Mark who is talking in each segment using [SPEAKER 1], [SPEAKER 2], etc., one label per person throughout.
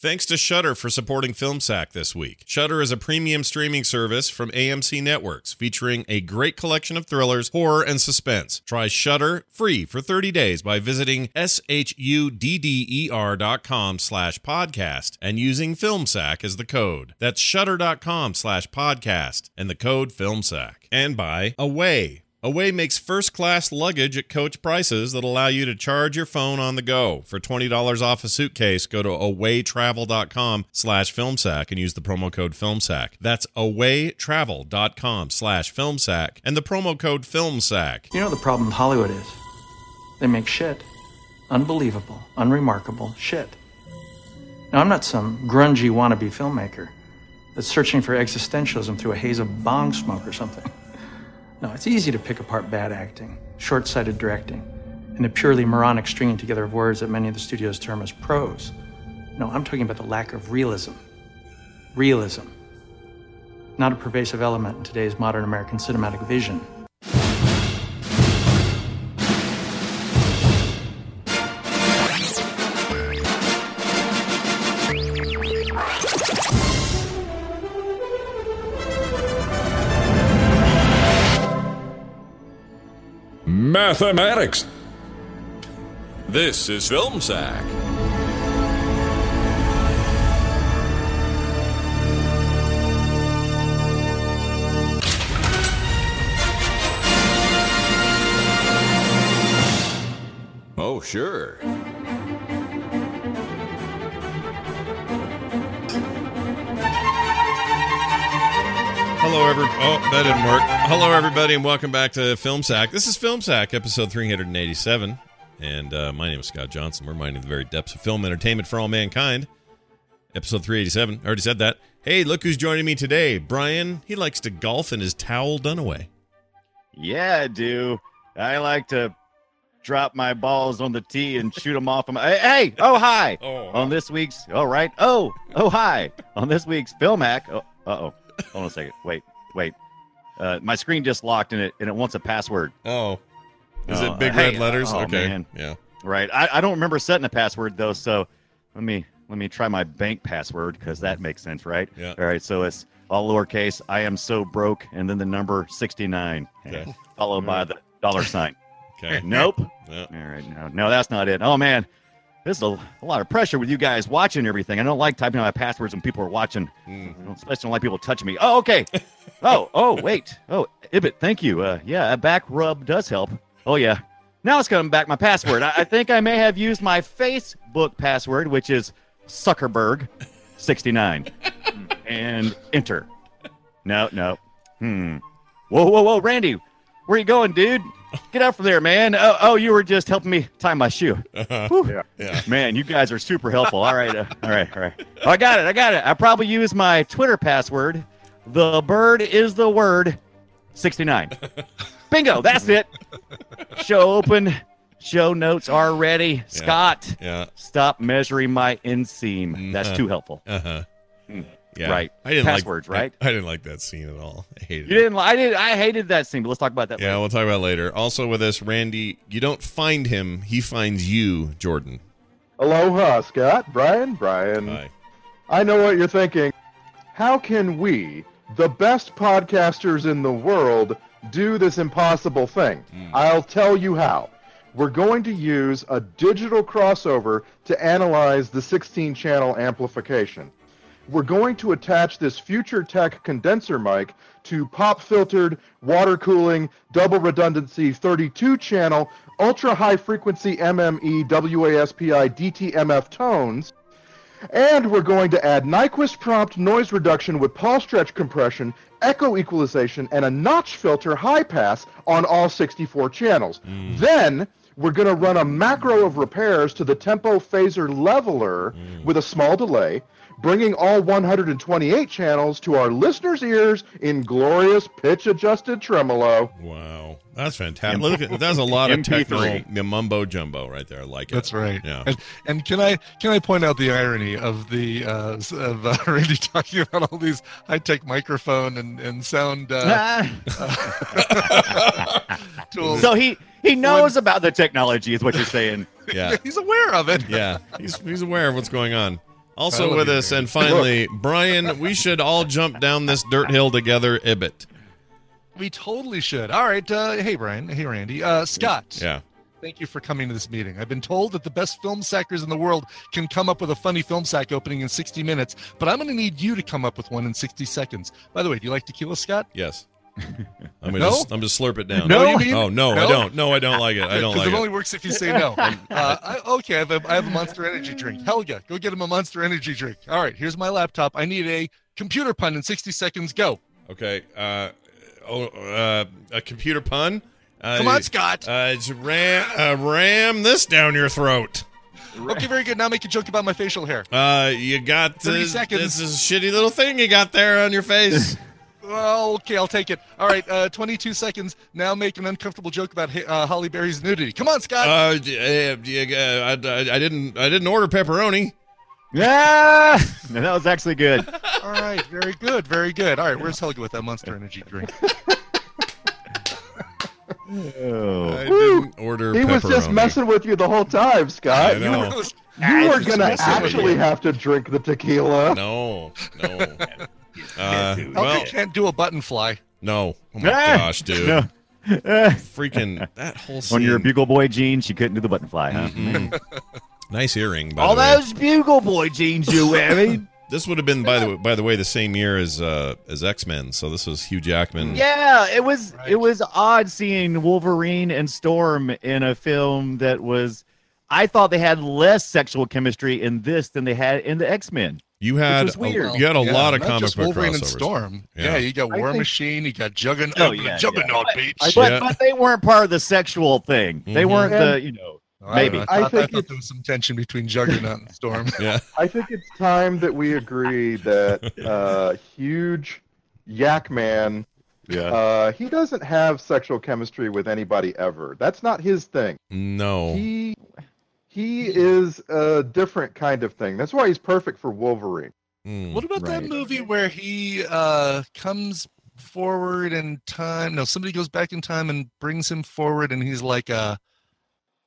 [SPEAKER 1] Thanks to Shudder for supporting FilmSack this week. Shudder is a premium streaming service from AMC Networks featuring a great collection of thrillers, horror, and suspense. Try Shudder free for 30 days by visiting E shudder.com slash podcast and using FilmSack as the code. That's shudder.com slash podcast and the code FilmSack. And by Away. Away makes first class luggage at coach prices that allow you to charge your phone on the go. For $20 off a suitcase, go to awaytravel.com slash filmsack and use the promo code filmsack. That's awaytravel.com slash filmsack and the promo code filmsack.
[SPEAKER 2] You know the problem with Hollywood is? They make shit. Unbelievable, unremarkable shit. Now, I'm not some grungy wannabe filmmaker that's searching for existentialism through a haze of bong smoke or something. No, it's easy to pick apart bad acting, short sighted directing, and the purely moronic stringing together of words that many of the studios term as prose. No, I'm talking about the lack of realism. Realism. Not a pervasive element in today's modern American cinematic vision.
[SPEAKER 3] Mathematics. This is Film Sack. Oh, sure.
[SPEAKER 1] Hello, every Oh, that didn't work. Hello, everybody, and welcome back to FilmSack. This is FilmSack, episode 387. And uh, my name is Scott Johnson. We're mining the very depths of film entertainment for all mankind. Episode 387. I already said that. Hey, look who's joining me today. Brian, he likes to golf in his towel Dunaway.
[SPEAKER 4] Yeah, I do. I like to drop my balls on the tee and shoot them off. Of my, hey, hey, oh, hi.
[SPEAKER 1] Oh,
[SPEAKER 4] On this week's, all right. Oh, oh, hi. On this week's film hack. Oh, uh oh. Hold on a second. Wait, wait. Uh, my screen just locked and it and it wants a password.
[SPEAKER 1] Oh. Is
[SPEAKER 4] Oh,
[SPEAKER 1] it big
[SPEAKER 4] hey,
[SPEAKER 1] red letters?
[SPEAKER 4] oh,
[SPEAKER 1] okay.
[SPEAKER 4] man.
[SPEAKER 1] Yeah.
[SPEAKER 4] Right. I, I don't remember setting a password though, so let me let me try my bank password because that makes sense, right?
[SPEAKER 1] Yeah.
[SPEAKER 4] All right. So it's all lowercase. I am so broke, and then the number sixty nine,
[SPEAKER 1] Okay.
[SPEAKER 4] followed by the dollar sign.
[SPEAKER 1] Okay.
[SPEAKER 4] Nope.
[SPEAKER 1] Yeah.
[SPEAKER 4] All right, no, no, that's not it. Oh man, this is a, a lot of pressure with you guys watching everything. I don't like typing out my passwords when people are watching.
[SPEAKER 1] Mm.
[SPEAKER 4] I don't, especially don't like people touching me. Oh, okay. oh, oh, wait. Oh, Ibit, thank you. Uh, yeah, a back rub does help. Oh yeah. Now it's coming back my password. I, I think I may have used my Facebook password, which is Zuckerberg, sixty nine, and enter. No, no. Hmm. Whoa, whoa, whoa, Randy, where you going, dude? Get out from there, man. Oh, oh, you were just helping me tie my shoe. Whew.
[SPEAKER 1] Uh-huh. Yeah.
[SPEAKER 4] Man, you guys are super helpful. All right, uh, all right, all right. Oh, I got it. I got it. I probably used my Twitter password. The bird is the word 69. Bingo, that's it. Show open. Show notes are ready. Scott,
[SPEAKER 1] Yeah.
[SPEAKER 4] stop measuring my inseam. That's
[SPEAKER 1] Mhm.
[SPEAKER 4] too helpful.
[SPEAKER 1] Uh huh. Yeah.
[SPEAKER 4] Hmm. Right.
[SPEAKER 1] I didn't
[SPEAKER 4] Passwords,
[SPEAKER 1] like
[SPEAKER 4] right?
[SPEAKER 1] I, I didn't like that scene at all. I hated
[SPEAKER 4] You
[SPEAKER 1] it.
[SPEAKER 4] didn't li- I did I hated that scene, but let's talk about that
[SPEAKER 1] Yeah,
[SPEAKER 4] later.
[SPEAKER 1] we'll talk about it later. Also with us, Randy, you don't find him, he finds you, Jordan.
[SPEAKER 5] Aloha, Scott, Brian, Brian.
[SPEAKER 1] Hi.
[SPEAKER 5] I know what you're thinking. How can we, the best podcasters in the world, do this impossible thing? I'll tell you how. We're going to use a digital crossover to analyze the 16 channel amplification. We're going to attach this future tech condenser mic to pop filtered, water cooling, double redundancy 32 channel, ultra high frequency MME WASPI DTMF tones and we're going to add Nyquist prompt noise reduction with Paul stretch compression, echo equalization, and a notch filter high pass on all 64 channels.
[SPEAKER 4] Hmm.
[SPEAKER 5] Then we're going to run a macro of repairs to the tempo phaser leveler
[SPEAKER 4] Hmm.
[SPEAKER 5] with a small delay, bringing all 128 channels to our listeners' ears in glorious pitch adjusted tremolo.
[SPEAKER 1] Wow. That's fantastic. Look at that's a lot of
[SPEAKER 4] MP3.
[SPEAKER 1] technical mumbo jumbo right there. I like it.
[SPEAKER 6] That's right.
[SPEAKER 1] Yeah.
[SPEAKER 6] And, and can I can I point out the irony of the uh, s- of uh, Randy talking about all these high tech microphone and and sound uh, tools?
[SPEAKER 4] so he he knows about the technology is what you're saying
[SPEAKER 1] Yeah.
[SPEAKER 6] He's aware of it.
[SPEAKER 1] Yeah. He's he's aware of what's going on. Also
[SPEAKER 6] Oh,
[SPEAKER 1] with
[SPEAKER 6] dear.
[SPEAKER 1] us, and finally, Brian, we should all jump down this dirt hill together, Ibbit.
[SPEAKER 6] We totally should. All right. Uh, hey, Brian. Hey, Randy. Uh, Scott.
[SPEAKER 1] Yeah.
[SPEAKER 6] Thank you for coming to this meeting. I've been told that the best film sackers in the world can come up with a funny film sack opening in 60 minutes, but I'm going to need you to come up with one in 60 seconds. By the way, do you like tequila, Scott?
[SPEAKER 1] Yes. I'm gonna
[SPEAKER 6] No?
[SPEAKER 1] just, I'm just slurp it down.
[SPEAKER 6] No, you mean-
[SPEAKER 1] Oh no, I
[SPEAKER 6] No?
[SPEAKER 1] don't. No, I don't like it. I don't like
[SPEAKER 6] Because it
[SPEAKER 1] it.
[SPEAKER 6] only works if you say no. uh, I, okay, I have, a, I have a Monster Energy drink. Helga, go get him a Monster Energy drink. All right, here's my laptop. I need a computer pun in 60 seconds. Go.
[SPEAKER 1] Okay. Uh, oh, uh, a computer pun. Uh,
[SPEAKER 6] Come on, Scott.
[SPEAKER 1] Uh, it's ram, uh, ram this down your throat.
[SPEAKER 6] okay, very good. Now make a joke about my facial hair.
[SPEAKER 1] Uh, you got
[SPEAKER 6] 30
[SPEAKER 1] this,
[SPEAKER 6] seconds.
[SPEAKER 1] this is shitty little thing you got there on your face.
[SPEAKER 6] Well, okay, I'll take it. All right, uh, 22 seconds. Now make an uncomfortable joke about Ha- uh, Holly Berry's nudity. Come on, Scott.
[SPEAKER 1] uh, d- uh, d- uh, I, I- I didn't, I didn't order pepperoni.
[SPEAKER 4] Yeah, No, that was actually good.
[SPEAKER 6] All right, very good, very good. All right, where's Helga with that Monster Energy drink?
[SPEAKER 1] I
[SPEAKER 4] Oh.
[SPEAKER 1] didn't order.
[SPEAKER 5] He was just
[SPEAKER 1] pepperoni.
[SPEAKER 5] messing with you the whole time,
[SPEAKER 1] I
[SPEAKER 5] Scott.
[SPEAKER 1] know.
[SPEAKER 5] You,
[SPEAKER 1] No.
[SPEAKER 5] you
[SPEAKER 4] I
[SPEAKER 5] were
[SPEAKER 4] just
[SPEAKER 5] gonna
[SPEAKER 4] messing with
[SPEAKER 5] actually
[SPEAKER 4] you.
[SPEAKER 5] have to drink the tequila.
[SPEAKER 1] No, no. Uh,
[SPEAKER 6] Helga
[SPEAKER 1] well,
[SPEAKER 6] can't do a button fly.
[SPEAKER 1] no. Oh my
[SPEAKER 4] Ah,
[SPEAKER 1] gosh, dude.
[SPEAKER 4] No.
[SPEAKER 1] Freaking that whole scene.
[SPEAKER 4] On your bugle boy jeans, you couldn't do the button fly, huh?
[SPEAKER 1] Mm. nice earring, by
[SPEAKER 4] All
[SPEAKER 1] the way.
[SPEAKER 4] those bugle boy jeans you're wearing.
[SPEAKER 1] This would have been by the by the way the same year as uh, as X Men, so this was Hugh Jackman.
[SPEAKER 4] yeah, it was
[SPEAKER 6] Right.
[SPEAKER 4] it was odd seeing Wolverine and Storm in a film that was. I thought they had less sexual chemistry in this than they had in the X Men.
[SPEAKER 1] you had
[SPEAKER 4] Which was weird.
[SPEAKER 1] A, you had a
[SPEAKER 6] Yeah,
[SPEAKER 1] lot of
[SPEAKER 6] not
[SPEAKER 1] comic
[SPEAKER 6] just
[SPEAKER 1] book
[SPEAKER 6] Wolverine and
[SPEAKER 1] crossovers.
[SPEAKER 6] Storm.
[SPEAKER 1] Yeah.
[SPEAKER 6] Yeah, you got War
[SPEAKER 4] think-
[SPEAKER 6] Machine, you got Juggernaut,
[SPEAKER 4] Oh, yeah,
[SPEAKER 6] Juggernaut Beach.
[SPEAKER 4] But,
[SPEAKER 1] Yeah.
[SPEAKER 4] but they weren't part of the sexual thing. They
[SPEAKER 1] Mhm.
[SPEAKER 4] weren't
[SPEAKER 5] And-
[SPEAKER 4] the you know.
[SPEAKER 6] I don't
[SPEAKER 4] maybe.
[SPEAKER 6] know, I
[SPEAKER 5] I
[SPEAKER 6] thought, I
[SPEAKER 5] think
[SPEAKER 6] thought
[SPEAKER 5] it's-
[SPEAKER 6] there was some tension between Juggernaut and Storm.
[SPEAKER 1] Yeah,
[SPEAKER 5] I think it's time that we agree that uh, huge Yak Man,
[SPEAKER 4] Yeah.
[SPEAKER 5] uh, he doesn't have sexual chemistry with anybody ever. That's not his thing.
[SPEAKER 1] no,
[SPEAKER 5] He he is a different kind of thing. That's why he's perfect for Wolverine.
[SPEAKER 1] Mm.
[SPEAKER 6] What about that
[SPEAKER 4] Right.
[SPEAKER 6] movie where he uh, comes forward in time? No, somebody goes back in time and brings him forward, and he's like a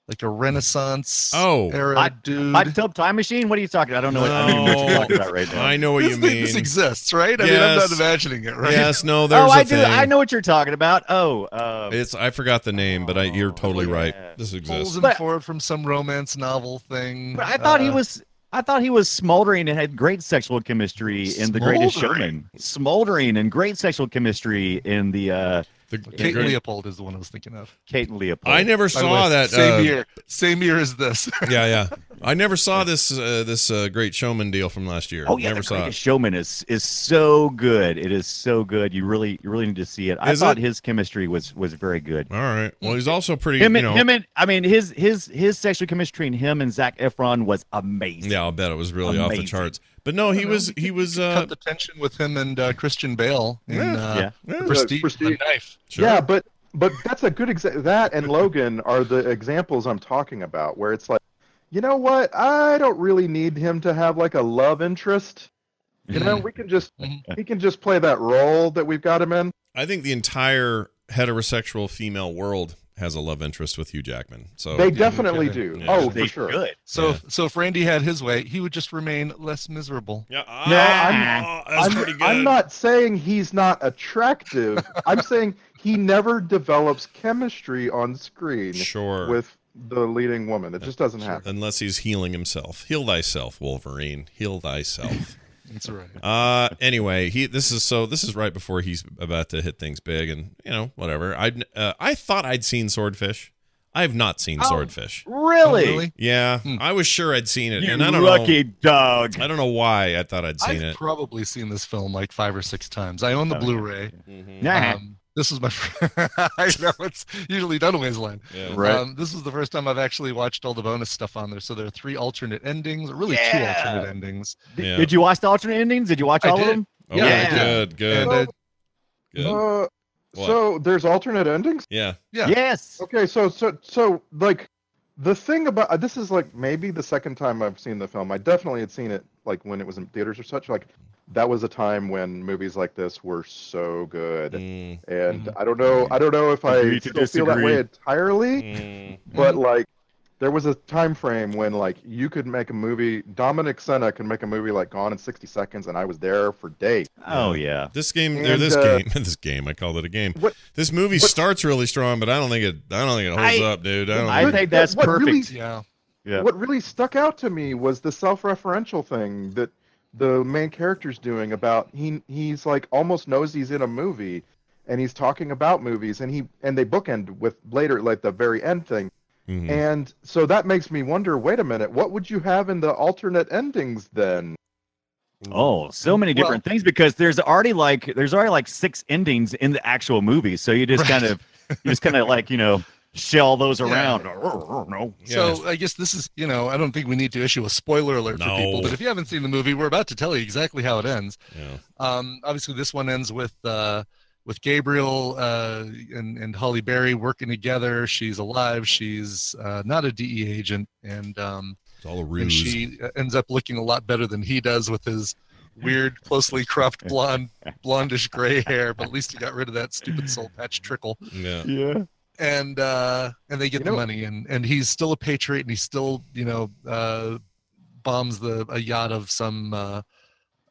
[SPEAKER 6] like a Renaissance
[SPEAKER 1] Oh.
[SPEAKER 6] era
[SPEAKER 4] Hot-
[SPEAKER 6] dude.
[SPEAKER 4] Hot tub time machine? What are you talking? I don't know. What, I don't even know what you're talking about right now.
[SPEAKER 1] I know what
[SPEAKER 6] this,
[SPEAKER 1] you
[SPEAKER 6] thing-
[SPEAKER 1] mean.
[SPEAKER 6] this exists, right? I mean, I'm
[SPEAKER 1] Yes.
[SPEAKER 6] not imagining it, right?
[SPEAKER 1] Yes, no, there's
[SPEAKER 4] Oh,
[SPEAKER 1] a
[SPEAKER 4] I do.
[SPEAKER 1] thing.
[SPEAKER 4] I know what you're talking about. Oh, uh,
[SPEAKER 1] It's I forgot the name, but I, you're
[SPEAKER 4] Oh,
[SPEAKER 1] totally
[SPEAKER 4] yeah.
[SPEAKER 1] right. This
[SPEAKER 6] Pulls
[SPEAKER 1] exists.
[SPEAKER 6] him
[SPEAKER 4] But-
[SPEAKER 6] forward from some romance novel thing.
[SPEAKER 4] but I thought he
[SPEAKER 6] Uh,
[SPEAKER 4] was. I thought he was smoldering and had great sexual chemistry in The Greatest
[SPEAKER 6] Smoldering.
[SPEAKER 4] Showman. Smoldering and great sexual chemistry in the uh,
[SPEAKER 1] The-
[SPEAKER 6] Kate
[SPEAKER 1] the-
[SPEAKER 6] Leopold is the one I was thinking of.
[SPEAKER 4] Kate and Leopold.
[SPEAKER 1] I never
[SPEAKER 6] By the
[SPEAKER 1] saw
[SPEAKER 6] way,
[SPEAKER 1] that.
[SPEAKER 6] same
[SPEAKER 1] uh,
[SPEAKER 6] year, same year as this.
[SPEAKER 1] Yeah, yeah. I never saw this uh, this uh, Great Showman deal from last year.
[SPEAKER 4] Oh yeah,
[SPEAKER 1] never
[SPEAKER 4] The
[SPEAKER 1] saw
[SPEAKER 4] Greatest
[SPEAKER 1] it.
[SPEAKER 4] Showman is is so good. It is so good. You really you really need to see it. I
[SPEAKER 1] Is
[SPEAKER 4] thought
[SPEAKER 1] it?
[SPEAKER 4] his chemistry was was very good.
[SPEAKER 1] All right. Well, he's also pretty.
[SPEAKER 4] Him
[SPEAKER 1] you
[SPEAKER 4] and
[SPEAKER 1] know,
[SPEAKER 4] him and I mean his his his sexual chemistry between him and Zach Efron was amazing.
[SPEAKER 1] yeah, I'll bet it was really off the
[SPEAKER 4] Amazing.
[SPEAKER 1] charts. But no, he
[SPEAKER 6] know.
[SPEAKER 1] was he was uh,
[SPEAKER 6] Cut the tension with him and uh, Christian Bale in
[SPEAKER 1] Yeah.
[SPEAKER 6] uh,
[SPEAKER 4] Yeah.
[SPEAKER 1] yeah,
[SPEAKER 6] Prestige,
[SPEAKER 5] Prestige.
[SPEAKER 6] The knife.
[SPEAKER 1] sure.
[SPEAKER 5] Yeah, but but that's a good example. That and Logan are the examples I'm talking about, where it's like, you know what? I don't really need him to have like a love interest. You know, we can just he can just play that role that we've got him in.
[SPEAKER 1] I think the entire heterosexual female world has a love interest with Hugh Jackman. So
[SPEAKER 5] They definitely
[SPEAKER 6] okay.
[SPEAKER 5] do.
[SPEAKER 1] Oh, Yeah.
[SPEAKER 5] Oh,
[SPEAKER 4] They
[SPEAKER 5] for sure.
[SPEAKER 4] good.
[SPEAKER 6] So,
[SPEAKER 1] Yeah.
[SPEAKER 6] so if Randy had his way, he would just remain less miserable.
[SPEAKER 1] yeah,
[SPEAKER 4] No, I'm-
[SPEAKER 1] ah,
[SPEAKER 5] I'm, I'm not saying he's not attractive. I'm saying he never develops chemistry on screen
[SPEAKER 1] sure.
[SPEAKER 5] with the leading woman. It just doesn't happen.
[SPEAKER 1] Unless he's healing himself, heal thyself, Wolverine. Heal thyself.
[SPEAKER 6] That's right.
[SPEAKER 1] Uh, anyway, he this is so this is right before he's about to hit things big, and you know whatever. I uh, I thought I'd seen Swordfish. I have not seen
[SPEAKER 4] Oh.
[SPEAKER 1] Swordfish.
[SPEAKER 6] Oh,
[SPEAKER 4] Really?
[SPEAKER 1] Yeah,
[SPEAKER 6] Hmm.
[SPEAKER 1] I was sure I'd seen it,
[SPEAKER 4] You
[SPEAKER 1] and I don't
[SPEAKER 4] lucky dog.
[SPEAKER 1] know. Uh, I don't know why I thought I'd seen
[SPEAKER 6] I've
[SPEAKER 1] it.
[SPEAKER 6] probably seen this film like five or six times. I own the
[SPEAKER 4] Oh, yeah.
[SPEAKER 6] Blu-ray.
[SPEAKER 1] Mhm.
[SPEAKER 4] Nah.
[SPEAKER 6] Um, this is my. Fr- I know it's usually Dunaway's line.
[SPEAKER 1] Yeah.
[SPEAKER 4] Right.
[SPEAKER 6] Um, this is the first time I've actually watched all the bonus stuff on there. So there are three alternate endings, or really
[SPEAKER 4] Yeah.
[SPEAKER 6] two alternate endings.
[SPEAKER 4] Did-
[SPEAKER 1] Yeah.
[SPEAKER 4] Did you watch the alternate endings? Did you watch
[SPEAKER 6] I
[SPEAKER 4] all
[SPEAKER 6] did.
[SPEAKER 4] of them?
[SPEAKER 1] Okay,
[SPEAKER 6] Yeah.
[SPEAKER 1] Oh, Good. Good.
[SPEAKER 6] And uh, I,
[SPEAKER 1] good.
[SPEAKER 5] Uh,
[SPEAKER 1] What?
[SPEAKER 5] so there's alternate endings.
[SPEAKER 1] yeah.
[SPEAKER 6] Yeah.
[SPEAKER 4] Yes.
[SPEAKER 5] Okay, so so so like the thing about uh, this is like maybe the second time I've seen the film. I definitely had seen it like when it was in theaters or such. Like that was a time when movies like this were so good.
[SPEAKER 1] Mm,
[SPEAKER 4] Mm-hmm.
[SPEAKER 5] And I don't know, I don't know if I
[SPEAKER 4] Agree to
[SPEAKER 5] still feel that way
[SPEAKER 4] disagree.
[SPEAKER 5] entirely,
[SPEAKER 1] mm.
[SPEAKER 5] but like there was a time frame when like you could make a movie. Dominic Senna could make a movie like Gone in 60 Seconds, and I was there for days.
[SPEAKER 4] Oh yeah.
[SPEAKER 1] This game or
[SPEAKER 5] And,
[SPEAKER 1] this
[SPEAKER 5] uh,
[SPEAKER 1] game, this game. I called it a game.
[SPEAKER 5] What-
[SPEAKER 1] this movie
[SPEAKER 5] what-
[SPEAKER 1] starts really strong, but I don't think it. I don't think it holds
[SPEAKER 4] I-
[SPEAKER 1] up, dude. I don't.
[SPEAKER 4] I
[SPEAKER 1] think,
[SPEAKER 4] think that's
[SPEAKER 5] what
[SPEAKER 4] perfect.
[SPEAKER 5] really-
[SPEAKER 6] Yeah.
[SPEAKER 4] Yeah.
[SPEAKER 5] What really stuck out to me was the self-referential thing that the main character's doing about he he's like almost knows he's in a movie and he's talking about movies and he and they bookend with later like the very end thing
[SPEAKER 1] Mhm.
[SPEAKER 5] And so that makes me wonder, wait a minute, what would you have in the alternate endings then?
[SPEAKER 4] Oh, so many different things because there's already like there's already like six endings in the actual movie. So you just
[SPEAKER 6] Right.
[SPEAKER 4] kind of you just kind of like, you know, shell those
[SPEAKER 6] Yeah.
[SPEAKER 4] around. No.
[SPEAKER 1] Yeah.
[SPEAKER 6] So I guess this is, you know, I don't think we need to issue a spoiler alert
[SPEAKER 1] No.
[SPEAKER 6] for people, but if you haven't seen the movie, we're about to tell you exactly how it ends.
[SPEAKER 1] yeah.
[SPEAKER 6] Um, obviously, this one ends with uh, with Gabriel uh, and and Holly Berry working together. She's alive. She's uh, not a DE agent, and um,
[SPEAKER 1] It's all a
[SPEAKER 6] and
[SPEAKER 1] ruse.
[SPEAKER 6] she ends up looking a lot better than he does with his weird, closely cropped blonde, blondish gray hair. But at least he got rid of that stupid soul patch trickle
[SPEAKER 1] yeah.
[SPEAKER 4] Yeah.
[SPEAKER 6] and uh and they get
[SPEAKER 5] You
[SPEAKER 6] the
[SPEAKER 5] know-
[SPEAKER 6] money and and he's still a patriot and he still you know uh bombs the a yacht of some uh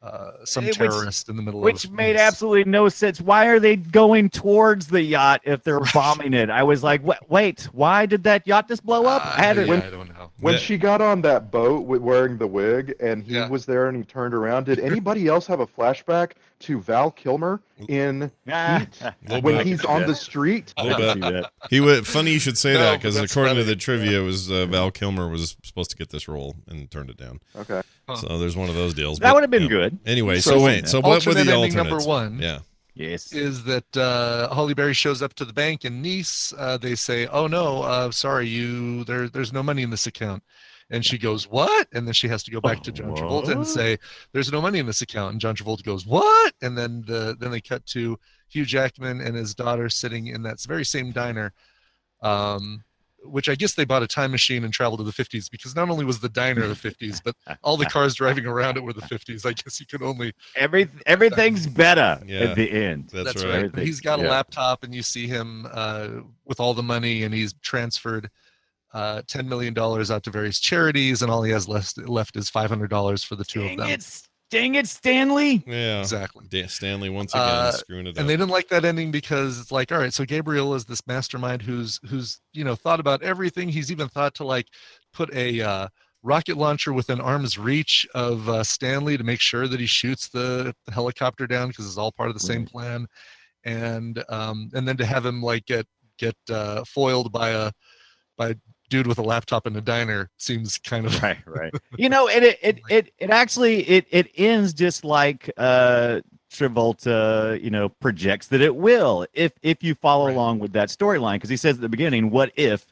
[SPEAKER 6] uh some
[SPEAKER 4] Eh, which-
[SPEAKER 6] terrorist in the middle
[SPEAKER 4] Which
[SPEAKER 6] of
[SPEAKER 4] made
[SPEAKER 6] this.
[SPEAKER 4] absolutely no sense. Why are they going towards the yacht if they're bombing it? I was like, "Wha- wait, why did that yacht just blow up?
[SPEAKER 6] Uh,
[SPEAKER 4] I had it.
[SPEAKER 6] yeah, I don't know
[SPEAKER 5] When
[SPEAKER 1] That-
[SPEAKER 5] she got on that boat with wearing the wig and he
[SPEAKER 6] Yeah.
[SPEAKER 5] was there and he turned around, did anybody else have a flashback to Val Kilmer in
[SPEAKER 4] Ah.
[SPEAKER 1] Little
[SPEAKER 5] when
[SPEAKER 1] bit.
[SPEAKER 5] he's on the street?
[SPEAKER 1] A little bit.
[SPEAKER 4] See that.
[SPEAKER 1] He would. Funny you should say
[SPEAKER 6] No,
[SPEAKER 1] that
[SPEAKER 6] but
[SPEAKER 1] because
[SPEAKER 6] that's
[SPEAKER 1] according to
[SPEAKER 6] funny.
[SPEAKER 1] the trivia, it was uh, Val Kilmer was supposed to get this role and turned it down.
[SPEAKER 5] Okay.
[SPEAKER 6] Huh.
[SPEAKER 1] So there's one of those deals.
[SPEAKER 4] That
[SPEAKER 1] but,
[SPEAKER 4] would have been
[SPEAKER 1] yeah.
[SPEAKER 4] good.
[SPEAKER 1] Anyway, so,
[SPEAKER 6] So,
[SPEAKER 1] wait. So what were
[SPEAKER 6] alternate
[SPEAKER 1] the
[SPEAKER 6] ending
[SPEAKER 1] alternates?
[SPEAKER 6] number one
[SPEAKER 1] Yeah.
[SPEAKER 4] Yes.
[SPEAKER 6] is that uh holly berry shows up to the bank in nice uh they say oh no uh sorry you there there's no money in this account and she goes what and then she has to go back to john travolta and
[SPEAKER 4] What?
[SPEAKER 6] say there's no money in this account and john travolta goes what and then the then they cut to hugh jackman and his daughter sitting in that very same diner um which i guess they bought a time machine and traveled to the 50s because not only was the diner the 50s but all the cars driving around it were the 50s i guess you could only
[SPEAKER 4] Every everything's better
[SPEAKER 1] Yeah.
[SPEAKER 4] at the end.
[SPEAKER 1] That's,
[SPEAKER 6] that's
[SPEAKER 1] right.
[SPEAKER 6] right.
[SPEAKER 4] Everything.
[SPEAKER 6] He's got a
[SPEAKER 4] Yeah.
[SPEAKER 6] laptop, and you see him uh, with all the money, and he's transferred uh, ten million dollars out to various charities, and all he has left left is five hundred dollars for the two of
[SPEAKER 4] Dang
[SPEAKER 6] them.
[SPEAKER 4] it, dang it, Stanley.
[SPEAKER 1] Yeah.
[SPEAKER 6] Exactly.
[SPEAKER 1] Da- Stanley once again
[SPEAKER 6] Uh,
[SPEAKER 1] screwing it up.
[SPEAKER 6] And they didn't like that ending because it's like, all right, so Gabriel is this mastermind who's who's you know thought about everything. He's even thought to like put a uh, rocket launcher within arm's reach of uh, Stanley to make sure that he shoots the, the helicopter down because it's all part of the same plan, and um, and then to have him like get get uh, foiled by a by a dude with a laptop in a diner seems kind of
[SPEAKER 4] right right you know and it it it, it actually it it ends just like uh travolta you know projects that it will if if you follow
[SPEAKER 6] Right.
[SPEAKER 4] along with that storyline because he says at the beginning what if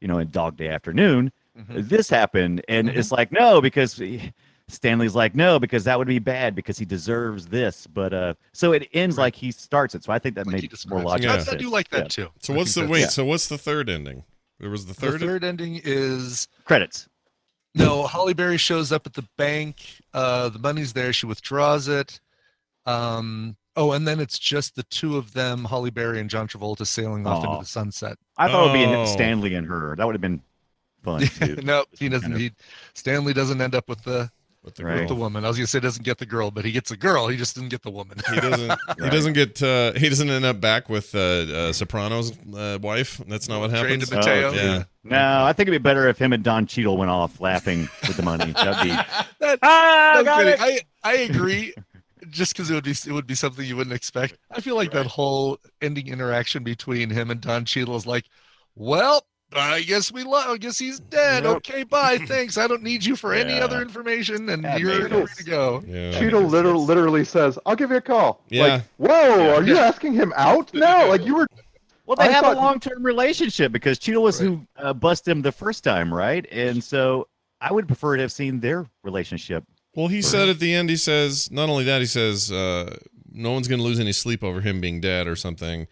[SPEAKER 4] you know in dog day afternoon
[SPEAKER 6] Hmm.
[SPEAKER 4] this happened and
[SPEAKER 6] Mhm.
[SPEAKER 4] it's like no because he- stanley's like no because that would be bad because he deserves this but uh so it ends
[SPEAKER 6] Right.
[SPEAKER 4] like he starts it so i think that
[SPEAKER 6] like
[SPEAKER 4] made
[SPEAKER 6] he
[SPEAKER 4] more
[SPEAKER 6] describes it.
[SPEAKER 4] logical
[SPEAKER 1] Yeah.
[SPEAKER 6] I, I
[SPEAKER 4] sense
[SPEAKER 6] do like that
[SPEAKER 4] Yeah.
[SPEAKER 6] too.
[SPEAKER 1] so
[SPEAKER 6] I
[SPEAKER 1] what's the
[SPEAKER 6] think
[SPEAKER 1] wait?
[SPEAKER 6] that's-
[SPEAKER 1] So what's the third ending? There was the third.
[SPEAKER 6] The third ending is
[SPEAKER 4] credits
[SPEAKER 6] No, Holly Berry shows up at the bank. Uh, the money's there. She withdraws it. Um, oh, and then it's just the two of them, Holly Berry and John Travolta, sailing off into
[SPEAKER 4] Aw.
[SPEAKER 6] the sunset.
[SPEAKER 4] i thought it would
[SPEAKER 1] Oh.
[SPEAKER 4] be stanley and her that would have been fun too.
[SPEAKER 6] no, he doesn't.
[SPEAKER 4] Kind of-
[SPEAKER 6] He, Stanley doesn't end up with the
[SPEAKER 1] With the
[SPEAKER 4] Right.
[SPEAKER 6] with the woman. I was gonna say doesn't get the girl, but he gets the girl. He just didn't get the woman.
[SPEAKER 1] He doesn't. He
[SPEAKER 4] Right.
[SPEAKER 1] doesn't get. Uh, he doesn't end up back with uh, uh, Soprano's uh, wife. That's not what
[SPEAKER 6] Trey
[SPEAKER 1] happens.
[SPEAKER 6] to Mateo.
[SPEAKER 4] Oh,
[SPEAKER 1] yeah.
[SPEAKER 4] No, I think it'd be better if him and Don Cheadle went off laughing with the money. That'd be
[SPEAKER 6] That-
[SPEAKER 4] ah,
[SPEAKER 6] no
[SPEAKER 4] got
[SPEAKER 6] kidding.
[SPEAKER 4] it.
[SPEAKER 6] I, I agree. Just because it would be it would be something you wouldn't expect. I feel like that whole ending interaction between him and Don Cheadle is like, well, I guess we love. I guess he's dead.
[SPEAKER 5] Nope.
[SPEAKER 6] Okay, bye. Thanks. I don't need you for any
[SPEAKER 4] Yeah.
[SPEAKER 6] other information, and
[SPEAKER 4] That
[SPEAKER 6] you're
[SPEAKER 4] makes
[SPEAKER 6] free
[SPEAKER 5] sense.
[SPEAKER 6] to go.
[SPEAKER 1] Yeah.
[SPEAKER 5] Cheeto
[SPEAKER 4] makes
[SPEAKER 5] liter-
[SPEAKER 4] sense.
[SPEAKER 5] literally says, I'll give you a call.
[SPEAKER 1] Yeah.
[SPEAKER 5] Like, whoa,
[SPEAKER 4] Yeah.
[SPEAKER 5] are you asking him out now? Like you were
[SPEAKER 4] Well, they
[SPEAKER 5] I
[SPEAKER 4] have
[SPEAKER 5] thought-
[SPEAKER 4] a long-term relationship because Cheadle was who uh, bust him the first time, right? And so I would prefer to have seen their relationship.
[SPEAKER 1] Well, he said at the end. He says not only that. He says uh, no one's going to lose any sleep over him being dead or something.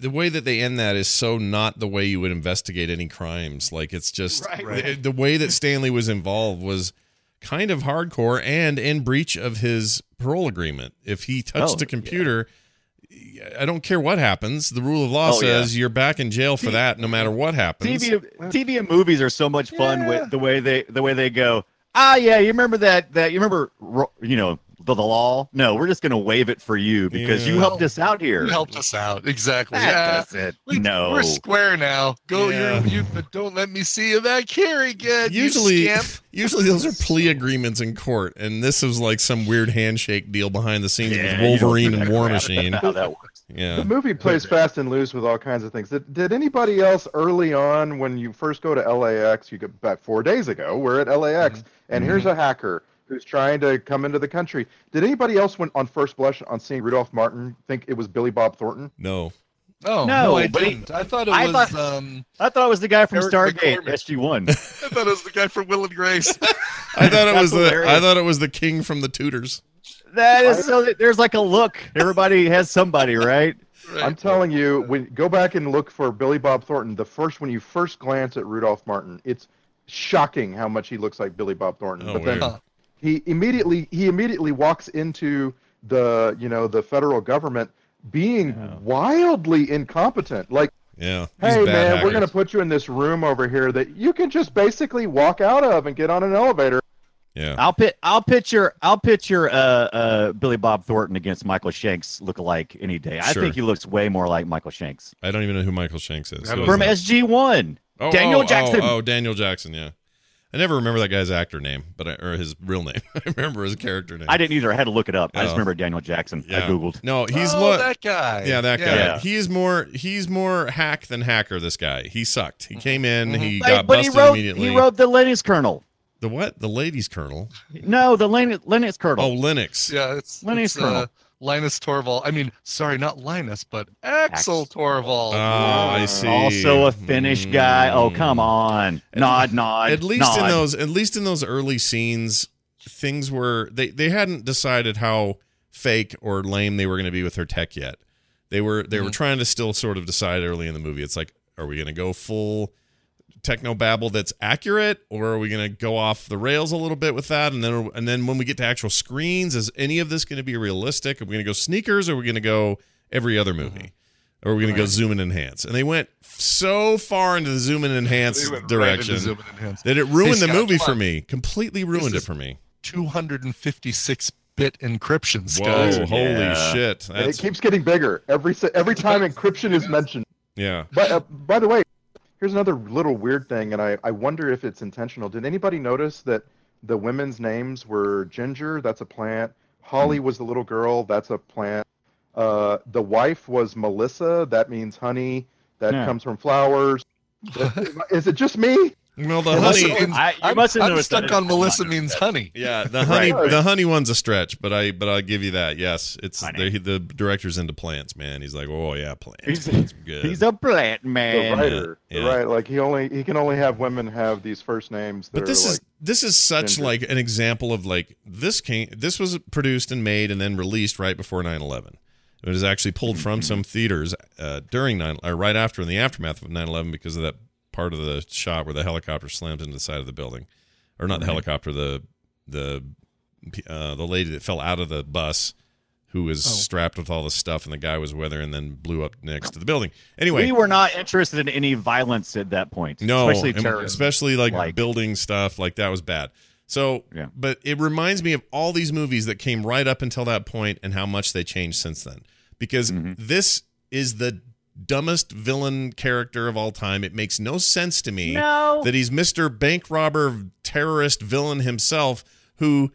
[SPEAKER 1] The way that they end that is so not the way you would investigate any crimes. Like it's just The, the way that Stanley was involved was kind of hardcore and in breach of his parole agreement. If he touched
[SPEAKER 4] Oh,
[SPEAKER 1] a computer, I don't care what happens. The rule of law
[SPEAKER 4] Oh, yeah.
[SPEAKER 1] says you're back in jail for that, no matter what happens.
[SPEAKER 4] TV, TV and movies are so much fun
[SPEAKER 6] Yeah.
[SPEAKER 4] with the way they the way they go. Ah, yeah, you remember that that you remember ro- you know the, the law? No, we're just gonna waive it for you because you
[SPEAKER 1] Yeah.
[SPEAKER 4] helped us out here.
[SPEAKER 6] You helped us out. Exactly.
[SPEAKER 4] That
[SPEAKER 6] Yeah.
[SPEAKER 4] does it.
[SPEAKER 6] We-
[SPEAKER 4] no,
[SPEAKER 6] We're square now. Go
[SPEAKER 1] Yeah.
[SPEAKER 6] you, you but don't let me see you back here again. you
[SPEAKER 1] usually,
[SPEAKER 6] scamp.
[SPEAKER 1] usually those are plea agreements in court, and this was like some weird handshake deal behind the scenes
[SPEAKER 4] Yeah, you don't
[SPEAKER 1] with Wolverine
[SPEAKER 4] do
[SPEAKER 1] and
[SPEAKER 4] that
[SPEAKER 1] War
[SPEAKER 4] crap.
[SPEAKER 1] Machine.
[SPEAKER 4] how that works.
[SPEAKER 1] Yeah,
[SPEAKER 5] The movie plays fast and loose with all kinds of things. Did, did anybody else early on when you first go to LAX, you get about four days ago, we're at LAX,
[SPEAKER 4] Mm-hmm.
[SPEAKER 5] and here's a hacker who's trying to come into the country. Did anybody else, when on first blush on seeing Rudolph Martin, think it was Billy Bob Thornton?
[SPEAKER 1] no,
[SPEAKER 6] Oh
[SPEAKER 4] No,
[SPEAKER 6] no, I
[SPEAKER 4] but he-
[SPEAKER 6] didn't. I thought it
[SPEAKER 4] I
[SPEAKER 6] was
[SPEAKER 4] thought-
[SPEAKER 6] um
[SPEAKER 4] I thought it was the guy from
[SPEAKER 6] Eric
[SPEAKER 4] Stargate
[SPEAKER 6] McCormick.
[SPEAKER 4] SG One.
[SPEAKER 6] I thought it was the guy from Will and Grace.
[SPEAKER 1] I thought it
[SPEAKER 4] That's
[SPEAKER 1] was the I
[SPEAKER 4] hilarious.
[SPEAKER 1] thought it was the king from the Tudors.
[SPEAKER 4] That is so. that There's like a look. Everybody has somebody, right?
[SPEAKER 6] Right.
[SPEAKER 5] I'm telling you, when go back and look for Billy Bob Thornton, the first when you first glance at Rudolph Martin, it's shocking how much he looks like Billy Bob Thornton.
[SPEAKER 1] Oh,
[SPEAKER 5] but then
[SPEAKER 1] weird.
[SPEAKER 5] he immediately he immediately walks into the you know the federal government being wildly incompetent. Like,
[SPEAKER 1] Yeah, he's
[SPEAKER 5] hey
[SPEAKER 1] bad
[SPEAKER 5] man,
[SPEAKER 1] hacker.
[SPEAKER 5] we're gonna put you in this room over here that you can just basically walk out of and get on an elevator.
[SPEAKER 1] yeah.
[SPEAKER 4] I'll pit. I'll picture. I'll picture uh, uh, Billy Bob Thornton against Michael Shanks look-alike any day. I
[SPEAKER 1] Sure.
[SPEAKER 4] think he looks way more like Michael Shanks
[SPEAKER 1] I don't even know who Michael Shanks is.
[SPEAKER 6] I
[SPEAKER 1] Who
[SPEAKER 6] don't
[SPEAKER 1] is
[SPEAKER 4] from
[SPEAKER 1] that?
[SPEAKER 4] SG One.
[SPEAKER 1] Oh,
[SPEAKER 4] Daniel
[SPEAKER 1] oh, oh,
[SPEAKER 4] Jackson.
[SPEAKER 1] Oh, Daniel Jackson. Yeah, I never remember that guy's actor name, but I, or his real name. I remember his character name.
[SPEAKER 4] I didn't either. I had to look it up. I
[SPEAKER 1] Oh.
[SPEAKER 4] just remember Daniel Jackson.
[SPEAKER 1] Yeah.
[SPEAKER 4] I googled.
[SPEAKER 1] No, he's
[SPEAKER 6] oh,
[SPEAKER 1] lo-
[SPEAKER 6] that guy.
[SPEAKER 1] Yeah, that guy.
[SPEAKER 4] Yeah.
[SPEAKER 1] He is more. He's more hack than hacker. This guy. He sucked. He came in. He
[SPEAKER 4] Hey,
[SPEAKER 1] got
[SPEAKER 4] Mm-hmm. but he
[SPEAKER 1] busted
[SPEAKER 4] wrote.
[SPEAKER 1] immediately.
[SPEAKER 4] He wrote the Linux kernel.
[SPEAKER 1] the what? The ladies colonel.
[SPEAKER 4] No, the Linux, Linux
[SPEAKER 1] Oh,
[SPEAKER 4] kernel.
[SPEAKER 1] Linux.
[SPEAKER 6] Yeah, it's,
[SPEAKER 4] Linus
[SPEAKER 6] it's uh,
[SPEAKER 4] Torvald.
[SPEAKER 6] Linus Torvald. I mean, sorry, not Linus, but Axel
[SPEAKER 4] Axel.
[SPEAKER 1] Oh,
[SPEAKER 6] Torvald.
[SPEAKER 1] I see.
[SPEAKER 4] Also a Finnish guy. Oh, come
[SPEAKER 1] Mm.
[SPEAKER 4] on. Nod, nod.
[SPEAKER 1] At least in
[SPEAKER 4] nod.
[SPEAKER 1] those. At least in those early scenes, things were they. They hadn't decided how fake or lame they were going to be with her tech yet. They were. They were
[SPEAKER 6] Mhm.
[SPEAKER 1] trying to still sort of decide early in the movie. It's like, are we going to go full? techno babble that's accurate or are we going to go off the rails a little bit with that and then and then when we get to actual screens is any of this going to be realistic are we going to go sneakers or are we going to go every
[SPEAKER 6] Mm-hmm.
[SPEAKER 1] other movie or are we going to go zoom and enhance and they went so far into the zoom and enhance
[SPEAKER 6] They went right
[SPEAKER 1] direction
[SPEAKER 6] into Zoom and Enhance.
[SPEAKER 1] that it ruined
[SPEAKER 6] Hey,
[SPEAKER 1] the
[SPEAKER 6] Scott,
[SPEAKER 1] movie
[SPEAKER 6] come
[SPEAKER 1] for
[SPEAKER 6] on.
[SPEAKER 1] me completely ruined
[SPEAKER 6] is-
[SPEAKER 1] it for me
[SPEAKER 6] 256 bit encryption,
[SPEAKER 1] whoa
[SPEAKER 6] Scott.
[SPEAKER 1] holy
[SPEAKER 4] Yeah.
[SPEAKER 1] shit
[SPEAKER 5] And it
[SPEAKER 1] that's,
[SPEAKER 5] keeps getting bigger every se- every time encryption is mentioned.
[SPEAKER 1] yeah
[SPEAKER 5] But uh, by the way, here's another little weird thing, and I, I wonder if it's intentional. Did anybody notice that the women's names were Ginger? That's a plant. Holly was the little girl. That's a plant. Uh, the wife was Melissa. That means honey. That
[SPEAKER 4] Yeah.
[SPEAKER 5] comes from flowers. Is it just me?
[SPEAKER 1] well the
[SPEAKER 6] Well,
[SPEAKER 1] honey
[SPEAKER 6] that's-
[SPEAKER 4] I, you
[SPEAKER 6] I'm,
[SPEAKER 4] must have
[SPEAKER 6] I'm
[SPEAKER 4] noticed that.
[SPEAKER 6] stuck on Melissa means honey.
[SPEAKER 1] yeah, the honey
[SPEAKER 5] Right.
[SPEAKER 1] the honey one's a stretch, but I but I'll give you that. Yes, it's
[SPEAKER 4] Honey.
[SPEAKER 1] the, the director's into plants, man. He's like, oh yeah, plants.
[SPEAKER 4] He's-
[SPEAKER 1] plants are good.
[SPEAKER 4] He's a plant
[SPEAKER 5] The
[SPEAKER 4] man.
[SPEAKER 5] writer,
[SPEAKER 1] yeah.
[SPEAKER 5] right? Like he only he can only have women have these first names. That
[SPEAKER 1] but this
[SPEAKER 5] are
[SPEAKER 1] is this is such
[SPEAKER 5] Ginger.
[SPEAKER 1] like an example of like this came this was produced and made and then released right before 9-11 it was actually pulled from some theaters uh, during 9 or right after in the aftermath of 9-11 because of that part of the shot where the helicopter slams into the side of the building or not the helicopter the the uh, the lady that fell out of the bus who was
[SPEAKER 6] Oh.
[SPEAKER 1] strapped with all the stuff and the guy was weathering and then blew up next to the building anyway
[SPEAKER 4] We were not interested in any violence at that point.
[SPEAKER 1] no,
[SPEAKER 4] especially
[SPEAKER 1] and
[SPEAKER 4] terrorism.
[SPEAKER 1] especially, like,
[SPEAKER 4] Like-
[SPEAKER 1] building stuff like that was bad. So,
[SPEAKER 4] Yeah.
[SPEAKER 1] but it reminds me of all these movies that came right up until that point and how much they changed since then. Because
[SPEAKER 4] Mhm.
[SPEAKER 1] this is the dumbest villain character of all time. It makes no sense to me
[SPEAKER 4] No.
[SPEAKER 1] that he's Mr. Bank Robber terrorist villain himself who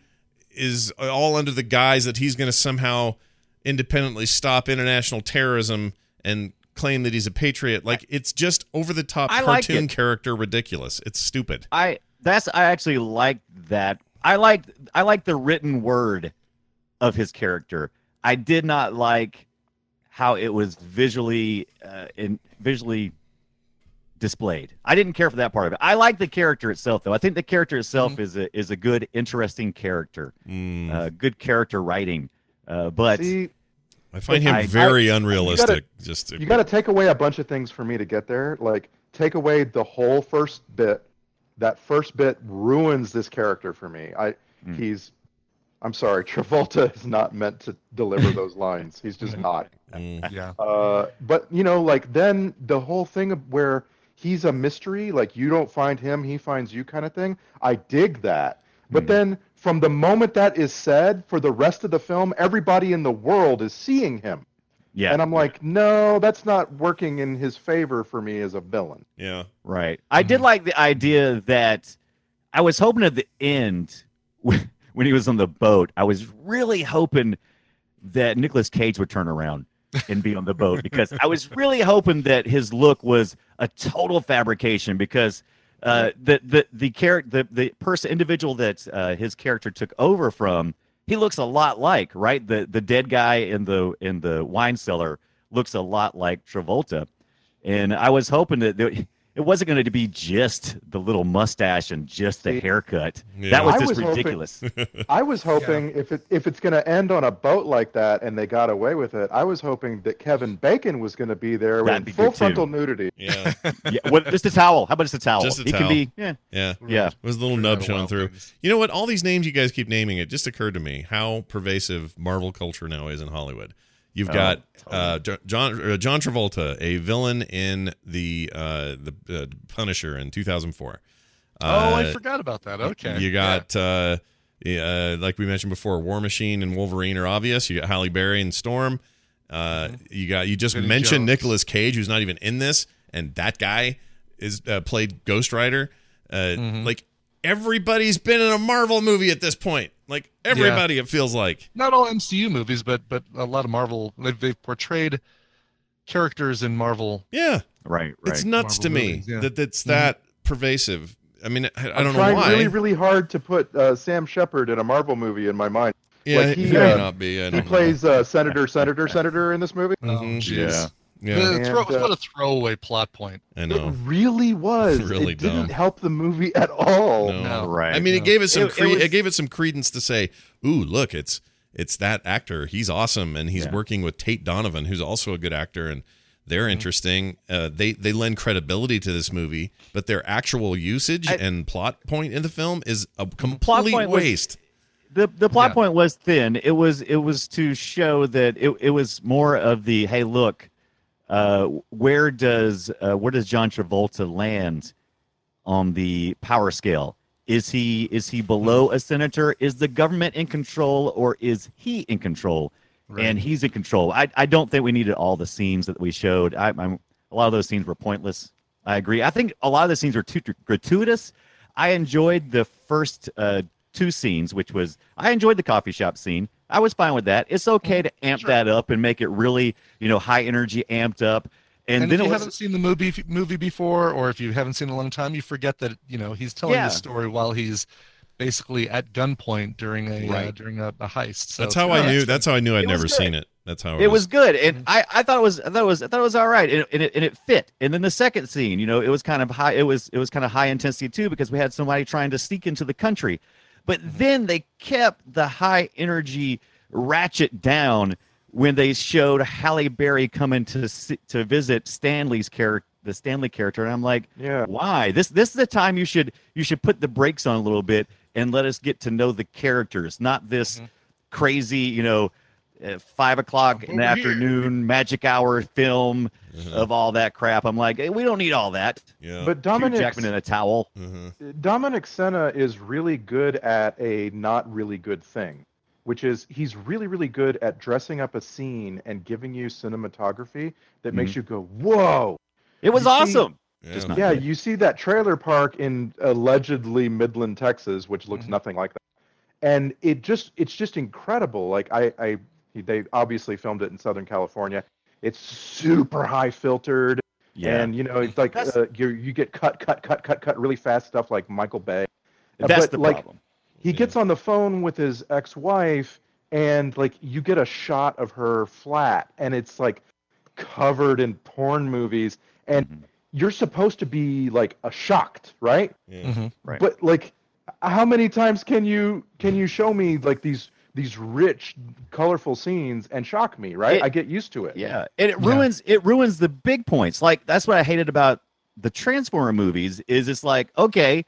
[SPEAKER 1] is all under the guise that he's going to somehow independently stop international terrorism and claim that he's a patriot. Like it's just over the top
[SPEAKER 4] I like
[SPEAKER 1] cartoon
[SPEAKER 4] it.
[SPEAKER 1] character ridiculous. It's stupid.
[SPEAKER 4] I that's I actually like that. I like I like the written word of his character. I did not like how it was visually uh, in visually displayed. I didn't care for that part of it. I like the character itself though. I think the character itself is a is a good interesting character.
[SPEAKER 1] Mm-hmm. Mm,
[SPEAKER 4] Uh, good character writing. Uh, but
[SPEAKER 5] See,
[SPEAKER 1] I find him
[SPEAKER 4] I-
[SPEAKER 1] very unrealistic. just
[SPEAKER 5] you got to take away a bunch of things for me to get there. Like take away the whole first bit. That first bit ruins this character for me. I
[SPEAKER 4] Mm.
[SPEAKER 5] he's I'm sorry, Travolta is not meant to deliver those lines. He's just not.
[SPEAKER 1] Mm.
[SPEAKER 6] Yeah.
[SPEAKER 5] Uh, but you know, like then the whole thing of where he's a mystery, like you don't find him, he finds you, kind of thing. I dig that. But then from the moment that is said, for the rest of the film, everybody in the world is seeing him,
[SPEAKER 4] Yeah.
[SPEAKER 5] and I'm like, no, that's not working in his favor for me as a villain.
[SPEAKER 1] Yeah.
[SPEAKER 4] Right. I did like the idea that I was hoping at the end when when he was on the boat, I was really hoping that Nicolas Cage would turn around and be on the boat because I was really hoping that his look was a total fabrication because uh, the the the character the, the person individual that uh, his character took over from he looks a lot like right the the dead guy in the in the wine cellar looks a lot like Travolta and I was hoping that there- it wasn't going to be just the little mustache and just the
[SPEAKER 5] See,
[SPEAKER 4] haircut
[SPEAKER 1] yeah.
[SPEAKER 4] that was
[SPEAKER 5] I
[SPEAKER 4] just
[SPEAKER 5] was hoping-
[SPEAKER 4] ridiculous
[SPEAKER 5] I was hoping if it if it's going to end on a boat like that and they got away with it, I was hoping that Kevin Bacon was going to be there
[SPEAKER 4] That'd
[SPEAKER 5] with
[SPEAKER 4] be
[SPEAKER 5] full
[SPEAKER 4] good, too.
[SPEAKER 5] frontal nudity.
[SPEAKER 1] yeah.
[SPEAKER 4] yeah, well, just a towel how about just a towel
[SPEAKER 1] Just a
[SPEAKER 4] he
[SPEAKER 1] towel.
[SPEAKER 4] can be yeah
[SPEAKER 1] Yeah.
[SPEAKER 4] yeah
[SPEAKER 1] Was a little
[SPEAKER 6] We're out
[SPEAKER 1] nub
[SPEAKER 6] of
[SPEAKER 1] showing
[SPEAKER 6] wild
[SPEAKER 1] through.
[SPEAKER 6] things.
[SPEAKER 1] You know what? All these names you guys keep naming, it just occurred to me how pervasive Marvel culture now is in Hollywood. You've
[SPEAKER 4] Oh,
[SPEAKER 1] got uh, Jo- John uh, John Travolta, a villain in the uh, the uh, Punisher in 2004.
[SPEAKER 6] oh,
[SPEAKER 1] Uh,
[SPEAKER 6] I forgot about that. Okay.
[SPEAKER 1] You got uh, yeah, uh, like we mentioned before, War Machine and Wolverine are obvious. You got Halle Berry and Storm. Uh,
[SPEAKER 6] Mm-hmm.
[SPEAKER 1] you got you just
[SPEAKER 6] Vinnie
[SPEAKER 1] mentioned
[SPEAKER 6] Jones.
[SPEAKER 1] Nicolas Cage, who's not even in this, and that guy is uh, played Ghost Rider. Uh,
[SPEAKER 6] Mhm.
[SPEAKER 1] Like everybody's been in a Marvel movie at this point. Like everybody, it feels like.
[SPEAKER 6] not all MCU movies, but but a lot of Marvel. They've, they've portrayed characters in Marvel.
[SPEAKER 1] Yeah,
[SPEAKER 4] right right
[SPEAKER 1] it's nuts
[SPEAKER 6] Marvel
[SPEAKER 1] to me
[SPEAKER 6] movies, yeah. Mm-hmm.
[SPEAKER 1] that that's that pervasive. I mean, I, I don't know
[SPEAKER 5] Trying
[SPEAKER 1] why.
[SPEAKER 5] really, really hard to put uh, Sam Shepard in a Marvel movie in my mind.
[SPEAKER 1] yeah,
[SPEAKER 5] like,
[SPEAKER 1] it
[SPEAKER 5] he,
[SPEAKER 1] may
[SPEAKER 5] uh,
[SPEAKER 1] not be. I
[SPEAKER 5] He
[SPEAKER 1] don't know.
[SPEAKER 5] plays uh, senator, senator, senator in this movie.
[SPEAKER 1] Mhm.
[SPEAKER 6] Oh, jeez.
[SPEAKER 1] Yeah,
[SPEAKER 6] The throw-
[SPEAKER 5] And, uh,
[SPEAKER 6] what a throwaway plot point.
[SPEAKER 1] I
[SPEAKER 5] It
[SPEAKER 1] know.
[SPEAKER 5] really was.
[SPEAKER 1] Oh. Really
[SPEAKER 5] it didn't
[SPEAKER 1] dumb.
[SPEAKER 5] help the movie at all.
[SPEAKER 1] No.
[SPEAKER 6] No.
[SPEAKER 4] right
[SPEAKER 1] I mean, it
[SPEAKER 6] Yeah.
[SPEAKER 1] gave it some
[SPEAKER 4] It- it
[SPEAKER 1] cre- it,
[SPEAKER 4] was-
[SPEAKER 1] gave it some credence to say, "Ooh, look, it's it's that actor. He's awesome, and he's
[SPEAKER 4] Yeah. Mm-hmm.
[SPEAKER 1] working with Tate Donovan, who's also a good actor, and they're interesting. Uh, they they lend credibility to this movie, but their actual usage
[SPEAKER 4] I-
[SPEAKER 1] and plot point in the film is a
[SPEAKER 4] plot
[SPEAKER 1] complete
[SPEAKER 4] point was-
[SPEAKER 1] waste.
[SPEAKER 4] the the plot
[SPEAKER 6] Yeah.
[SPEAKER 4] point was thin. It was it was to show that it, it was more of the hey look, uh, where does uh, where does John Travolta land on the power scale? Is he is he below
[SPEAKER 6] Mm-hmm.
[SPEAKER 4] a senator? Is the government in control or is he in control?
[SPEAKER 6] Right.
[SPEAKER 4] And he's in control. I, I don't think we needed all the scenes that we showed. I, I'm, a lot of those scenes were pointless. I agree. I think a lot of the scenes were too too gratuitous. I enjoyed the first uh, two scenes, which was I enjoyed the coffee shop scene. I was fine with that. It's okay to amp
[SPEAKER 6] Mm-hmm. Sure.
[SPEAKER 4] that up and make it really, you know, high energy, amped up. And,
[SPEAKER 6] And,
[SPEAKER 4] then
[SPEAKER 6] if
[SPEAKER 4] it
[SPEAKER 6] you
[SPEAKER 4] was
[SPEAKER 6] haven't seen the movie movie before, or if you haven't seen it in a long time, you forget that you know he's telling
[SPEAKER 4] Yeah.
[SPEAKER 6] the story while he's basically at gunpoint during a uh,
[SPEAKER 4] Right.
[SPEAKER 6] during a, a heist. So
[SPEAKER 1] That's
[SPEAKER 6] it's
[SPEAKER 1] how
[SPEAKER 6] not-
[SPEAKER 1] I knew. That's how I knew I'd
[SPEAKER 4] It was
[SPEAKER 1] never
[SPEAKER 4] good.
[SPEAKER 1] seen it. That's how
[SPEAKER 4] it was Mm-hmm. good and I, I thought it was I thought it was I thought it was all right and, and, it, and it fit and then the second scene you know it was kind of high it was it was kind of high intensity too because we had somebody trying to sneak into the country but then they kept the high energy ratchet down when they showed Halle Berry coming to si- to visit Stanley's character the Stanley character and I'm like
[SPEAKER 5] Yeah.
[SPEAKER 4] why this this is the time you should you should put the brakes on a little bit and let us get to know the characters not this crazy you know uh, five o'clock
[SPEAKER 5] Oh,
[SPEAKER 4] in the
[SPEAKER 6] over here.
[SPEAKER 4] afternoon magic hour film of all that crap i'm like hey, we don't need all that
[SPEAKER 1] Yeah.
[SPEAKER 5] But
[SPEAKER 4] Hugh
[SPEAKER 5] Dominic
[SPEAKER 4] jackman in a towel
[SPEAKER 1] Mhm.
[SPEAKER 5] Dominic Senna is really good at a not really good thing, which is he's really, really good at dressing up a scene and giving you cinematography that makes you go, whoa.
[SPEAKER 4] it was
[SPEAKER 5] You see-
[SPEAKER 4] awesome
[SPEAKER 1] Yeah.
[SPEAKER 4] Just Mm-hmm. not
[SPEAKER 5] Yeah,
[SPEAKER 4] good.
[SPEAKER 5] you see that trailer park in allegedly Midland, Texas, which looks
[SPEAKER 4] Mm-hmm.
[SPEAKER 6] Mhm.
[SPEAKER 5] nothing like that. And it just it's just incredible. Like I, I they obviously filmed it in Southern California. It's super high filtered.
[SPEAKER 4] yeah
[SPEAKER 5] And you know, it's like
[SPEAKER 4] That's-
[SPEAKER 5] uh, you you get cut, cut, cut, cut, cut really fast stuff like Michael Bay. uh,
[SPEAKER 4] that's
[SPEAKER 5] but,
[SPEAKER 4] the
[SPEAKER 5] like,
[SPEAKER 4] problem
[SPEAKER 5] He
[SPEAKER 1] Yeah.
[SPEAKER 5] gets on the phone with his ex-wife, and like you get a shot of her flat, and it's like covered in porn movies, and
[SPEAKER 4] Mhm.
[SPEAKER 5] you're supposed to be like a shocked, right?
[SPEAKER 1] Yeah.
[SPEAKER 6] Mhm.
[SPEAKER 4] Right.
[SPEAKER 5] But like, how many times can you can you show me like these these rich, colorful scenes and shock me, right?
[SPEAKER 4] It-
[SPEAKER 5] I get used to it.
[SPEAKER 4] Yeah, and it
[SPEAKER 6] Yeah.
[SPEAKER 4] ruins it ruins the big points. Like that's what I hated about the Transformer movies. Is it's like okay,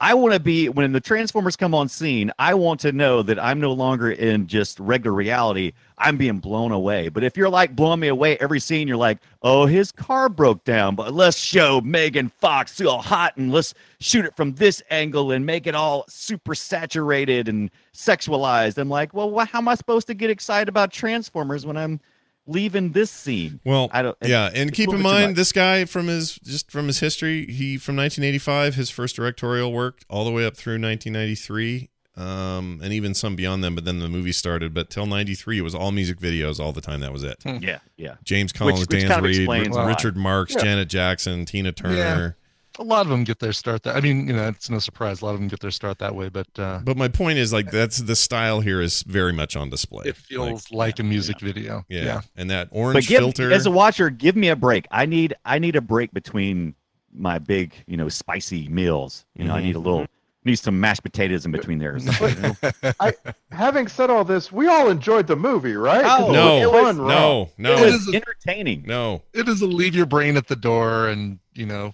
[SPEAKER 4] I want to be when the Transformers come on scene. I want to know that I'm no longer in just regular reality. I'm being blown away. But if you're like blowing me away every scene, you're like, oh, his car broke down, but let's show Megan Fox so hot and let's shoot it from this angle and make it all super saturated and sexualized. I'm like, well, wha- how am I supposed to get excited about Transformers when I'm leaving this scene?
[SPEAKER 1] Well,
[SPEAKER 4] I don't.
[SPEAKER 1] yeah, and
[SPEAKER 4] it's
[SPEAKER 1] keep
[SPEAKER 4] a
[SPEAKER 1] in
[SPEAKER 4] little bit too
[SPEAKER 1] mind
[SPEAKER 4] much.
[SPEAKER 1] this guy from his just from his history, he from 1985, his first directorial work, all the way up through 1993, um, and even some beyond them. But then the movie started. But till 93, it was all music videos all the time. That was it.
[SPEAKER 4] Yeah, yeah.
[SPEAKER 1] James Collins,
[SPEAKER 4] Hmm. which
[SPEAKER 1] Dan
[SPEAKER 4] kind of
[SPEAKER 1] Reed,
[SPEAKER 4] explains
[SPEAKER 1] Ri-
[SPEAKER 4] a lot.
[SPEAKER 1] Richard Marx, Janet Jackson, Tina Turner.
[SPEAKER 6] A lot of them get their start that. I mean, you know, it's no surprise. A lot of them get their start that way, but uh,
[SPEAKER 1] But my point is, like, that's the style here is very much on display.
[SPEAKER 6] it
[SPEAKER 1] Like,
[SPEAKER 6] feels like, a music video.
[SPEAKER 1] yeah. and that
[SPEAKER 4] But
[SPEAKER 1] orange
[SPEAKER 4] give,
[SPEAKER 1] filter.
[SPEAKER 4] as a watcher, give me a break. I need I need a break between my big, you know, spicy meals. You know, I
[SPEAKER 1] Mm-hmm.
[SPEAKER 4] need a little need some mashed potatoes in between there. or something, you know?
[SPEAKER 5] Having said all this, we all enjoyed the movie, right? 'Cause it
[SPEAKER 1] No,
[SPEAKER 5] was fun, right?
[SPEAKER 1] no,
[SPEAKER 4] It
[SPEAKER 1] no,
[SPEAKER 6] is-
[SPEAKER 4] was entertaining.
[SPEAKER 1] no.
[SPEAKER 6] It is a leave your brain at the door, and you know,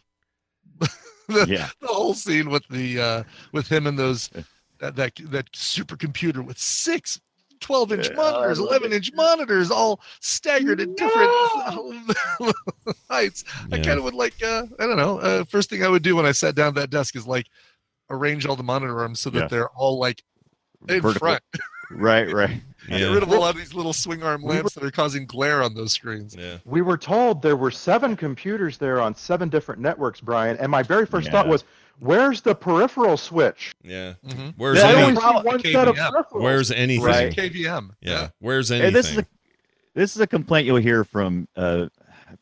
[SPEAKER 6] the,
[SPEAKER 4] Yeah.
[SPEAKER 6] the whole scene with the uh, with him and those that that, that supercomputer with six. 12 inch
[SPEAKER 4] Yeah, I
[SPEAKER 6] monitors,
[SPEAKER 4] love
[SPEAKER 6] 11 inch monitors, all staggered at different heights. I
[SPEAKER 1] Yeah.
[SPEAKER 6] kind of would like, uh, I don't know. Uh, first thing I would do when I sat down at that desk is like arrange all the monitor arms so that
[SPEAKER 4] Yeah.
[SPEAKER 6] they're all like in
[SPEAKER 4] Vertical.
[SPEAKER 6] front.
[SPEAKER 4] Right, right.
[SPEAKER 6] Get
[SPEAKER 1] Yeah.
[SPEAKER 6] rid of a lot of these little swing arm lamps that are causing glare on those screens.
[SPEAKER 1] yeah.
[SPEAKER 5] We were told there were seven computers there on seven different networks, Brian. And my very first thought
[SPEAKER 4] Yeah.
[SPEAKER 5] was, where's the peripheral switch?
[SPEAKER 1] Yeah.
[SPEAKER 6] Mhm.
[SPEAKER 1] Where's
[SPEAKER 4] Yeah, I
[SPEAKER 5] I
[SPEAKER 1] any,
[SPEAKER 5] only see
[SPEAKER 4] Probably
[SPEAKER 5] one
[SPEAKER 6] caving
[SPEAKER 5] set of
[SPEAKER 6] up.
[SPEAKER 5] peripherals.
[SPEAKER 1] where's anything?
[SPEAKER 6] Where's
[SPEAKER 4] Right.
[SPEAKER 6] your KVM?
[SPEAKER 1] Yeah. Where's anything?
[SPEAKER 4] And this is a this is a complaint you'll hear from uh,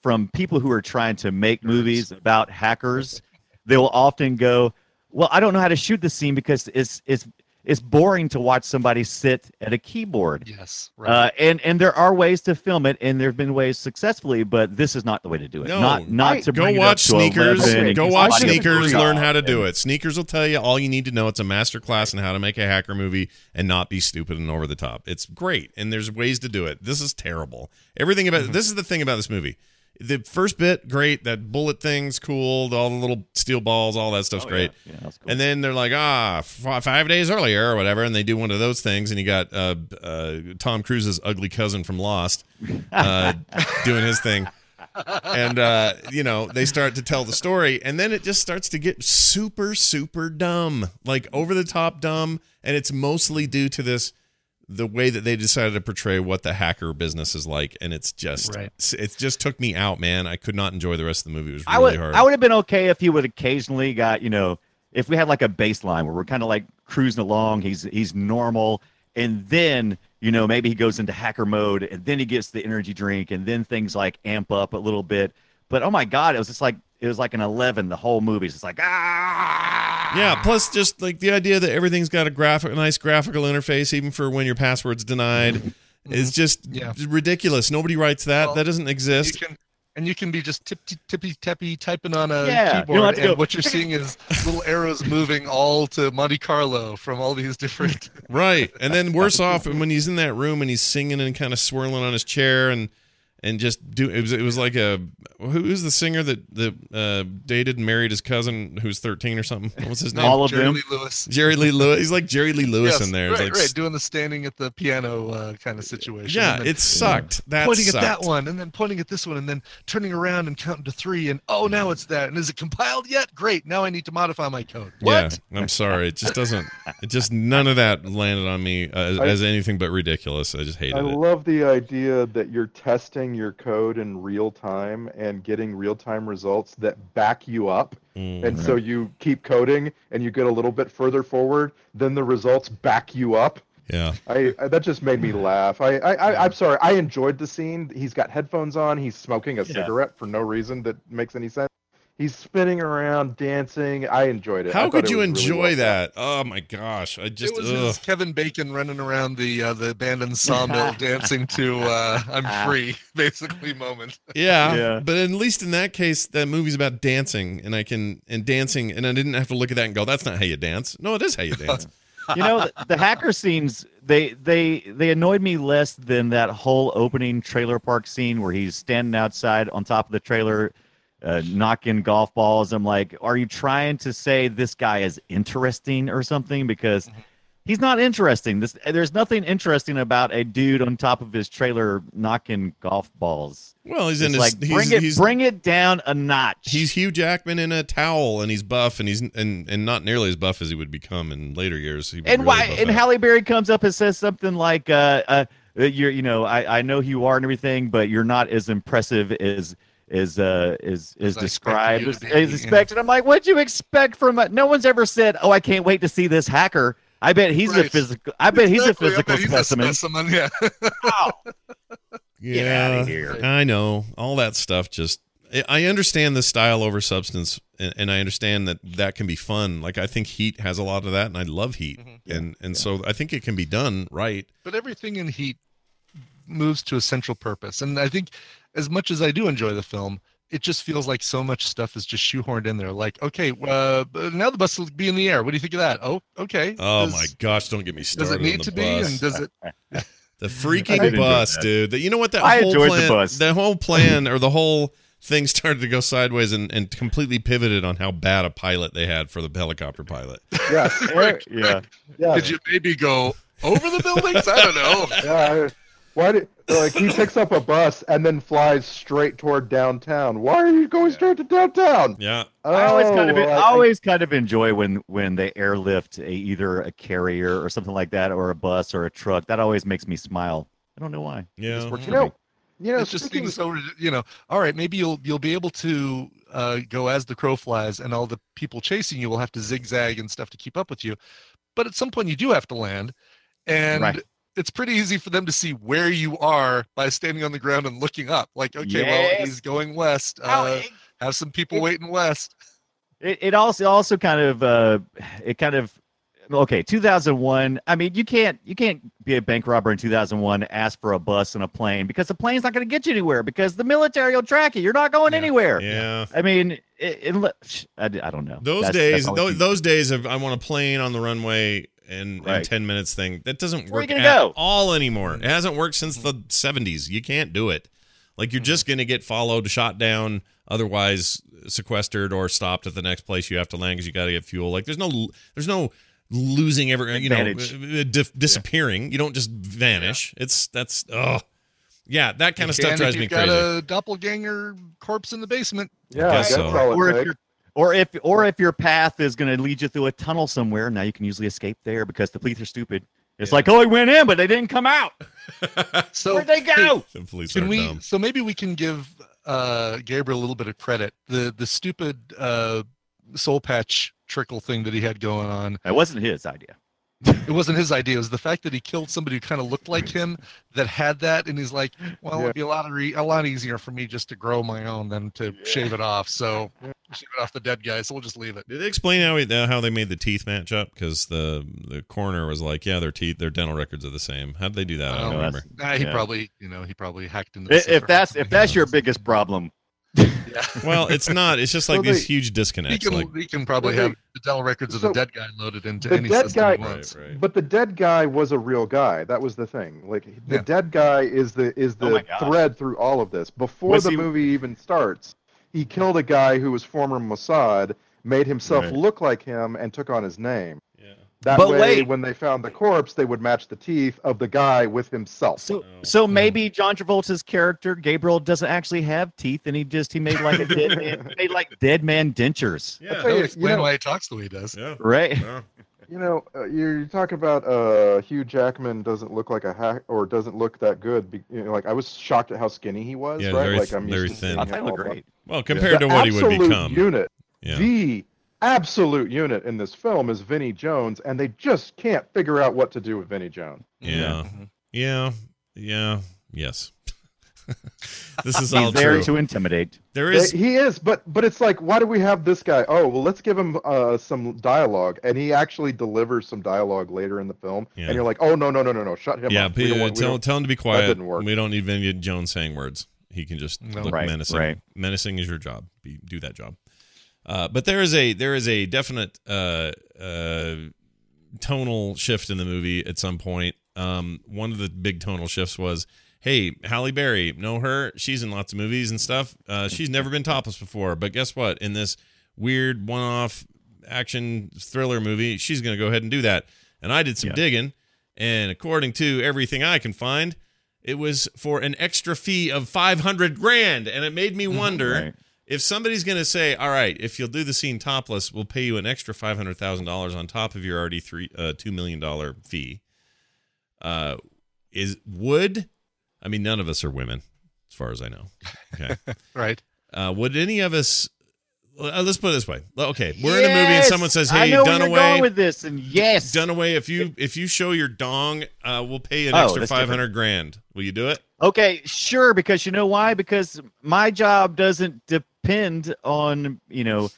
[SPEAKER 4] from people who are trying to make movies about hackers. They will often go, "Well, I don't know how to shoot this scene because it's it's it's boring to watch somebody sit at a keyboard."
[SPEAKER 6] Yes.
[SPEAKER 4] Uh, and and there are ways to film it, and there have been ways successfully, but this is not the way to do it.
[SPEAKER 1] No.
[SPEAKER 4] not not
[SPEAKER 5] I-
[SPEAKER 4] to
[SPEAKER 1] Go
[SPEAKER 4] bring it up
[SPEAKER 1] watch
[SPEAKER 4] to 11
[SPEAKER 1] sneakers.
[SPEAKER 4] and
[SPEAKER 1] Go
[SPEAKER 4] just
[SPEAKER 1] watch
[SPEAKER 4] somebody
[SPEAKER 1] sneakers.
[SPEAKER 4] freak
[SPEAKER 1] Learn
[SPEAKER 4] out.
[SPEAKER 1] how to do it. Sneakers will tell you all you need to know. It's a master class in how to make a hacker movie and not be stupid and over the top. It's great, and there's ways to do it. This is terrible. Everything about
[SPEAKER 4] Mm-hmm.
[SPEAKER 1] this is the thing about this movie. The first bit, great. That bullet thing's cool. All the little steel balls, all that stuff's
[SPEAKER 4] Oh, yeah.
[SPEAKER 1] great.
[SPEAKER 4] Yeah, that's cool.
[SPEAKER 1] And then they're like, ah, f- five days earlier or whatever, and they do one of those things, and you got uh, uh, Tom Cruise's ugly cousin from Lost uh, doing his thing, and uh, you know they start to tell the story, and then it just starts to get super, super dumb, like over the top dumb, and it's mostly due to this the way that they decided to portray what the hacker business is like, and it's just
[SPEAKER 6] Right.
[SPEAKER 1] it just took me out, man. I could not enjoy the rest of the movie. It was really
[SPEAKER 4] I would
[SPEAKER 1] hard.
[SPEAKER 4] I would have been okay if he would occasionally got you know if we had like a baseline where we're kind of like cruising along. He's he's normal, and then you know maybe he goes into hacker mode, and then he gets the energy drink, and then things like amp up a little bit. But oh my god, it was just like it was like an eleven the whole movie. It's just like ah
[SPEAKER 1] Yeah, plus just like the idea that everything's got a graphic, a nice graphical interface, even for when your password's denied, is just
[SPEAKER 6] Mm-hmm. Yeah.
[SPEAKER 1] ridiculous. Nobody writes that.
[SPEAKER 6] Well,
[SPEAKER 1] that doesn't
[SPEAKER 6] you
[SPEAKER 1] exist.
[SPEAKER 6] can, and you can be just tippy tippy tappy typing on a
[SPEAKER 4] Yeah, you don't have
[SPEAKER 6] keyboard,
[SPEAKER 4] to
[SPEAKER 6] and
[SPEAKER 4] go-
[SPEAKER 6] what you're seeing is little arrows moving all to Monte Carlo from all these different.
[SPEAKER 1] right. And then worse off when he's in that room and he's singing and kind of swirling on his chair and and just do it was it was like a who was the singer that that uh, dated and married his cousin who's 13 or something. What was his name?
[SPEAKER 4] all of
[SPEAKER 6] Jerry
[SPEAKER 4] them.
[SPEAKER 6] Lee Lewis.
[SPEAKER 1] Jerry Lee Lewis. He's like Jerry Lee Lewis
[SPEAKER 6] Yes,
[SPEAKER 1] in there. He's
[SPEAKER 6] Right,
[SPEAKER 1] like,
[SPEAKER 6] right, doing the standing at the piano uh, kind of situation.
[SPEAKER 1] yeah,
[SPEAKER 6] and then
[SPEAKER 1] it sucked. That
[SPEAKER 6] pointing
[SPEAKER 1] sucked.
[SPEAKER 6] at that one and then pointing at this one and then turning around and counting to three and oh now it's that and is it compiled yet great now i need to modify my code what
[SPEAKER 1] Yeah, I'm sorry. It just doesn't. It just none of that landed on me uh, as,
[SPEAKER 5] I-
[SPEAKER 1] as anything but ridiculous. I just hated
[SPEAKER 5] I
[SPEAKER 1] it.
[SPEAKER 5] love the idea that you're testing your code in real time and getting real time results that back you up.
[SPEAKER 1] Mm.
[SPEAKER 5] And so you keep coding and you get a little bit further forward, then the results back you up.
[SPEAKER 1] yeah,
[SPEAKER 5] I, I that just made me laugh. I, I, I I'm sorry. I enjoyed the scene. He's got headphones on. He's smoking a cigarette for no reason that makes any sense. He's spinning around, dancing. I enjoyed it. I
[SPEAKER 1] how
[SPEAKER 5] thought
[SPEAKER 1] could
[SPEAKER 5] it
[SPEAKER 1] you
[SPEAKER 5] was really
[SPEAKER 1] enjoy
[SPEAKER 5] well done.
[SPEAKER 1] that? Oh my gosh, I just
[SPEAKER 6] it was
[SPEAKER 1] ugh.
[SPEAKER 6] his kevin bacon running around the uh, the abandoned sawmill dancing to uh, i'm free basically moment
[SPEAKER 1] yeah.
[SPEAKER 4] Yeah.
[SPEAKER 1] But at least in that case, that movie's about dancing, and I can and dancing, and I didn't have to look at that and go, "That's not how you dance." No, it is how you dance.
[SPEAKER 4] you know the, the hacker scenes they they they annoyed me less than that whole opening trailer park scene where he's standing outside on top of the trailer uh, knocking golf balls. I'm like, are you trying to say this guy is interesting or something? Because he's not interesting. This there's nothing interesting about a dude on top of his trailer knocking golf balls.
[SPEAKER 1] Well, he's in his
[SPEAKER 4] It's like
[SPEAKER 1] he's,
[SPEAKER 4] bring it
[SPEAKER 1] he's,
[SPEAKER 4] bring it down a notch.
[SPEAKER 1] he's Hugh Jackman in a towel and he's buff and he's and and not nearly as buff as he would become in later years. He would
[SPEAKER 4] and
[SPEAKER 1] really
[SPEAKER 4] why
[SPEAKER 1] buff
[SPEAKER 4] and
[SPEAKER 1] out.
[SPEAKER 4] Halle Berry comes up and says something like uh, uh you're you know I, I know who you are and everything but you're not as impressive as as uh is is
[SPEAKER 6] As I
[SPEAKER 4] described as,
[SPEAKER 6] expected you to
[SPEAKER 4] as
[SPEAKER 6] be, yeah.
[SPEAKER 4] expected i'm like what'd you expect from a, no one's ever said oh i can't wait to see this hacker i bet he's a
[SPEAKER 6] Right.
[SPEAKER 4] physical i bet he's a
[SPEAKER 6] Exactly. I
[SPEAKER 4] physical
[SPEAKER 6] bet he's a
[SPEAKER 4] specimen
[SPEAKER 6] specimen, Yeah.
[SPEAKER 1] yeah,
[SPEAKER 4] get outta here
[SPEAKER 1] I know all that stuff. Just I- I understand the style over substance, and, and I understand that that can be fun. Like I think Heat has a lot of that, and I love Heat,
[SPEAKER 6] Mhm.
[SPEAKER 4] Mm-hmm.
[SPEAKER 1] and and so I think it can be done right.
[SPEAKER 6] but everything in heat moves to a central purpose and i think as much as i do enjoy the film it just feels like so much stuff is just shoehorned in there like okay uh, but now the bus will be in the air what do you think of that oh okay
[SPEAKER 1] Oh
[SPEAKER 6] Does-
[SPEAKER 1] my gosh! Don't get me started.
[SPEAKER 6] does it
[SPEAKER 1] on
[SPEAKER 6] need
[SPEAKER 1] the
[SPEAKER 6] to be
[SPEAKER 1] bus.
[SPEAKER 6] and does it
[SPEAKER 1] The
[SPEAKER 4] I
[SPEAKER 1] freaking
[SPEAKER 4] enjoyed
[SPEAKER 1] bus,
[SPEAKER 4] that.
[SPEAKER 1] dude. That- You know what? That
[SPEAKER 4] I
[SPEAKER 1] whole
[SPEAKER 4] enjoyed the
[SPEAKER 1] plan,
[SPEAKER 4] bus.
[SPEAKER 1] The whole plan or the whole thing started to go sideways and, and completely pivoted on how bad a pilot they had for the helicopter pilot.
[SPEAKER 5] Yes.
[SPEAKER 4] yeah
[SPEAKER 5] Yeah.
[SPEAKER 6] did you maybe go over the buildings i don't know
[SPEAKER 5] yeah. I- Why did like he picks up a bus and then flies straight toward downtown? Why are you going straight to downtown?
[SPEAKER 1] Yeah.
[SPEAKER 4] I always kind of
[SPEAKER 5] Oh, I-
[SPEAKER 4] I always kind of enjoy when when they airlift a, either a carrier or something like that, or a bus or a truck. That always makes me smile. I don't know why.
[SPEAKER 1] Yeah.
[SPEAKER 4] It works
[SPEAKER 5] you
[SPEAKER 4] for me.
[SPEAKER 5] know, you know,
[SPEAKER 6] it just
[SPEAKER 5] speaking-
[SPEAKER 6] seems so rid- you know all right maybe you'll you'll be able to uh, go as the crow flies and all the people chasing you will have to zigzag and stuff to keep up with you but at some point you do have to land and
[SPEAKER 4] Right.
[SPEAKER 6] it's pretty easy for them to see where you are by standing on the ground and looking up like okay well
[SPEAKER 4] Yes.
[SPEAKER 6] he's going west
[SPEAKER 4] Ow,
[SPEAKER 6] uh,
[SPEAKER 4] it-
[SPEAKER 6] have some people
[SPEAKER 4] it-
[SPEAKER 6] waiting west
[SPEAKER 4] It, it also also kind of uh, it kind of okay. Two thousand one. I mean, you can't you can't be a bank robber in two thousand one. Ask for a bus and a plane because the plane's not going to get you anywhere because the military will track you. You're not going
[SPEAKER 6] Yeah.
[SPEAKER 4] anywhere.
[SPEAKER 1] Yeah.
[SPEAKER 4] I mean, it, it, le- I, I don't know.
[SPEAKER 1] Those
[SPEAKER 4] That's- that's
[SPEAKER 1] days,
[SPEAKER 4] always
[SPEAKER 1] those,
[SPEAKER 4] been-
[SPEAKER 1] those days of I want a plane on the runway and,
[SPEAKER 4] Right.
[SPEAKER 1] and 10 minutes thing, that doesn't
[SPEAKER 4] Where
[SPEAKER 1] work
[SPEAKER 4] you gonna
[SPEAKER 1] at
[SPEAKER 4] go? Mm.
[SPEAKER 1] all anymore. It hasn't worked since the 70s. You can't do it. Like you're
[SPEAKER 4] Mm.
[SPEAKER 1] just going to get followed, shot down, otherwise sequestered or stopped at the next place you have to land because you got to get fuel. Like there's no, there's no losing every, you know,
[SPEAKER 4] Advantage.
[SPEAKER 1] uh, dif- disappearing. You don't just vanish. It's that's, oh, yeah, that kind of stuff
[SPEAKER 6] And
[SPEAKER 1] drives
[SPEAKER 6] if
[SPEAKER 1] me
[SPEAKER 6] you've
[SPEAKER 1] crazy.
[SPEAKER 6] got a doppelganger corpse in the basement
[SPEAKER 5] yeah,
[SPEAKER 1] guess
[SPEAKER 5] that's
[SPEAKER 1] so.
[SPEAKER 5] all it
[SPEAKER 4] or if
[SPEAKER 5] takes.
[SPEAKER 4] your or if or if your path is going to lead you through a tunnel somewhere, now you can usually escape there because the police are stupid. It's like, oh, I went in, but they didn't come out.
[SPEAKER 6] so
[SPEAKER 4] Where'd they go?
[SPEAKER 1] The police
[SPEAKER 6] Can
[SPEAKER 1] are
[SPEAKER 6] we?
[SPEAKER 1] dumb.
[SPEAKER 6] So maybe we can give uh, Gabriel a little bit of credit. The the stupid uh, soul patch trickle thing that he had going on.
[SPEAKER 4] That wasn't his idea.
[SPEAKER 6] It wasn't his idea. It was the fact that he killed somebody who kind of looked like him that had that, and he's like, "Well,
[SPEAKER 5] Yeah.
[SPEAKER 6] it'd be a lot of re- a lot easier for me just to grow my own than to shave it off." So shave it off the dead guy. So we'll just leave it.
[SPEAKER 1] Did they explain how he, uh, how they made the teeth match up? Because the the coroner was like, "Yeah, their teeth, their dental records are the same." How'd they do that? I
[SPEAKER 6] Oh,
[SPEAKER 1] don't remember.
[SPEAKER 4] that's-
[SPEAKER 6] Nah, he
[SPEAKER 4] Yeah.
[SPEAKER 6] probably, you know, he probably hacked into. the
[SPEAKER 4] I- If
[SPEAKER 6] system or
[SPEAKER 4] that's if
[SPEAKER 6] something.
[SPEAKER 4] that's your biggest problem,
[SPEAKER 1] Well, it's not. It's just like
[SPEAKER 5] Well,
[SPEAKER 1] these
[SPEAKER 5] they-
[SPEAKER 1] huge
[SPEAKER 6] he
[SPEAKER 1] disconnects.
[SPEAKER 6] can,
[SPEAKER 1] Like,
[SPEAKER 6] he can probably
[SPEAKER 5] Well, they-
[SPEAKER 6] have the dental records of
[SPEAKER 5] so
[SPEAKER 6] the dead guy loaded into
[SPEAKER 5] the
[SPEAKER 6] any
[SPEAKER 5] dead
[SPEAKER 6] system
[SPEAKER 5] guy-
[SPEAKER 6] he wants.
[SPEAKER 1] right.
[SPEAKER 5] But the dead guy was a real guy. That was the thing. Like the
[SPEAKER 6] Yeah.
[SPEAKER 5] dead guy is the is
[SPEAKER 4] Oh
[SPEAKER 5] the
[SPEAKER 4] my gosh.
[SPEAKER 5] thread through all of this. Before
[SPEAKER 4] Was
[SPEAKER 5] the
[SPEAKER 4] he-
[SPEAKER 5] movie even starts, he killed a guy who was former Mossad, made himself
[SPEAKER 4] Right.
[SPEAKER 5] look like him, and took on his name.
[SPEAKER 1] Yeah.
[SPEAKER 5] That
[SPEAKER 4] But
[SPEAKER 5] way,
[SPEAKER 4] wait.
[SPEAKER 5] when they found the corpse, they would match the teeth of the guy with himself.
[SPEAKER 4] so
[SPEAKER 1] Oh.
[SPEAKER 4] so maybe John Travolta's character Gabriel doesn't actually have teeth, and he just he made like a dead man, made like dead man dentures,
[SPEAKER 5] I'll
[SPEAKER 1] Yeah.
[SPEAKER 5] tell
[SPEAKER 6] That
[SPEAKER 5] you,
[SPEAKER 6] would
[SPEAKER 5] you
[SPEAKER 6] explain
[SPEAKER 5] know-
[SPEAKER 6] why he talks the way he does.
[SPEAKER 1] Yeah.
[SPEAKER 4] right?
[SPEAKER 1] Wow.
[SPEAKER 5] You know, uh, you're you're talking about uh, Hugh Jackman doesn't look like a hack or doesn't look that good. Be, you know, like I was shocked at how skinny he was.
[SPEAKER 1] Yeah,
[SPEAKER 5] right?
[SPEAKER 1] very
[SPEAKER 5] like
[SPEAKER 1] th-
[SPEAKER 5] I'm
[SPEAKER 1] very
[SPEAKER 5] used to
[SPEAKER 1] thin.
[SPEAKER 5] seeing
[SPEAKER 4] I thought it
[SPEAKER 5] him
[SPEAKER 4] looked
[SPEAKER 5] all
[SPEAKER 4] great.
[SPEAKER 1] Well, compared to
[SPEAKER 5] the
[SPEAKER 1] what he would
[SPEAKER 5] absolute
[SPEAKER 1] become.
[SPEAKER 5] Unit,
[SPEAKER 1] yeah.
[SPEAKER 5] the absolute unit in this film is Vinnie Jones, and they just can't figure out what to do with Vinnie Jones.
[SPEAKER 1] Yeah.
[SPEAKER 6] Mhm.
[SPEAKER 1] Yeah. Yeah. Yes. this is all
[SPEAKER 4] He's there
[SPEAKER 1] true.
[SPEAKER 4] to intimidate.
[SPEAKER 1] There is.
[SPEAKER 5] They- he is, but but it's like, why do we have this guy? Oh, well, let's give him uh, some dialogue, and he actually delivers some dialogue later in the film,
[SPEAKER 1] Yeah.
[SPEAKER 5] and you're like, oh no no no no no, shut him
[SPEAKER 1] Yeah.
[SPEAKER 5] up. We don't
[SPEAKER 1] pe-
[SPEAKER 5] want- we
[SPEAKER 1] Tell
[SPEAKER 5] don't-
[SPEAKER 1] tell him to be quiet.
[SPEAKER 5] didn't work.
[SPEAKER 1] We don't need Vinny Jones saying words. He can just
[SPEAKER 6] No.
[SPEAKER 1] look
[SPEAKER 4] Right,
[SPEAKER 1] menacing.
[SPEAKER 4] right.
[SPEAKER 1] Menacing is your job. Be, do that job. Uh, but there is a there is a definite uh, uh, tonal shift in the movie at some point. Um, one of the big tonal shifts was hey, Halle Berry, know her? She's in lots of movies and stuff. Uh, she's never been topless before, but guess what? In this weird one-off action thriller movie, she's going to go ahead and do that. And I did some
[SPEAKER 4] Yeah.
[SPEAKER 1] digging, and according to everything I can find, it was for an extra fee of 500 grand, and it made me wonder
[SPEAKER 4] Right.
[SPEAKER 1] if somebody's going to say, "All right, if you'll do the scene topless, we'll pay you an extra five hundred thousand dollars on top of your already three uh, two million dollar fee," uh, is would I mean none of us are women, as far as I know. Okay,
[SPEAKER 6] right?
[SPEAKER 1] uh, would any of us? Uh, let's put it this way. Okay, we're in a movie and
[SPEAKER 4] Yes!
[SPEAKER 1] someone says,
[SPEAKER 4] I
[SPEAKER 1] "Hey,
[SPEAKER 4] know where you're
[SPEAKER 1] Dunaway."
[SPEAKER 4] going with this, and yes,
[SPEAKER 1] Dunaway, if you if you show your dong, uh, we'll pay you an
[SPEAKER 4] Oh,
[SPEAKER 1] extra
[SPEAKER 4] that's
[SPEAKER 1] five
[SPEAKER 4] different.
[SPEAKER 1] hundred grand. Will you do it?
[SPEAKER 4] Okay, sure, because you know why? Because my job doesn't depend on, you know,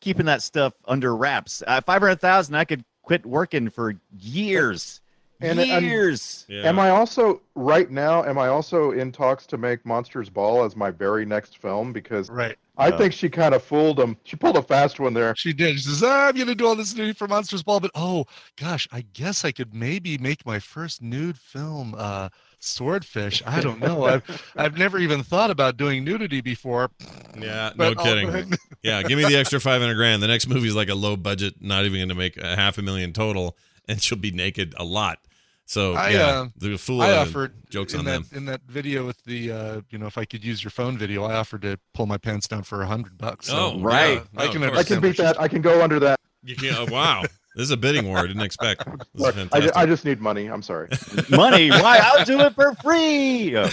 [SPEAKER 4] keeping that stuff under wraps. Uh, 500,000, I could quit working for years.
[SPEAKER 5] And- and-
[SPEAKER 4] years.
[SPEAKER 1] Yeah.
[SPEAKER 5] Am I also right now? Am I also in talks to make Monsters Ball as my very next film? Because
[SPEAKER 6] Right.
[SPEAKER 5] I
[SPEAKER 4] Uh,
[SPEAKER 5] think she kind of fooled him. She pulled a fast one there.
[SPEAKER 6] She did. She says, "Ah, "I'm going to do all this nudity for Monsters Ball, but oh gosh, I guess I could maybe make my first nude film, uh, Swordfish. I don't know. I've I've never even thought about doing nudity before.
[SPEAKER 1] Yeah, no
[SPEAKER 6] But I'll-
[SPEAKER 1] kidding. Yeah, give me the extra five hundred grand. The next movie's like a low budget, not even going to make a half a million total, and she'll be naked a lot. So
[SPEAKER 6] I,
[SPEAKER 1] yeah,
[SPEAKER 6] uh,
[SPEAKER 1] the fool
[SPEAKER 6] I
[SPEAKER 1] uh,
[SPEAKER 6] offered
[SPEAKER 1] jokes
[SPEAKER 6] in
[SPEAKER 1] on
[SPEAKER 6] that
[SPEAKER 1] them.
[SPEAKER 6] in that video with the uh, you know, if I could use your phone video, I offered to pull my pants down for a hundred bucks.
[SPEAKER 1] Oh,
[SPEAKER 6] So,
[SPEAKER 4] right.
[SPEAKER 1] yeah.
[SPEAKER 6] I
[SPEAKER 1] No,
[SPEAKER 6] can
[SPEAKER 1] of course.
[SPEAKER 5] I can beat that. I can go under that.
[SPEAKER 1] You can't- oh, wow, this is a bidding war. I didn't expect. This is
[SPEAKER 5] Look, I, ju-
[SPEAKER 1] fantastic.
[SPEAKER 5] I just need money. I'm sorry.
[SPEAKER 4] Money, why? I'll do it for free. Oh.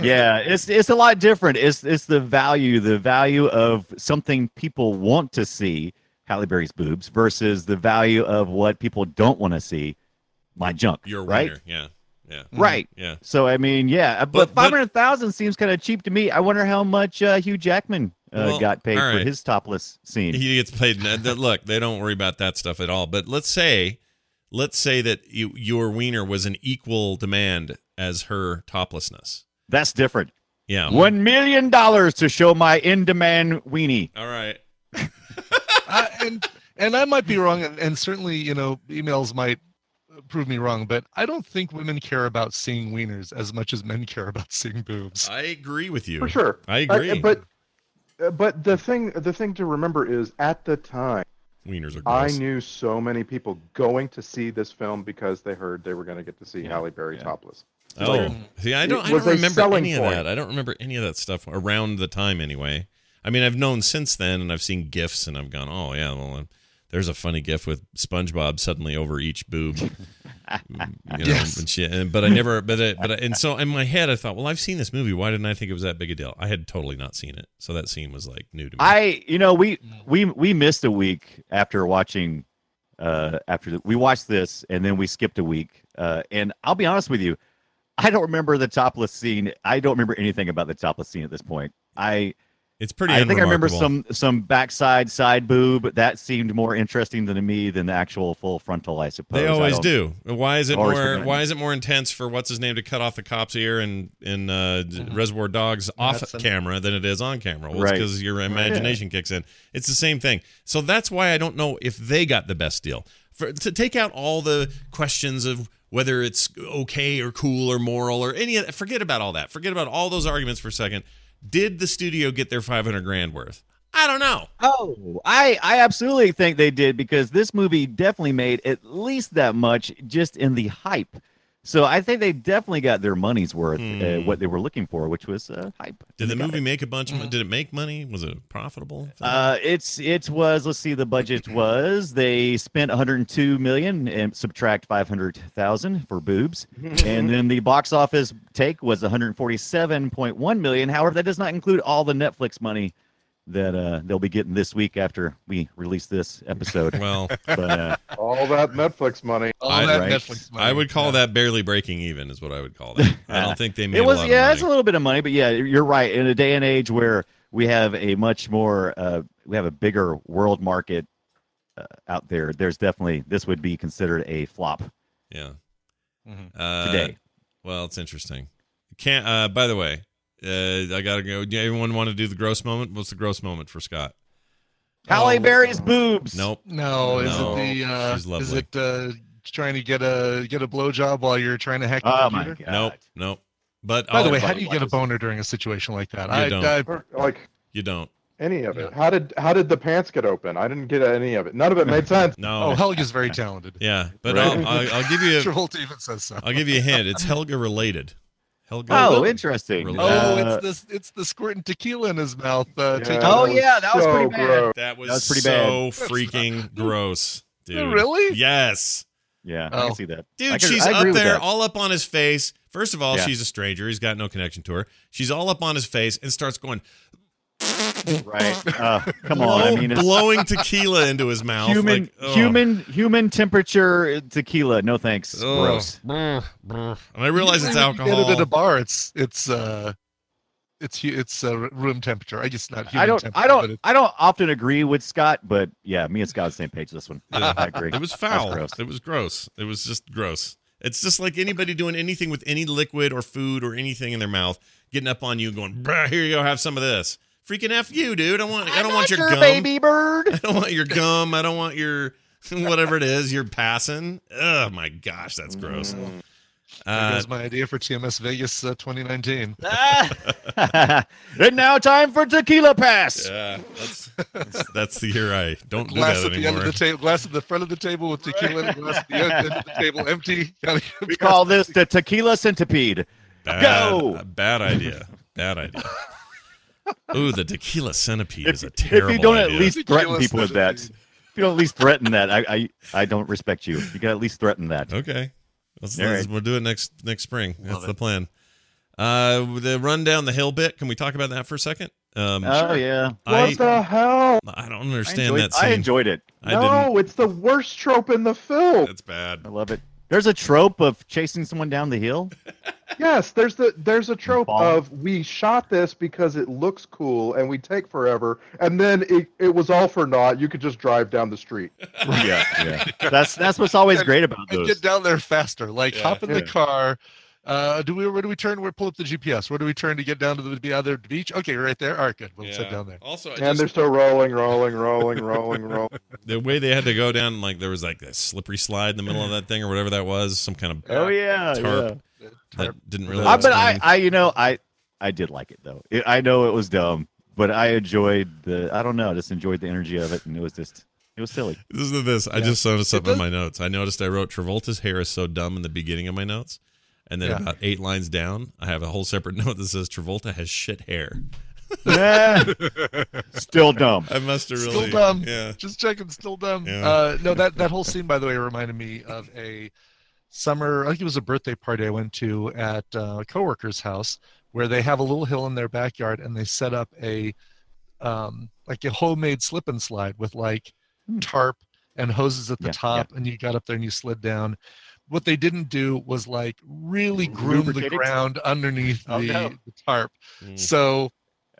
[SPEAKER 4] yeah, it's it's a lot different. It's it's the value, the value of something people want to see, Halle Berry's boobs, versus the value of what people don't want to see, my junk.
[SPEAKER 1] You're a
[SPEAKER 4] right,
[SPEAKER 1] winner. Yeah, yeah,
[SPEAKER 4] right.
[SPEAKER 1] yeah.
[SPEAKER 4] So I mean, yeah,
[SPEAKER 1] But-
[SPEAKER 4] uh, but,
[SPEAKER 1] Mm-hmm. but-
[SPEAKER 4] five hundred thousand seems kind of cheap to me. I wonder how much uh, Hugh Jackman uh,
[SPEAKER 1] Well,
[SPEAKER 4] got paid
[SPEAKER 1] all
[SPEAKER 4] for
[SPEAKER 1] right.
[SPEAKER 4] his topless scene.
[SPEAKER 1] He gets paid. n- th- Look, they don't worry about that stuff at all. But let's say, let's say that you, your wiener was an equal demand as her toplessness.
[SPEAKER 4] That's different.
[SPEAKER 1] Yeah.
[SPEAKER 4] One million dollars to show my in-demand weenie.
[SPEAKER 1] All right.
[SPEAKER 6] I, and and I might be wrong, and, and certainly you know emails might prove me wrong, but I don't think women care about seeing wieners as much as men care about seeing boobs.
[SPEAKER 1] I agree with you.
[SPEAKER 5] For sure.
[SPEAKER 1] I
[SPEAKER 5] I-
[SPEAKER 1] agree.
[SPEAKER 5] but uh, but the thing the thing to remember is at the time
[SPEAKER 1] wieners are
[SPEAKER 5] I
[SPEAKER 1] gross.
[SPEAKER 5] knew so many people going to see this film because they heard they were going to get to see
[SPEAKER 4] Yeah,
[SPEAKER 5] Halle Berry
[SPEAKER 4] yeah.
[SPEAKER 5] topless.
[SPEAKER 1] Oh,
[SPEAKER 6] Like-
[SPEAKER 1] see, I don't, I
[SPEAKER 5] It
[SPEAKER 1] don't
[SPEAKER 5] was a
[SPEAKER 1] remember
[SPEAKER 5] selling
[SPEAKER 1] any of
[SPEAKER 5] point.
[SPEAKER 1] that. I don't remember any of that stuff around the time, anyway. I mean, I've known since then, and I've seen gifs, and I've gone, "Oh yeah, well, um, there's a funny gif with SpongeBob suddenly over each boob." you know,
[SPEAKER 6] Yes.
[SPEAKER 1] and shit. And- But I never, but I, but I, and so in my head, I thought, "Well, I've seen this movie. Why didn't I think it was that big a deal?" I had totally not seen it, so that scene was like new to me.
[SPEAKER 4] I, you know, we we we missed a week after watching. Uh, after the, we watched this, and then we skipped a week. Uh, and I'll be honest with you, I don't remember the topless scene. I don't remember anything about the topless scene at this point. I
[SPEAKER 1] it's pretty.
[SPEAKER 4] I think I remember
[SPEAKER 1] unremarkable.
[SPEAKER 4] some some backside side boob that seemed more interesting to me than the actual full frontal. I suppose
[SPEAKER 1] They always
[SPEAKER 4] I don't-
[SPEAKER 1] do. Why is it
[SPEAKER 4] Always
[SPEAKER 1] more?
[SPEAKER 4] forgotten.
[SPEAKER 1] Why is it more intense for what's his name to cut off the cop's ear and in uh, d-
[SPEAKER 4] Mm-hmm.
[SPEAKER 6] Mhm.
[SPEAKER 1] Reservoir Dogs off
[SPEAKER 6] That's a-
[SPEAKER 1] camera than it is on camera? Well,
[SPEAKER 4] Right.
[SPEAKER 1] it's because your imagination kicks in. It's the same thing. So that's why I don't know if they got the best deal. For, to take out all the questions of whether it's okay or cool or moral or any, of- forget about all that. Forget about all those arguments for a second. Did the studio get their five hundred grand worth? I don't know.
[SPEAKER 4] Oh, I I absolutely think they did because this movie definitely made at least that much just in the hype. So I think they definitely got their money's worth, uh,
[SPEAKER 1] Hmm.
[SPEAKER 4] what they were looking for, which was uh, hype.
[SPEAKER 1] Did
[SPEAKER 4] And
[SPEAKER 1] the
[SPEAKER 4] they got
[SPEAKER 1] movie
[SPEAKER 4] it. Mm-hmm.
[SPEAKER 1] make a bunch? Of,
[SPEAKER 6] Mhm.
[SPEAKER 1] Did it make money? Was it profitable?
[SPEAKER 4] Uh, it's it was. Let's see. The budget was they spent 102 million and subtract 500 thousand for boobs. and then the box office take was 147.1 million. However, that does not include all the Netflix money that uh, they'll be getting this week after we release this episode.
[SPEAKER 1] well,
[SPEAKER 4] but uh,
[SPEAKER 5] All that Netflix money.
[SPEAKER 6] All
[SPEAKER 1] I-
[SPEAKER 6] that
[SPEAKER 4] right.
[SPEAKER 6] Netflix money.
[SPEAKER 1] I would call that barely breaking even, is what I would call that. I don't think they made. a
[SPEAKER 4] it was
[SPEAKER 1] lot
[SPEAKER 4] yeah,
[SPEAKER 1] of
[SPEAKER 4] it's a
[SPEAKER 1] money.
[SPEAKER 4] little bit of money, but yeah, you're right. In a day and age where we have a much more uh, we have a bigger world market uh, out there, there's definitely this would be considered a flop
[SPEAKER 6] Mhm.
[SPEAKER 1] yeah. Uh,
[SPEAKER 4] today.
[SPEAKER 1] Well, it's interesting. Can't. Uh, by the way, uh, I gotta go. Do everyone want to do the gross moment? What's the gross moment for Scott?
[SPEAKER 4] Halle
[SPEAKER 6] Oh,
[SPEAKER 4] Berry's boobs.
[SPEAKER 1] Nope.
[SPEAKER 6] No, is
[SPEAKER 1] No,
[SPEAKER 6] it the uh,
[SPEAKER 1] she's
[SPEAKER 6] is
[SPEAKER 1] lovely.
[SPEAKER 6] it uh, trying to get a get a blowjob while you're trying to hack the
[SPEAKER 4] Oh my
[SPEAKER 6] computer?
[SPEAKER 4] god.
[SPEAKER 1] Nope. Nope. But
[SPEAKER 6] By the
[SPEAKER 1] I'll-
[SPEAKER 6] way, how do
[SPEAKER 4] everybody
[SPEAKER 6] you get a
[SPEAKER 4] likes-
[SPEAKER 6] boner during a situation like that?
[SPEAKER 1] Oh, You
[SPEAKER 6] I,
[SPEAKER 1] don't.
[SPEAKER 6] I
[SPEAKER 5] Or, like
[SPEAKER 1] you don't.
[SPEAKER 5] any of
[SPEAKER 6] Yeah.
[SPEAKER 5] it. How did how did the pants get open? I didn't get any of it. None of it made sense.
[SPEAKER 1] No.
[SPEAKER 6] oh, Helga's very talented.
[SPEAKER 1] yeah, Uh, but
[SPEAKER 3] Right.
[SPEAKER 1] I'll, I'll, I'll give you. A,
[SPEAKER 6] Travolta even says so.
[SPEAKER 1] I'll give you a hint. It's Helga related. Helga.
[SPEAKER 4] Oh, interesting.
[SPEAKER 1] Really?
[SPEAKER 6] Oh,
[SPEAKER 4] Uh,
[SPEAKER 6] it's this it's the squirting tequila in his mouth. Uh, taking-
[SPEAKER 4] Oh, yeah, that was
[SPEAKER 5] so
[SPEAKER 4] pretty bad.
[SPEAKER 5] gross.
[SPEAKER 1] that was,
[SPEAKER 4] That was pretty
[SPEAKER 1] so freaking gross, dude.
[SPEAKER 6] Really?
[SPEAKER 1] Yes.
[SPEAKER 4] yeah, I
[SPEAKER 6] Oh.
[SPEAKER 4] can see that. I
[SPEAKER 1] Dude,
[SPEAKER 4] can-
[SPEAKER 1] she's
[SPEAKER 4] I agree
[SPEAKER 1] up
[SPEAKER 4] with
[SPEAKER 1] there,
[SPEAKER 4] that.
[SPEAKER 1] all up on his face. First of all,
[SPEAKER 4] Yeah.
[SPEAKER 1] she's a stranger. He's got no connection to her. She's all up on his face and starts going,
[SPEAKER 4] Right? Uh, come on. I
[SPEAKER 1] blow-
[SPEAKER 4] mean, it's
[SPEAKER 1] blowing tequila into his mouth.
[SPEAKER 4] human,
[SPEAKER 1] like, ugh.
[SPEAKER 4] human, human temperature uh, tequila. No thanks.
[SPEAKER 1] Ugh.
[SPEAKER 4] Gross.
[SPEAKER 1] And I realize it's
[SPEAKER 6] Even if you Get it at
[SPEAKER 1] alcohol.
[SPEAKER 6] a bar. It's it's uh, it's hu- it's uh, room temperature. I guess not. Human
[SPEAKER 4] I don't,
[SPEAKER 6] Temperature,
[SPEAKER 4] I
[SPEAKER 6] but
[SPEAKER 4] don't,
[SPEAKER 6] it-
[SPEAKER 4] I don't often agree with Scott, but yeah, me and Scott on the same page. This one,
[SPEAKER 1] Yeah.
[SPEAKER 4] I agree.
[SPEAKER 1] It was foul.
[SPEAKER 4] gross.
[SPEAKER 1] It was gross. It was just gross. It's just like anybody doing anything with any liquid or food or anything in their mouth, getting up on you, and going, Bruh, "Here you go, have some of this." Freaking f you, dude. I want. I don't want your gum.
[SPEAKER 4] baby bird.
[SPEAKER 1] I don't want your gum. I don't want your whatever it is you're passing. Oh my gosh, that's gross.
[SPEAKER 4] Mm.
[SPEAKER 6] there
[SPEAKER 1] Uh,
[SPEAKER 6] goes my idea for TMS Vegas uh, 2019.
[SPEAKER 4] and now time for tequila pass.
[SPEAKER 1] yeah, that's, that's that's the year I don't do
[SPEAKER 6] glass
[SPEAKER 1] that
[SPEAKER 6] at the end of
[SPEAKER 1] anymore.
[SPEAKER 6] the table, glass at the front of the table with tequila, and glass at the end end of the table empty. Gotta get
[SPEAKER 4] We
[SPEAKER 6] past-
[SPEAKER 4] call this the tequila centipede.
[SPEAKER 1] Bad,
[SPEAKER 4] Go!
[SPEAKER 1] Bad idea. Bad idea. Ooh, the tequila centipede is a
[SPEAKER 4] If
[SPEAKER 1] terrible
[SPEAKER 4] you don't at
[SPEAKER 1] idea.
[SPEAKER 4] least threaten
[SPEAKER 6] Tequila
[SPEAKER 4] people with that, if
[SPEAKER 6] centipede.
[SPEAKER 4] you don't at least threaten that, I, I, I don't respect you. You got to at least threaten that.
[SPEAKER 1] Okay. Let's,
[SPEAKER 4] All
[SPEAKER 1] let's-
[SPEAKER 4] right.
[SPEAKER 1] We'll do it next next spring. That's
[SPEAKER 6] Love
[SPEAKER 1] the plan. Uh, the run down the hill bit. Can we talk about that for a second? Um,
[SPEAKER 4] Oh yeah,
[SPEAKER 5] What
[SPEAKER 1] I,
[SPEAKER 5] the hell?
[SPEAKER 1] I don't
[SPEAKER 4] I
[SPEAKER 1] understand
[SPEAKER 4] enjoyed,
[SPEAKER 1] that
[SPEAKER 4] I
[SPEAKER 1] scene.
[SPEAKER 4] enjoyed it.
[SPEAKER 1] I didn't.
[SPEAKER 5] no, it's the worst trope in the film.
[SPEAKER 1] That's bad.
[SPEAKER 4] I love it. There's a trope of chasing someone down the hill.
[SPEAKER 5] Yes, there's the there's a trope
[SPEAKER 4] Bomb.
[SPEAKER 5] of we shot this because it looks cool and we take forever, and then it, it was all for naught. You could just drive down the street.
[SPEAKER 4] yeah, yeah. That's that's what's always great about
[SPEAKER 6] and
[SPEAKER 4] those.
[SPEAKER 6] get down there faster. Like
[SPEAKER 1] Yeah.
[SPEAKER 6] hop in the
[SPEAKER 5] Yeah.
[SPEAKER 6] car. Uh, do we? Where do we turn? Where pull up the GPS? Where do we turn to get down to the, the other beach? Okay, right there. All right, good. We'll sit down there.
[SPEAKER 1] Also, I
[SPEAKER 5] and
[SPEAKER 1] just-
[SPEAKER 5] they're still rolling, rolling, rolling, rolling, rolling.
[SPEAKER 1] the way they had to go down, like there was like a slippery slide in the middle of that thing or whatever that was, some kind of
[SPEAKER 4] Oh yeah,
[SPEAKER 1] Tarp. uh,
[SPEAKER 4] yeah.
[SPEAKER 1] that didn't really.
[SPEAKER 4] I, but I,
[SPEAKER 1] explain-
[SPEAKER 4] I, you know, I, I did like it though. It, I know it was dumb, but I enjoyed the. I don't know, I just enjoyed the energy of it, and it was just, it was silly.
[SPEAKER 1] Listen to this. I just noticed something
[SPEAKER 6] It
[SPEAKER 1] in my
[SPEAKER 6] does-
[SPEAKER 1] notes. I noticed I wrote Travolta's hair is so dumb in the beginning of my notes. And then
[SPEAKER 6] Yeah.
[SPEAKER 1] about eight lines down, I have a whole separate note that says Travolta has shit hair.
[SPEAKER 4] Eh, Still dumb.
[SPEAKER 1] I must have
[SPEAKER 6] Still
[SPEAKER 1] really.
[SPEAKER 6] dumb.
[SPEAKER 1] Yeah.
[SPEAKER 6] Just checking, still dumb.
[SPEAKER 1] Yeah.
[SPEAKER 6] Uh, no, that that whole scene, by the way, reminded me of a summer. I think it was a birthday party I went to at uh, a coworker's house, where they have a little hill in their backyard, and they set up a um, like a homemade slip and slide with like tarp and hoses at the
[SPEAKER 4] Hmm. Yeah,
[SPEAKER 6] top, and you got up there and you slid down. What they didn't do was like really groom the
[SPEAKER 4] Lubricate it?
[SPEAKER 6] ground underneath
[SPEAKER 4] Oh,
[SPEAKER 6] the,
[SPEAKER 4] no.
[SPEAKER 6] the tarp.
[SPEAKER 1] Mm.
[SPEAKER 6] So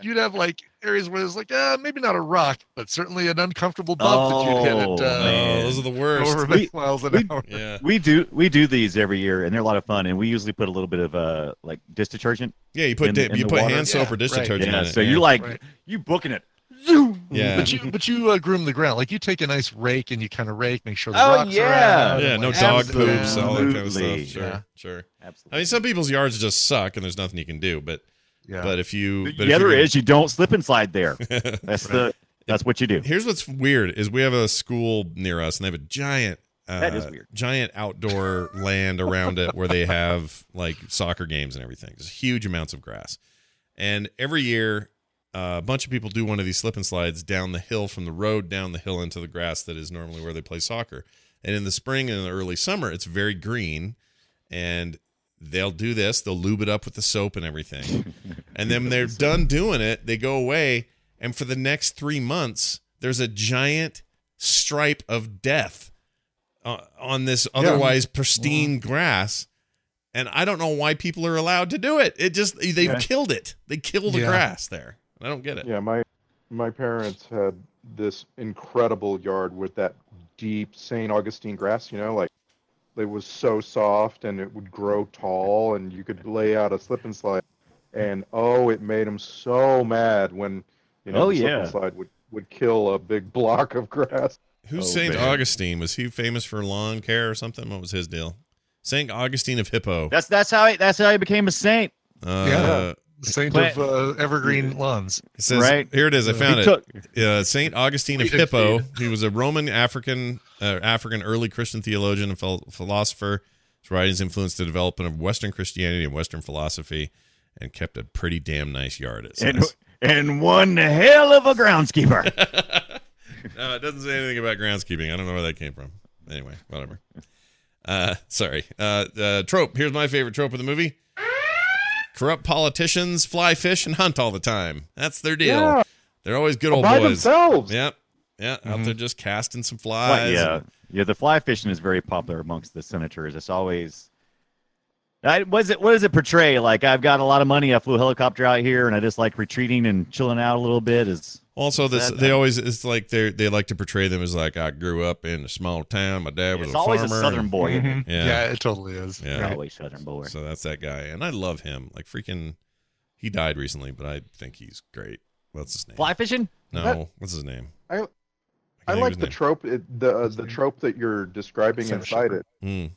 [SPEAKER 6] you'd have like areas where there's like uh, maybe not a rock, but certainly an uncomfortable bump that you'd hit
[SPEAKER 4] Oh,
[SPEAKER 6] at
[SPEAKER 1] Oh,
[SPEAKER 6] uh,
[SPEAKER 4] man.
[SPEAKER 1] those are the
[SPEAKER 6] over
[SPEAKER 1] worst.
[SPEAKER 6] 50
[SPEAKER 4] We-
[SPEAKER 6] miles an
[SPEAKER 4] we-
[SPEAKER 6] hour.
[SPEAKER 1] Yeah.
[SPEAKER 4] We do, we do these every year, and they're a lot of fun. And we usually put a little bit of uh, like dish detergent.
[SPEAKER 1] Yeah. You put
[SPEAKER 4] In-
[SPEAKER 1] dip,
[SPEAKER 4] in
[SPEAKER 1] you
[SPEAKER 4] the
[SPEAKER 1] put
[SPEAKER 4] water?
[SPEAKER 1] hand soap
[SPEAKER 6] Yeah,
[SPEAKER 1] or dish
[SPEAKER 6] right.
[SPEAKER 1] detergent.
[SPEAKER 4] Yeah,
[SPEAKER 1] in it.
[SPEAKER 4] so you like,
[SPEAKER 6] Right.
[SPEAKER 4] you booking it. Zoom.
[SPEAKER 1] Yeah.
[SPEAKER 6] But you but you uh, groom the ground like you take a nice rake and you kind of rake, make sure the
[SPEAKER 4] Oh,
[SPEAKER 6] rocks are
[SPEAKER 4] yeah.
[SPEAKER 6] out.
[SPEAKER 1] Yeah.
[SPEAKER 6] and,
[SPEAKER 1] No
[SPEAKER 6] like,
[SPEAKER 1] dog
[SPEAKER 6] ups and
[SPEAKER 1] poops, all that kind of stuff.
[SPEAKER 4] Absolutely.
[SPEAKER 1] Sure.
[SPEAKER 6] Yeah.
[SPEAKER 1] Sure. I
[SPEAKER 4] Absolutely.
[SPEAKER 1] mean, some people's yards just suck and there's nothing you can do. But
[SPEAKER 6] Yeah.
[SPEAKER 1] but if you. But if
[SPEAKER 4] the other
[SPEAKER 1] you're-
[SPEAKER 4] is you don't slip and slide there. That's the. That's what you do.
[SPEAKER 1] Here's what's weird is we have a school near us and they have a giant uh,
[SPEAKER 4] That is weird.
[SPEAKER 1] giant outdoor land around it where they have like soccer games and everything. There's huge amounts of grass. And every year uh, a bunch of people do one of these slip and slides down the hill from the road down the hill into the grass that is normally where they play soccer. And in the spring and in the early summer it's very green and they'll do this, they'll lube it up with the soap and everything. and then when they're done doing it, they go away and for the next three months, there's a giant stripe of death uh, on this otherwise pristine grass. And I don't know why people are allowed to do it. It just they've
[SPEAKER 4] Yeah.
[SPEAKER 1] killed it. They kill the
[SPEAKER 6] Yeah.
[SPEAKER 1] grass there. I don't get it.
[SPEAKER 5] Yeah, my my parents had this incredible yard with that deep St. Augustine grass. You know, like it was so soft and it would grow tall, and you could lay out a slip and slide. And oh, it made them so mad when you know
[SPEAKER 4] Oh,
[SPEAKER 5] the slip
[SPEAKER 4] yeah.
[SPEAKER 5] and slide would would kill a big block of grass.
[SPEAKER 1] Who's
[SPEAKER 4] Oh,
[SPEAKER 1] Saint
[SPEAKER 4] man.
[SPEAKER 1] Augustine? Was he famous for lawn care or something? What was his deal? Saint Augustine of Hippo.
[SPEAKER 4] That's that's how he, that's how he became a saint.
[SPEAKER 1] Uh,
[SPEAKER 6] Yeah. Saint
[SPEAKER 4] Plant-
[SPEAKER 6] of uh, evergreen lawns.
[SPEAKER 1] it says,
[SPEAKER 4] Right.
[SPEAKER 1] Here it is. I found
[SPEAKER 4] He
[SPEAKER 1] it.
[SPEAKER 4] took-
[SPEAKER 1] uh, Saint Augustine of Hippo. He was a Roman African uh, African early Christian theologian and phil- philosopher. His writings influenced the development of Western Christianity and Western philosophy, and kept a pretty damn nice yard. It
[SPEAKER 4] and,
[SPEAKER 1] says.
[SPEAKER 4] and one hell of a groundskeeper.
[SPEAKER 1] no, Uh, it doesn't say anything about groundskeeping. I don't know where that came from. Anyway, whatever. Uh, sorry. Uh, uh, trope. Here's my favorite trope of the movie. Corrupt politicians fly fish and hunt all the time. That's their deal.
[SPEAKER 5] Yeah.
[SPEAKER 1] They're always good old
[SPEAKER 5] by
[SPEAKER 1] Oh, boys.
[SPEAKER 5] themselves.
[SPEAKER 1] Yep. Yeah, out there just casting some
[SPEAKER 4] Fly-
[SPEAKER 1] flies.
[SPEAKER 4] yeah, yeah. The fly fishing is very popular amongst the senators. It's always. I, what is it? What does it portray? Like I've got a lot of money. I flew a helicopter out here, and I just like retreating and chilling out a little bit. Is
[SPEAKER 1] Also, this
[SPEAKER 4] That-
[SPEAKER 1] they always it's like they they like to portray them as like I grew up in a small town. My dad was
[SPEAKER 4] it's
[SPEAKER 1] a
[SPEAKER 4] always
[SPEAKER 1] farmer.
[SPEAKER 4] a southern boy. Mm-hmm. isn't it?
[SPEAKER 1] Yeah.
[SPEAKER 6] Yeah. it totally is.
[SPEAKER 1] Yeah.
[SPEAKER 4] It's
[SPEAKER 6] Right.
[SPEAKER 4] always southern boy.
[SPEAKER 1] So that's that guy, and I love him. Like freaking, he died recently, but I think he's great. What's his name?
[SPEAKER 4] Fly fishing?
[SPEAKER 1] no,
[SPEAKER 5] That-
[SPEAKER 1] what's his name?
[SPEAKER 5] I-
[SPEAKER 1] can't
[SPEAKER 5] I
[SPEAKER 1] think of
[SPEAKER 5] like
[SPEAKER 1] his
[SPEAKER 5] the
[SPEAKER 1] name.
[SPEAKER 5] trope. It, the uh, the trope that you're describing
[SPEAKER 6] Senator
[SPEAKER 5] inside
[SPEAKER 6] Shepard.
[SPEAKER 5] it.
[SPEAKER 1] Mm.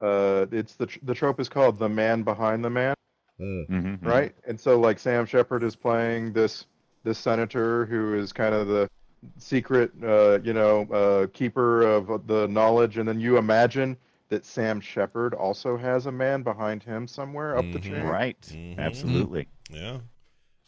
[SPEAKER 5] Uh, it's the tr- the trope is called the man behind the man,
[SPEAKER 4] Mhm, mhm.
[SPEAKER 5] right? And so like Sam Shepard is playing this this senator who is kind of the secret, uh, you know, uh, keeper of the knowledge, and then you imagine that Sam Shepard also has a man behind him somewhere up the
[SPEAKER 1] Mhm.
[SPEAKER 5] chain.
[SPEAKER 4] Mm-hmm. Right.
[SPEAKER 1] Mhm.
[SPEAKER 4] Absolutely.
[SPEAKER 1] Yeah,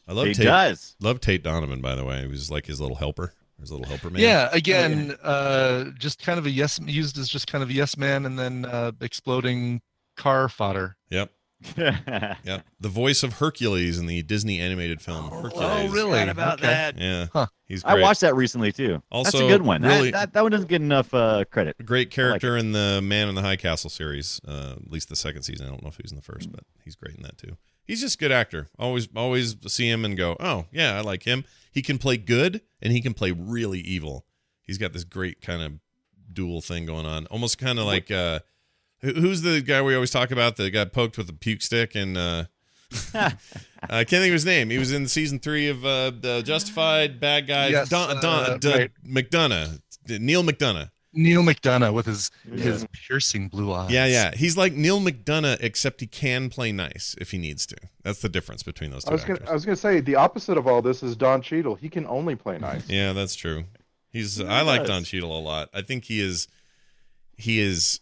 [SPEAKER 1] I love
[SPEAKER 4] He
[SPEAKER 1] Tate.
[SPEAKER 4] does.
[SPEAKER 1] Love Tate Donovan, by the way. He was like his little helper, his little helper man.
[SPEAKER 4] Oh,
[SPEAKER 6] Yeah, again, Uh, just kind of a yes, used as just kind of a yes man, and then uh, exploding car fodder.
[SPEAKER 1] Yep. Yep. The voice of Hercules in the Disney animated film Hercules.
[SPEAKER 6] Oh, really?
[SPEAKER 4] Forgot about
[SPEAKER 6] Okay.
[SPEAKER 4] that.
[SPEAKER 1] Yeah.
[SPEAKER 6] Huh.
[SPEAKER 1] He's
[SPEAKER 4] I
[SPEAKER 1] great.
[SPEAKER 4] watched that recently too. That's a
[SPEAKER 1] Also,
[SPEAKER 4] good one. That-
[SPEAKER 1] really-
[SPEAKER 4] That, that, one doesn't get enough uh, credit.
[SPEAKER 1] great
[SPEAKER 4] I like
[SPEAKER 1] character in the Man in the High Castle series, uh, at least the second season. I don't know if he was in the first, but he's great in that too. He's just a good actor. Always, always see him and go, oh yeah, I like him. He can play good and he can play really evil. He's got this great kind of dual thing going on, almost kind of like uh, who- who's the guy we always talk about that got poked with a puke stick and. Uh, I can't think of his name. He was in season three of uh, the Justified Bad Guys.
[SPEAKER 6] Yes,
[SPEAKER 1] Don, Don,
[SPEAKER 6] uh,
[SPEAKER 1] D-
[SPEAKER 6] right.
[SPEAKER 1] McDonough, Neil McDonough.
[SPEAKER 6] Neil McDonough with his his piercing blue eyes.
[SPEAKER 1] Yeah, yeah. He's like Neil McDonough, except he can play nice if he needs to. That's the difference between those two
[SPEAKER 5] I was gonna
[SPEAKER 1] actors.
[SPEAKER 5] I was gonna say the opposite of all this is Don Cheadle. He can only play
[SPEAKER 4] Mm-hmm.
[SPEAKER 5] nice.
[SPEAKER 1] yeah, that's true. He's.
[SPEAKER 4] He
[SPEAKER 1] I like
[SPEAKER 4] does.
[SPEAKER 1] Don Cheadle a lot. I think he is. He is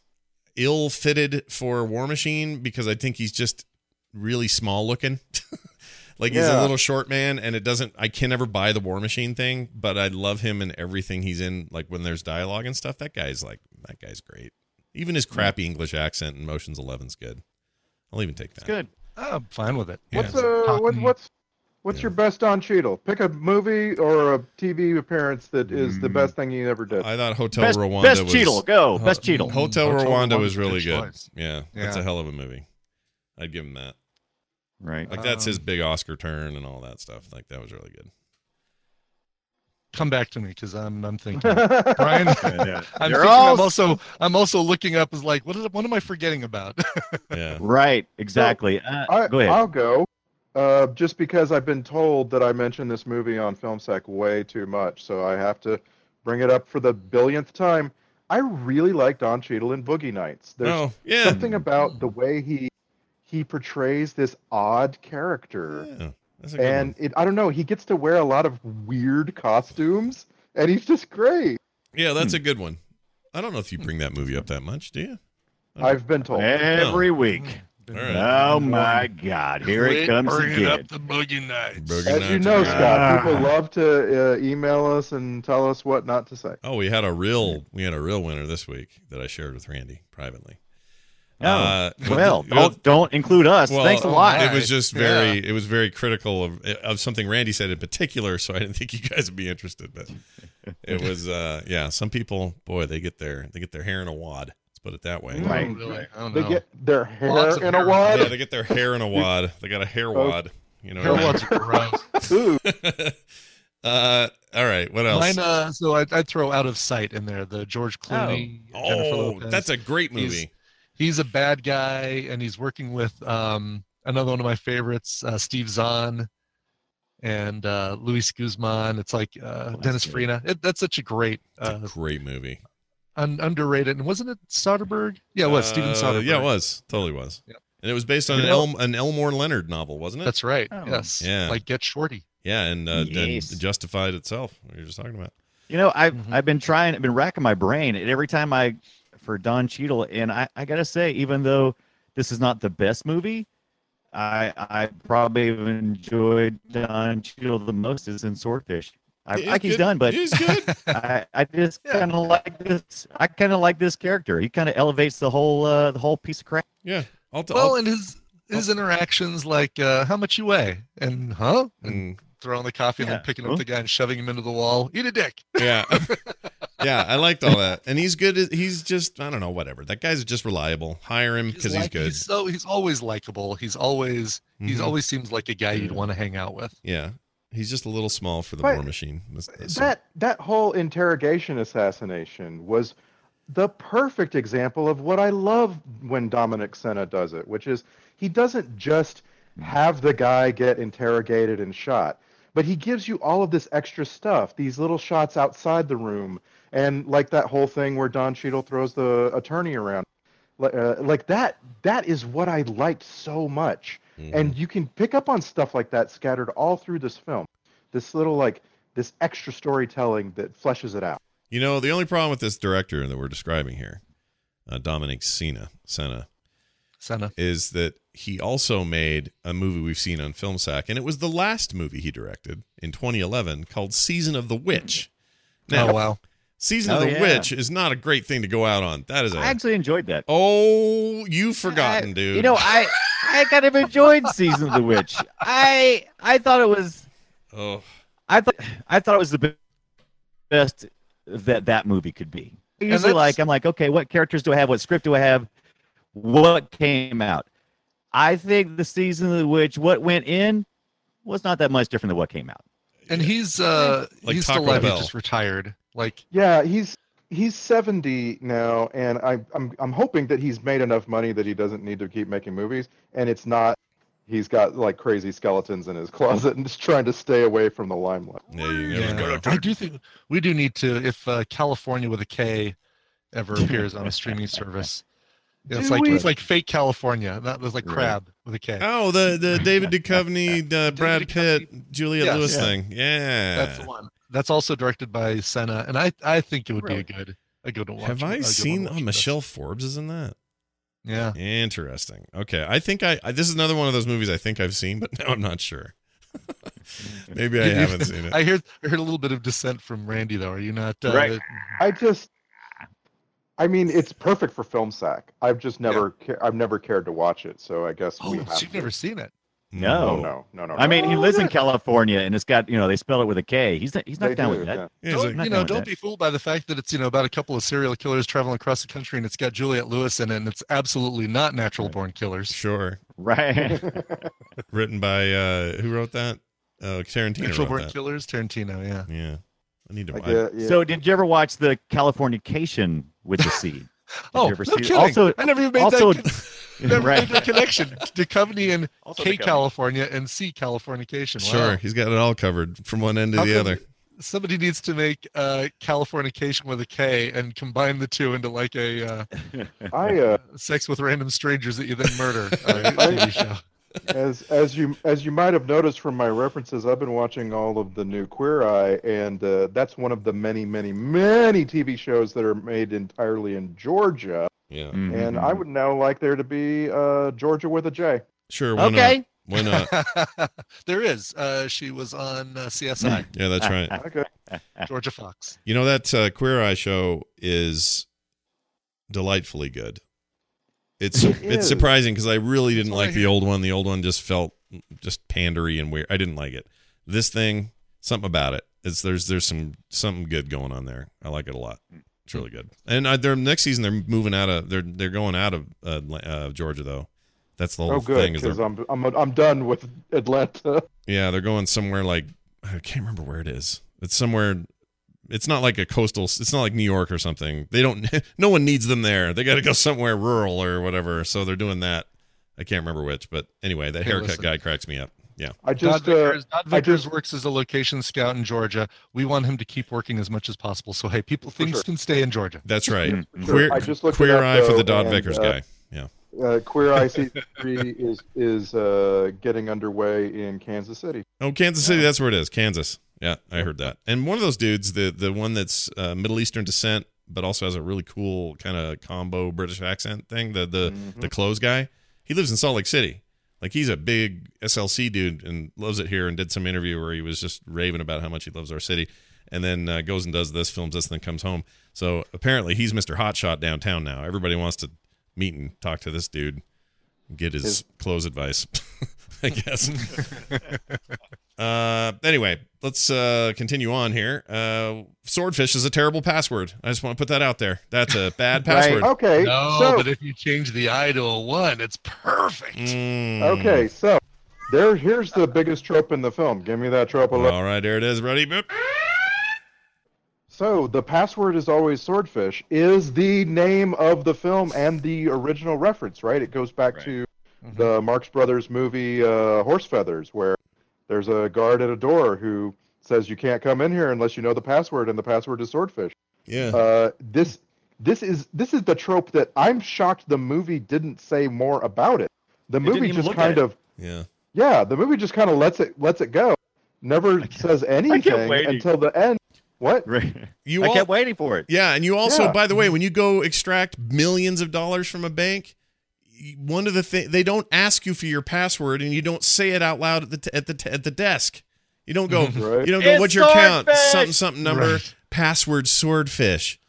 [SPEAKER 1] ill-fitted for War Machine because I think he's just really small looking. like he's a
[SPEAKER 5] Yeah.
[SPEAKER 1] little short man, and it doesn't. I can never buy the War Machine thing, but I love him in everything he's in. Like when there's dialogue and stuff, that guy's like that guy's great. Even his crappy English accent in Motions Eleven's good. I'll even take that.
[SPEAKER 4] It's good.
[SPEAKER 6] I'm fine with it.
[SPEAKER 5] What's
[SPEAKER 1] Yeah.
[SPEAKER 5] uh, what,
[SPEAKER 6] Cotton.
[SPEAKER 5] what's what's
[SPEAKER 1] Yeah.
[SPEAKER 5] your best Don Cheadle? Pick a movie or a TV appearance that is the
[SPEAKER 4] Mm.
[SPEAKER 5] best thing he ever did.
[SPEAKER 1] I thought Hotel
[SPEAKER 4] Best,
[SPEAKER 1] Rwanda
[SPEAKER 4] best
[SPEAKER 1] was
[SPEAKER 4] Cheadle, go.
[SPEAKER 1] Huh.
[SPEAKER 4] Oh, best Cheadle.
[SPEAKER 1] Hotel,
[SPEAKER 6] Hotel
[SPEAKER 1] Rwanda
[SPEAKER 6] Rwanda's
[SPEAKER 1] was
[SPEAKER 6] a good
[SPEAKER 1] really good.
[SPEAKER 6] choice.
[SPEAKER 1] Yeah, that's a
[SPEAKER 6] Yeah.
[SPEAKER 1] hell of a movie. I'd give him that.
[SPEAKER 4] Right.
[SPEAKER 1] Like that's
[SPEAKER 6] Um,
[SPEAKER 1] his big Oscar turn and all that stuff. Like that was really good.
[SPEAKER 6] Come back to me because I'm I'm thinking. Brian, I'm,
[SPEAKER 4] You're
[SPEAKER 6] thinking
[SPEAKER 4] all
[SPEAKER 6] I'm also I'm also looking up as like what is, what am I forgetting about? Mm.
[SPEAKER 1] Yeah.
[SPEAKER 4] Right. Exactly.
[SPEAKER 5] I,
[SPEAKER 4] uh, go ahead.
[SPEAKER 5] I'll go. Uh, just because I've been told that I mentioned this movie on FilmSec way too much, so I have to bring it up for the billionth time. I really like Don Cheadle in Boogie Nights. There's
[SPEAKER 1] oh yeah.
[SPEAKER 5] something about the way he he portrays this odd character.
[SPEAKER 1] Yeah, That's a good
[SPEAKER 5] and
[SPEAKER 1] one.
[SPEAKER 5] it, I don't know. He gets to wear a lot of weird costumes, and he's just great.
[SPEAKER 1] yeah, that's a good one. I don't know if you bring that movie up that much, do you? Oh.
[SPEAKER 5] I've been told.
[SPEAKER 4] Every week.
[SPEAKER 1] All right.
[SPEAKER 4] Oh my God! Here it
[SPEAKER 6] Quit
[SPEAKER 4] comes
[SPEAKER 6] bringing
[SPEAKER 4] again.
[SPEAKER 6] up the boogie nights.
[SPEAKER 1] Boogie
[SPEAKER 5] As
[SPEAKER 1] Nights
[SPEAKER 5] you know,
[SPEAKER 1] are-
[SPEAKER 5] Scott, people
[SPEAKER 4] Ah.
[SPEAKER 5] love to uh, email us and tell us what not to say.
[SPEAKER 1] Oh, we had a real we had a real winner this week that I shared with Randy privately.
[SPEAKER 4] Oh,
[SPEAKER 1] Uh,
[SPEAKER 4] well,
[SPEAKER 1] you know-
[SPEAKER 4] don't don't include us.
[SPEAKER 1] Well,
[SPEAKER 4] Thanks a lot.
[SPEAKER 1] It was just very,
[SPEAKER 6] Yeah.
[SPEAKER 1] it was very critical of of something Randy said in particular. So I didn't think you guys would be interested, but it was, uh, yeah. Some people, boy, they get their they get their hair in a wad. Let's put it that way.
[SPEAKER 5] Right.
[SPEAKER 6] Oh, really? I don't
[SPEAKER 5] They
[SPEAKER 6] know.
[SPEAKER 5] get their hair
[SPEAKER 6] Lots of
[SPEAKER 5] in a
[SPEAKER 6] hair.
[SPEAKER 5] wad.
[SPEAKER 1] Yeah, they get their hair in a wad. They got a hair wad. You know.
[SPEAKER 6] Hair
[SPEAKER 1] what I
[SPEAKER 6] wads are gross.
[SPEAKER 5] Ooh,
[SPEAKER 1] mean? uh, all right. What else?
[SPEAKER 6] Mine, uh, so I, I'd throw out of sight in there the George Clooney. uh, Jennifer
[SPEAKER 1] oh,
[SPEAKER 6] Lopez.
[SPEAKER 1] that's a great
[SPEAKER 6] He's-
[SPEAKER 1] movie.
[SPEAKER 6] he's a bad guy and he's working with um, another one of my favorites, uh, Steve Zahn and uh, Luis Guzman. It's like uh,
[SPEAKER 4] that's
[SPEAKER 6] Dennis
[SPEAKER 4] good.
[SPEAKER 6] Farina. It, that's such a great,
[SPEAKER 1] It's
[SPEAKER 6] uh,
[SPEAKER 1] a great movie.
[SPEAKER 6] un- underrated. And wasn't it Soderbergh? Yeah, it was Steven
[SPEAKER 1] Uh,
[SPEAKER 6] Soderbergh.
[SPEAKER 1] Yeah, it was. Totally was.
[SPEAKER 6] Yep.
[SPEAKER 1] And and it was based on an,
[SPEAKER 6] You
[SPEAKER 1] El- an Elmore Leonard novel, wasn't it?
[SPEAKER 6] That's right.
[SPEAKER 4] Oh.
[SPEAKER 6] Yes.
[SPEAKER 1] Yeah.
[SPEAKER 6] Like Get Shorty.
[SPEAKER 1] yeah, and, uh,
[SPEAKER 4] Yes.
[SPEAKER 1] and justified itself. What you were just talking about.
[SPEAKER 4] You know, I've
[SPEAKER 6] Mhm.
[SPEAKER 4] I've been trying, I've been racking my brain, and every time I for Don Cheadle, and I I gotta say, even though this is not the best movie, I I probably have enjoyed Don Cheadle the most is in Swordfish. I
[SPEAKER 1] It-
[SPEAKER 4] like he's
[SPEAKER 1] it-
[SPEAKER 4] done, but
[SPEAKER 1] it's good.
[SPEAKER 4] I, I just
[SPEAKER 6] Yeah.
[SPEAKER 4] kind of like this. I kind of like this character. He kind of elevates the whole uh, the whole piece of crap.
[SPEAKER 1] yeah, I'll, t-
[SPEAKER 6] Well,
[SPEAKER 1] I'll
[SPEAKER 6] and his his interactions like uh, how much you weigh and huh and
[SPEAKER 1] mm,
[SPEAKER 6] throwing the coffee and
[SPEAKER 4] Yeah.
[SPEAKER 6] then picking
[SPEAKER 4] Huh?
[SPEAKER 6] up the guy and shoving him into the wall eat a dick
[SPEAKER 1] yeah, yeah. I liked all that, and he's good. at- He's just I don't know, whatever. That guy's just reliable. Hire him because he's
[SPEAKER 6] like-
[SPEAKER 1] good.
[SPEAKER 6] so he's always likable he's always he's
[SPEAKER 1] Mhm.
[SPEAKER 6] always seems like a guy you'd want to hang out with
[SPEAKER 1] yeah. He's just a little small for the
[SPEAKER 5] But
[SPEAKER 1] war machine. That's- that's-
[SPEAKER 5] that that whole interrogation assassination was the perfect example of what I love when Dominic Senna does it, which is he doesn't just have the guy get interrogated and shot, but he gives you all of this extra stuff, these little shots outside the room, and like that whole thing where Don Cheadle throws the attorney around, Li- uh, like that. That is what I liked so much
[SPEAKER 1] Mhm.
[SPEAKER 5] and you can pick up on stuff like that scattered all through this film this little like this extra storytelling that fleshes it out
[SPEAKER 1] You know, the only problem with this director that we're describing here, uh, Dominic Sena, Sena,
[SPEAKER 6] Senna.
[SPEAKER 1] is that he also made a movie we've seen on Film Sack, and it was the last movie he directed in 2011 called Season of the Witch. Now,
[SPEAKER 6] oh wow
[SPEAKER 1] Season of
[SPEAKER 4] Oh,
[SPEAKER 1] the
[SPEAKER 4] yeah.
[SPEAKER 1] Witch is not a great thing to go out on. That is a
[SPEAKER 4] I actually enjoyed that.
[SPEAKER 1] oh, you've forgotten,
[SPEAKER 4] I-
[SPEAKER 1] dude.
[SPEAKER 4] You know, I I kind of enjoyed season of the witch. I I thought it was
[SPEAKER 1] oh,
[SPEAKER 4] I thought I thought it was the be- best that that movie could be. Usually,
[SPEAKER 6] that's-
[SPEAKER 4] like I'm like, okay, what characters do I have? What script do I have? What came out? I think the season of the witch, what went in, was not that much different than what came out.
[SPEAKER 6] and he's uh
[SPEAKER 1] Like
[SPEAKER 6] he's
[SPEAKER 1] Taco
[SPEAKER 6] still alive
[SPEAKER 1] Bell.
[SPEAKER 6] he's just retired like
[SPEAKER 5] yeah he's he's 70 now and I, I'm, I'm hoping that he's made enough money that he doesn't need to keep making movies and it's not he's got like crazy skeletons in his closet and just trying to stay away from the limelight
[SPEAKER 1] yeah, you never know.
[SPEAKER 6] yeah. i do think we do need to if uh, california with a k ever appears on a streaming service yeah, it's
[SPEAKER 5] Do
[SPEAKER 6] like
[SPEAKER 5] we-
[SPEAKER 6] it's like fake california that was like
[SPEAKER 4] Right.
[SPEAKER 6] crab with a k
[SPEAKER 1] Oh, the the David Duchovny, uh, Brad
[SPEAKER 6] Duchovny.
[SPEAKER 1] Pitt, Juliet
[SPEAKER 6] Yes.
[SPEAKER 1] Lewis
[SPEAKER 4] Yeah.
[SPEAKER 1] thing. Yeah.
[SPEAKER 6] That's the one. That's also directed by Senna, and I I think it would be a good a good one. to watch.
[SPEAKER 1] Have
[SPEAKER 6] a good
[SPEAKER 1] I
[SPEAKER 6] one to
[SPEAKER 1] seen?
[SPEAKER 6] watch
[SPEAKER 1] Oh,
[SPEAKER 6] with
[SPEAKER 1] Michelle Forbes is in that.
[SPEAKER 6] this. Yeah.
[SPEAKER 1] Interesting. Okay, I think I, I this is another one of those movies I think I've seen, but now I'm not sure. Maybe I
[SPEAKER 6] You-
[SPEAKER 1] haven't seen it.
[SPEAKER 6] I heard I heard a little bit of dissent from Randy though. Are you not? Uh,
[SPEAKER 4] Right.
[SPEAKER 5] i just i mean it's perfect for film sack i've just never ca- i've never cared to watch it so i guess
[SPEAKER 6] Oh,
[SPEAKER 5] we
[SPEAKER 6] so
[SPEAKER 5] have
[SPEAKER 6] you've
[SPEAKER 5] to.
[SPEAKER 6] never seen it.
[SPEAKER 5] oh
[SPEAKER 4] No.
[SPEAKER 5] no no no
[SPEAKER 4] I mean, he
[SPEAKER 6] Oh,
[SPEAKER 5] no,
[SPEAKER 4] lives in
[SPEAKER 5] no.
[SPEAKER 4] California, and it's got you know they spell it with a K. He's not he's not
[SPEAKER 5] They
[SPEAKER 4] down
[SPEAKER 5] do,
[SPEAKER 4] with that.
[SPEAKER 5] yeah.
[SPEAKER 1] Yeah, it's
[SPEAKER 6] Don't,
[SPEAKER 1] like-
[SPEAKER 4] Not
[SPEAKER 6] you know,
[SPEAKER 4] doing
[SPEAKER 6] don't
[SPEAKER 4] that.
[SPEAKER 6] be fooled by the fact that it's you know about a couple of serial killers traveling across the country and it's got Juliet Lewis in it, and it's absolutely not natural born killers.
[SPEAKER 1] sure.
[SPEAKER 4] Right.
[SPEAKER 1] Written by uh who wrote that? Oh, Tarantino
[SPEAKER 6] Natural
[SPEAKER 1] wrote
[SPEAKER 6] born
[SPEAKER 1] that.
[SPEAKER 6] killers, Tarantino. Yeah.
[SPEAKER 1] Yeah, I need to.
[SPEAKER 5] Like,
[SPEAKER 1] I-
[SPEAKER 5] yeah, yeah.
[SPEAKER 4] So, did you ever watch the Californication with the C? Did
[SPEAKER 6] Oh,
[SPEAKER 4] you
[SPEAKER 6] no
[SPEAKER 4] ever see-
[SPEAKER 6] kidding.
[SPEAKER 4] Also,
[SPEAKER 6] I never even made
[SPEAKER 4] also,
[SPEAKER 6] that. con- Never
[SPEAKER 4] right.
[SPEAKER 6] made that connection. Duchovny and
[SPEAKER 4] Also
[SPEAKER 6] K
[SPEAKER 4] Duchovny.
[SPEAKER 6] California and C Californication. Wow.
[SPEAKER 1] Sure, he's got it all covered from one end to
[SPEAKER 6] How
[SPEAKER 1] the
[SPEAKER 6] come-
[SPEAKER 1] other.
[SPEAKER 6] somebody needs to make uh californication with a k and combine the two into like a uh,
[SPEAKER 5] i uh
[SPEAKER 6] sex with random strangers that you then murder uh, TV show.
[SPEAKER 5] as as you as you might have noticed from my references, I've been watching all of the new Queer Eye, and uh, that's one of the many, many, many TV shows that are made entirely in Georgia.
[SPEAKER 1] Yeah,
[SPEAKER 4] Mm-hmm.
[SPEAKER 5] And
[SPEAKER 1] Mm-hmm.
[SPEAKER 5] I would now like there to be uh, Georgia with a J.
[SPEAKER 1] sure. Why
[SPEAKER 4] Okay.
[SPEAKER 1] Not? Why not?
[SPEAKER 6] there is uh she was on uh, csi
[SPEAKER 1] Yeah, that's right.
[SPEAKER 5] Okay.
[SPEAKER 6] georgia fox
[SPEAKER 1] You know that uh, Queer Eye show is delightfully good. It's
[SPEAKER 5] It
[SPEAKER 1] it's
[SPEAKER 5] is.
[SPEAKER 1] surprising because I really didn't
[SPEAKER 6] what I
[SPEAKER 1] like the old one. The old one just felt just pandery and weird. I didn't like it. This thing, something about it. It's there's there's some something good going on there. I like it a lot. It's really good. And I, their next season they're moving out of they're they're going out of uh, Atla- uh, Georgia though. That's the whole
[SPEAKER 5] Oh,
[SPEAKER 1] thing.
[SPEAKER 5] good,
[SPEAKER 1] Is they're,
[SPEAKER 5] because I'm I'm I'm done with Atlanta.
[SPEAKER 1] yeah, they're going somewhere like I can't remember where it is. It's somewhere. It's not like a coastal. It's not like New York or something. They don't. No one needs them there. They got to go somewhere rural or whatever. So they're doing that. I can't remember which, but anyway, that
[SPEAKER 6] Hey,
[SPEAKER 1] haircut
[SPEAKER 6] listen.
[SPEAKER 1] guy cracks me up.
[SPEAKER 5] I just
[SPEAKER 6] Dodd
[SPEAKER 5] uh,
[SPEAKER 6] Vickers, Dodd
[SPEAKER 5] I
[SPEAKER 6] Vickers
[SPEAKER 5] just-
[SPEAKER 6] works as a location scout in Georgia. We want him to keep working as much as possible. So hey, people,
[SPEAKER 5] For
[SPEAKER 6] things
[SPEAKER 5] sure.
[SPEAKER 6] can stay in Georgia.
[SPEAKER 1] That's right.
[SPEAKER 4] Mm.
[SPEAKER 5] sure,
[SPEAKER 1] Queer,
[SPEAKER 5] I just looked it
[SPEAKER 1] queer
[SPEAKER 5] up,
[SPEAKER 1] eye for
[SPEAKER 5] though,
[SPEAKER 1] the Dodd
[SPEAKER 5] and,
[SPEAKER 1] Vickers
[SPEAKER 5] uh,
[SPEAKER 1] guy.
[SPEAKER 5] uh, Queer Eye season three is is uh, getting underway in Kansas City.
[SPEAKER 1] Oh, Kansas City, that's where it is. Kansas. Yeah, I heard that. And one of those dudes, the the one that's uh, Middle Eastern descent, but also has a really cool kind of combo British accent thing. The the the clothes guy. He lives in Salt Lake City. Like he's a big SLC dude and loves it here. And did some interview where he was just raving about how much he loves our city. And then uh, goes and does this, films this, and then comes home. So apparently he's Mr. Hotshot downtown now. Everybody wants to meet and talk to this dude, and get his,
[SPEAKER 5] His-
[SPEAKER 1] clothes advice. I guess. uh, anyway, let's uh, continue on here. Uh, swordfish is a terrible password. I just want to put that out there. That's a bad password.
[SPEAKER 5] Okay,
[SPEAKER 6] No,
[SPEAKER 5] so
[SPEAKER 6] but if you change the I to a one, it's perfect.
[SPEAKER 1] Mm.
[SPEAKER 5] okay, so there here's the biggest trope in the film. Give me that trope. alone.
[SPEAKER 1] All right, there it is. Ready? Boop.
[SPEAKER 5] So the password is always swordfish. Is the name of the film and the original reference right? It goes back to
[SPEAKER 4] Mm-hmm.
[SPEAKER 5] the Marx Brothers movie uh, Horse Feathers, where there's a guard at a door who says you can't come in here unless you know the password, and the password is swordfish.
[SPEAKER 1] Yeah.
[SPEAKER 5] Uh, this this is this is the trope that I'm shocked the movie didn't say more about it. The
[SPEAKER 4] didn't
[SPEAKER 5] movie
[SPEAKER 4] even
[SPEAKER 5] just
[SPEAKER 4] look at
[SPEAKER 5] kind
[SPEAKER 4] it.
[SPEAKER 5] of
[SPEAKER 1] yeah.
[SPEAKER 5] yeah, the movie just kind of lets it lets it go. Never says anything
[SPEAKER 4] waiting.
[SPEAKER 5] until the end. What?
[SPEAKER 4] Right.
[SPEAKER 1] You
[SPEAKER 4] I
[SPEAKER 1] all,
[SPEAKER 4] kept waiting for it.
[SPEAKER 1] Yeah, and you also,
[SPEAKER 5] Yeah.
[SPEAKER 1] by the way, when you go extract millions of dollars from a bank, y- one of the thing they don't ask you for your password, and you don't say it out loud at the t- at the t- at the desk. You don't go.
[SPEAKER 5] Right.
[SPEAKER 1] You don't go.
[SPEAKER 4] It's
[SPEAKER 1] What's your account?
[SPEAKER 4] swordfish!"
[SPEAKER 1] Something something number password swordfish.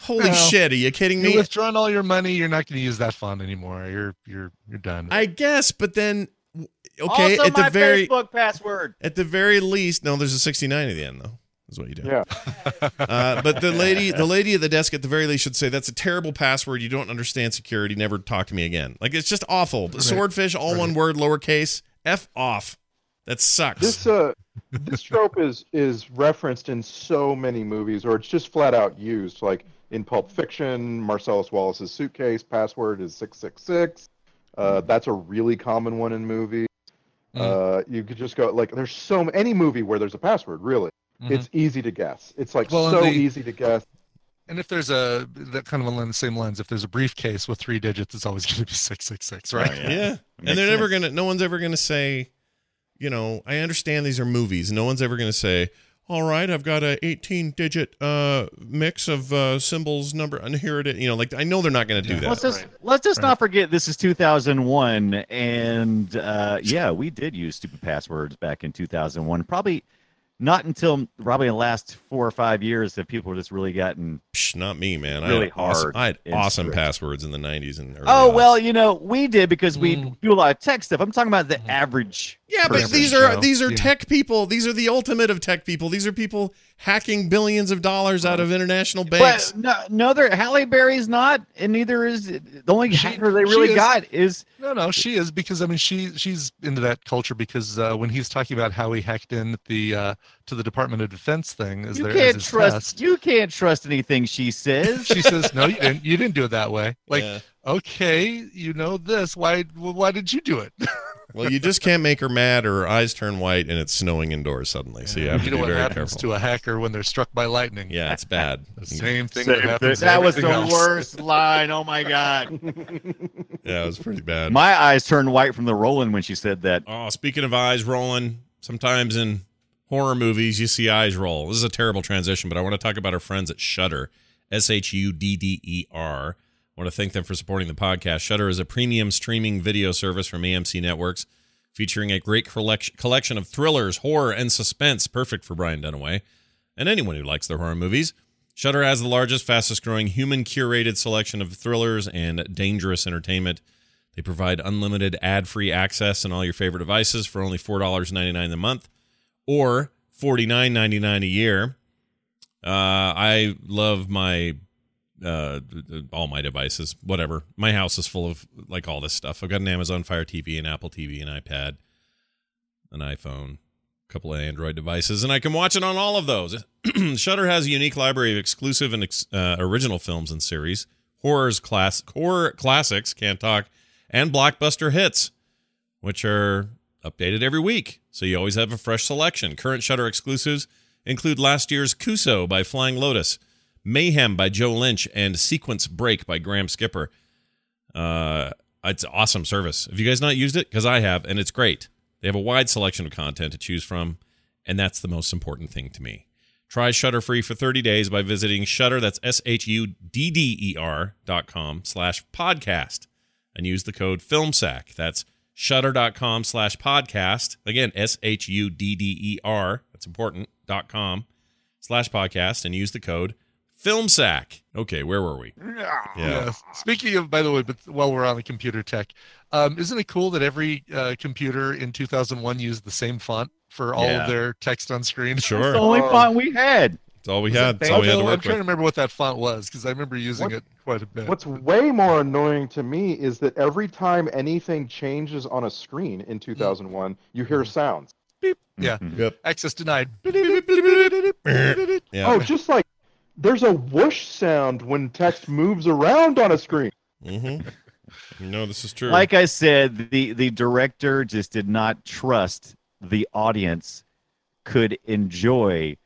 [SPEAKER 1] Holy
[SPEAKER 5] Oh.
[SPEAKER 6] Well,
[SPEAKER 1] shit! Are you kidding
[SPEAKER 6] You
[SPEAKER 1] me?
[SPEAKER 6] withdrawn all your money. You're not going to use that font anymore. You're you're you're done.
[SPEAKER 1] I guess, but then w- okay.
[SPEAKER 4] also
[SPEAKER 1] at the
[SPEAKER 4] my
[SPEAKER 1] very
[SPEAKER 4] Facebook password.
[SPEAKER 1] at the very least, no. There's a 69 at the end though. Is what you do.
[SPEAKER 5] Yeah.
[SPEAKER 1] Uh, but the lady, the lady at the desk, at the very least, should say that's a terrible password. You don't understand security. Never talk to me again. Like it's just awful. Swordfish, all one word, lowercase. F off. That sucks.
[SPEAKER 5] This uh this trope is is referenced in so many movies or it's just flat out used like in Pulp Fiction, Marcellus Wallace's suitcase password is 666. Uh
[SPEAKER 6] Hmm.
[SPEAKER 5] that's a really common one in movies. Uh you could just go like there's so m- any movie where there's a password, really.
[SPEAKER 6] Mm-hmm.
[SPEAKER 5] It's easy to guess. It's like
[SPEAKER 6] Hmm. Well, and
[SPEAKER 5] so
[SPEAKER 6] the-
[SPEAKER 5] easy to guess. the
[SPEAKER 6] and if there's a that kind of along the same lines, if there's a briefcase with three digits, it's always going to be six six six, right?
[SPEAKER 1] yeah. And they're never gonna. No one's ever gonna say. You know, I understand these are movies. No one's ever gonna say. All right, I've got a 18-digit uh, mix of uh, symbols number, and here it is. You know, like I know they're not going to do
[SPEAKER 6] Yeah.
[SPEAKER 1] that.
[SPEAKER 4] Let's just
[SPEAKER 6] Right.
[SPEAKER 4] let's just not forget this is 2001, and uh, yeah, we did use stupid passwords back in 2001. Probably not until probably the last four or five years have people just really gotten.
[SPEAKER 1] Psh, not me, man. I
[SPEAKER 4] Really
[SPEAKER 1] had awesome,
[SPEAKER 4] hard
[SPEAKER 1] I had
[SPEAKER 4] and
[SPEAKER 1] awesome
[SPEAKER 4] strict.
[SPEAKER 1] passwords in the '90s and early
[SPEAKER 4] Oh
[SPEAKER 1] aughts.
[SPEAKER 4] well, you know we did because we
[SPEAKER 6] Mm. Mm-hmm.
[SPEAKER 4] do a lot of tech stuff. I'm talking about the average.
[SPEAKER 1] Yeah, but
[SPEAKER 6] Perfect
[SPEAKER 1] these are
[SPEAKER 6] show.
[SPEAKER 1] these are
[SPEAKER 6] Yeah.
[SPEAKER 1] tech people. These are the ultimate of tech people. These are people hacking billions of dollars out of international banks.
[SPEAKER 4] But no, no, there Halle Berry's not, and neither is the only
[SPEAKER 6] She-
[SPEAKER 4] hacker they
[SPEAKER 6] she
[SPEAKER 4] really
[SPEAKER 6] is-
[SPEAKER 4] got is
[SPEAKER 6] No, no, she is because I mean she she's into that culture because uh, when he's talking about how he hacked in at the uh, to the Department of Defense thing, is
[SPEAKER 4] you
[SPEAKER 6] there as
[SPEAKER 4] can't
[SPEAKER 6] his
[SPEAKER 4] trust
[SPEAKER 6] test,
[SPEAKER 4] you can't trust anything she says.
[SPEAKER 6] she says, "No, you didn't. You didn't do it that way." Like,
[SPEAKER 1] Yeah.
[SPEAKER 6] okay, you know this. Why? well, Why did you do it?
[SPEAKER 1] well, you just can't make her mad, or her eyes turn white, and it's snowing indoors suddenly. So you have to
[SPEAKER 6] you know
[SPEAKER 1] be
[SPEAKER 6] what
[SPEAKER 1] very
[SPEAKER 6] happens
[SPEAKER 1] careful.
[SPEAKER 6] to a hacker when they're struck by lightning?
[SPEAKER 1] yeah, it's bad.
[SPEAKER 6] the same thing.
[SPEAKER 4] Same
[SPEAKER 6] that,
[SPEAKER 4] thing.
[SPEAKER 6] happens to
[SPEAKER 4] That was the
[SPEAKER 6] everything else.
[SPEAKER 4] worst line. Oh my god.
[SPEAKER 1] Yeah, it was pretty bad.
[SPEAKER 4] My eyes turned white from the rolling when she said that.
[SPEAKER 1] Oh, speaking of eyes rolling, sometimes in horror movies you see eyes roll. This is a terrible transition, but I want to talk about our friends at Shudder, S H U D D E R. I want to thank them for supporting the podcast. Shudder is a premium streaming video service from AMC Networks, featuring a great collection collection of thrillers, horror, and suspense, perfect for Brian Dunaway and anyone who likes their horror movies. Shudder has the largest, fastest growing human curated selection of thrillers and dangerous entertainment. They provide unlimited ad free access on all your favorite devices for only $4.99 a month or $49.99 a year. Uh, I love my uh th- th- all my devices whatever my house is full of like all this stuff i've got an amazon fire tv an apple tv an ipad an iphone a couple of android devices and i can watch it on all of those shutter has a unique library of exclusive and ex- uh, original films and series horrors class horror classics can't talk and blockbuster hits which are updated every week so you always have a fresh selection current shutter exclusives include last year's kuso by flying lotus Mayhem by Joe Lynch and Sequence Break by Graham Skipper. Uh, It's an awesome service. Have you guys not used it? Because I have, and it's great. They have a wide selection of content to choose from, and that's the most important thing to me. Try Shutter free for 30 days by visiting Shutter. That's S H U D D E R dot com slash podcast, and use the code FilmSack. That's Shutter.com slash podcast. Again, S H U D D E R. That's important. Dot com slash podcast, and use the code FilmSack. Okay, where were we? Yeah.
[SPEAKER 6] Yes. Speaking of, by the way, but while we're on the computer tech, um, isn't it cool that every uh, computer in 2001 used the same font for all
[SPEAKER 4] Yeah.
[SPEAKER 6] of their text on screen?
[SPEAKER 4] It's the
[SPEAKER 1] Sure.
[SPEAKER 4] only
[SPEAKER 5] Oh.
[SPEAKER 4] font we had.
[SPEAKER 1] That's all we
[SPEAKER 6] Was it
[SPEAKER 1] had. That's all we had to
[SPEAKER 6] Fayetteville? I'm
[SPEAKER 1] work
[SPEAKER 6] trying to
[SPEAKER 1] with.
[SPEAKER 6] remember what that font was because I remember using
[SPEAKER 5] What-
[SPEAKER 6] it quite a bit.
[SPEAKER 5] What's way more annoying to me is that every time anything changes on a screen
[SPEAKER 4] Mm.
[SPEAKER 5] in 2001, you
[SPEAKER 4] Mm-hmm.
[SPEAKER 5] hear sounds.
[SPEAKER 6] Yeah.
[SPEAKER 4] Mhm.
[SPEAKER 6] access denied?
[SPEAKER 1] Yeah.
[SPEAKER 5] Oh, just like there's a whoosh sound when text moves around on a screen.
[SPEAKER 1] Mm-hmm. No, this is true.
[SPEAKER 4] Like I said, the the director just did not trust the audience could enjoy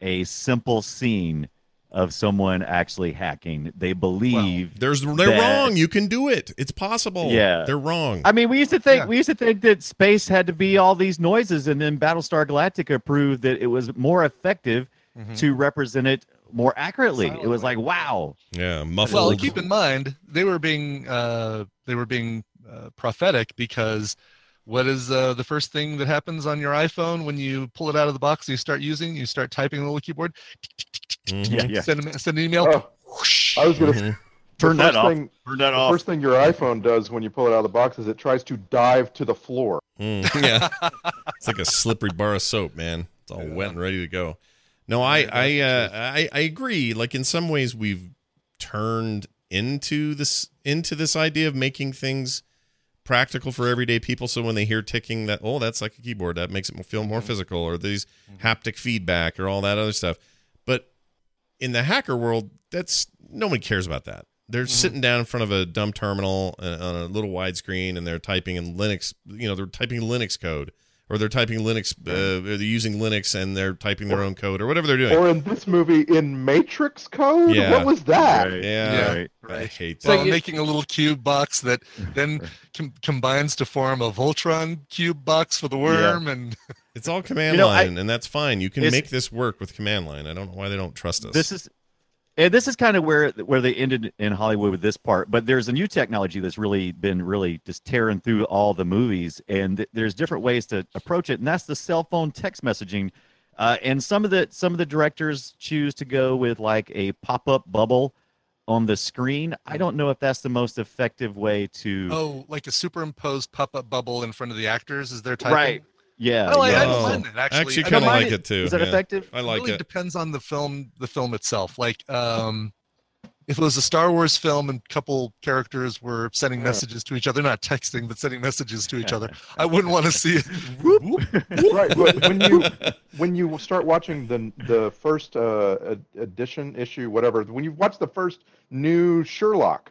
[SPEAKER 4] a simple scene of someone actually hacking. They believe.
[SPEAKER 1] There's they're
[SPEAKER 4] that-
[SPEAKER 1] wrong. You can do it. It's possible.
[SPEAKER 4] Yeah.
[SPEAKER 1] They're wrong.
[SPEAKER 4] I mean, we used to think
[SPEAKER 6] Yeah.
[SPEAKER 4] we used to think that space had to be all these noises, and then Battlestar Galactica proved that it was more effective
[SPEAKER 6] Mhm.
[SPEAKER 4] to represent it more accurately. It was like, wow,
[SPEAKER 1] yeah,
[SPEAKER 6] Well,
[SPEAKER 1] muffled.
[SPEAKER 6] keep in mind they were being uh, they were being uh, prophetic because what is uh, the first thing that happens on your iPhone when you pull it out of the box and you start using you start typing a little keyboard
[SPEAKER 1] Mhm.
[SPEAKER 4] yeah, yeah.
[SPEAKER 6] send a- send an email
[SPEAKER 5] Oh,
[SPEAKER 6] whoosh.
[SPEAKER 5] I was gonna
[SPEAKER 1] Mhm.
[SPEAKER 4] Mm-hmm. Turn
[SPEAKER 5] the
[SPEAKER 4] that
[SPEAKER 5] first
[SPEAKER 4] off.
[SPEAKER 5] thing-
[SPEAKER 4] Turn that
[SPEAKER 5] the first thing your iPhone does when you pull it out of the box is it tries to dive to the floor.
[SPEAKER 1] Mm, yeah. it's like a slippery bar of soap, man. It's all wet and ready to go. No, I I uh, I, I agree. Like in some ways, we've turned into this into this idea of making things practical for everyday people. So when they hear ticking, that oh, that's like a keyboard. That makes it feel more physical, or these haptic feedback, or all that other stuff. But in the hacker world, that's nobody cares about that. They're sitting down in front of a dumb terminal uh, on a little widescreen, and they're typing in Linux. You know, they're typing Linux code, or they're typing Linux. Uh, they're using Linux, and they're typing their own code, or whatever they're doing.
[SPEAKER 5] Or in this movie, in Matrix Code?
[SPEAKER 1] Yeah.
[SPEAKER 5] What was that?
[SPEAKER 4] Right.
[SPEAKER 1] yeah,
[SPEAKER 4] Right.
[SPEAKER 1] I
[SPEAKER 6] right.
[SPEAKER 1] hate
[SPEAKER 6] Well,
[SPEAKER 1] that.
[SPEAKER 6] making a little cube box that then com- combines to form a Voltron cube box for the worm, and
[SPEAKER 1] It's all command
[SPEAKER 4] You know, I-
[SPEAKER 1] line, and that's fine. You can
[SPEAKER 4] It's-
[SPEAKER 1] make this work with command line. I don't know why they don't trust us.
[SPEAKER 4] This is and this is kind of where where they ended in Hollywood with this part. But there's a new technology that's really been really just tearing through all the movies, and th- there's different ways to approach it, and that's the cell phone text messaging. Uh, and some of the some of the directors choose to go with like a pop up bubble on the screen. I don't know if that's the most effective way to.
[SPEAKER 6] oh, like a superimposed pop up bubble in front of the actors as they're typing.
[SPEAKER 4] Right. Yeah.
[SPEAKER 6] I, like,
[SPEAKER 4] yeah.
[SPEAKER 6] I don't
[SPEAKER 1] Oh.
[SPEAKER 6] mind that
[SPEAKER 1] I
[SPEAKER 6] actually.
[SPEAKER 1] actually
[SPEAKER 6] I
[SPEAKER 1] kind of
[SPEAKER 6] don't mind
[SPEAKER 1] like it too.
[SPEAKER 4] Is that
[SPEAKER 1] yeah.
[SPEAKER 4] effective?
[SPEAKER 1] I like
[SPEAKER 6] really
[SPEAKER 1] it.
[SPEAKER 6] depends on the film the film itself like um if it was a star wars film and couple characters were sending
[SPEAKER 5] Yeah.
[SPEAKER 6] messages to each other not texting but sending messages to each other i wouldn't want to see it
[SPEAKER 5] right but when you when you start watching the the first uh ed- edition issue whatever when you watch the first new sherlock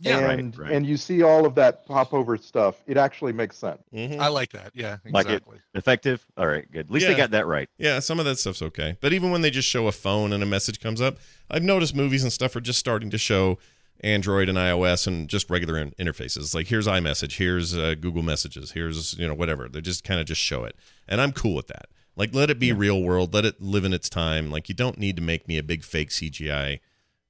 [SPEAKER 6] yeah
[SPEAKER 4] right,
[SPEAKER 5] and
[SPEAKER 4] right.
[SPEAKER 5] and you see all of that popover stuff it actually makes sense
[SPEAKER 1] Mhm.
[SPEAKER 6] i like that yeah
[SPEAKER 4] Like it.
[SPEAKER 6] exactly
[SPEAKER 4] Effective. All right. Good. At least
[SPEAKER 1] Yeah.
[SPEAKER 4] they got that right.
[SPEAKER 1] Yeah, some of that stuff's okay. But even when they just show a phone and a message comes up, I've noticed movies and stuff are just starting to show Android and iOS and just regular in- interfaces. Like here's iMessage, here's uh, Google Messages, here's you know whatever. They just kind of just show it, and I'm cool with that. Like let it be real world, let it live in its time. Like you don't need to make me a big fake CGI,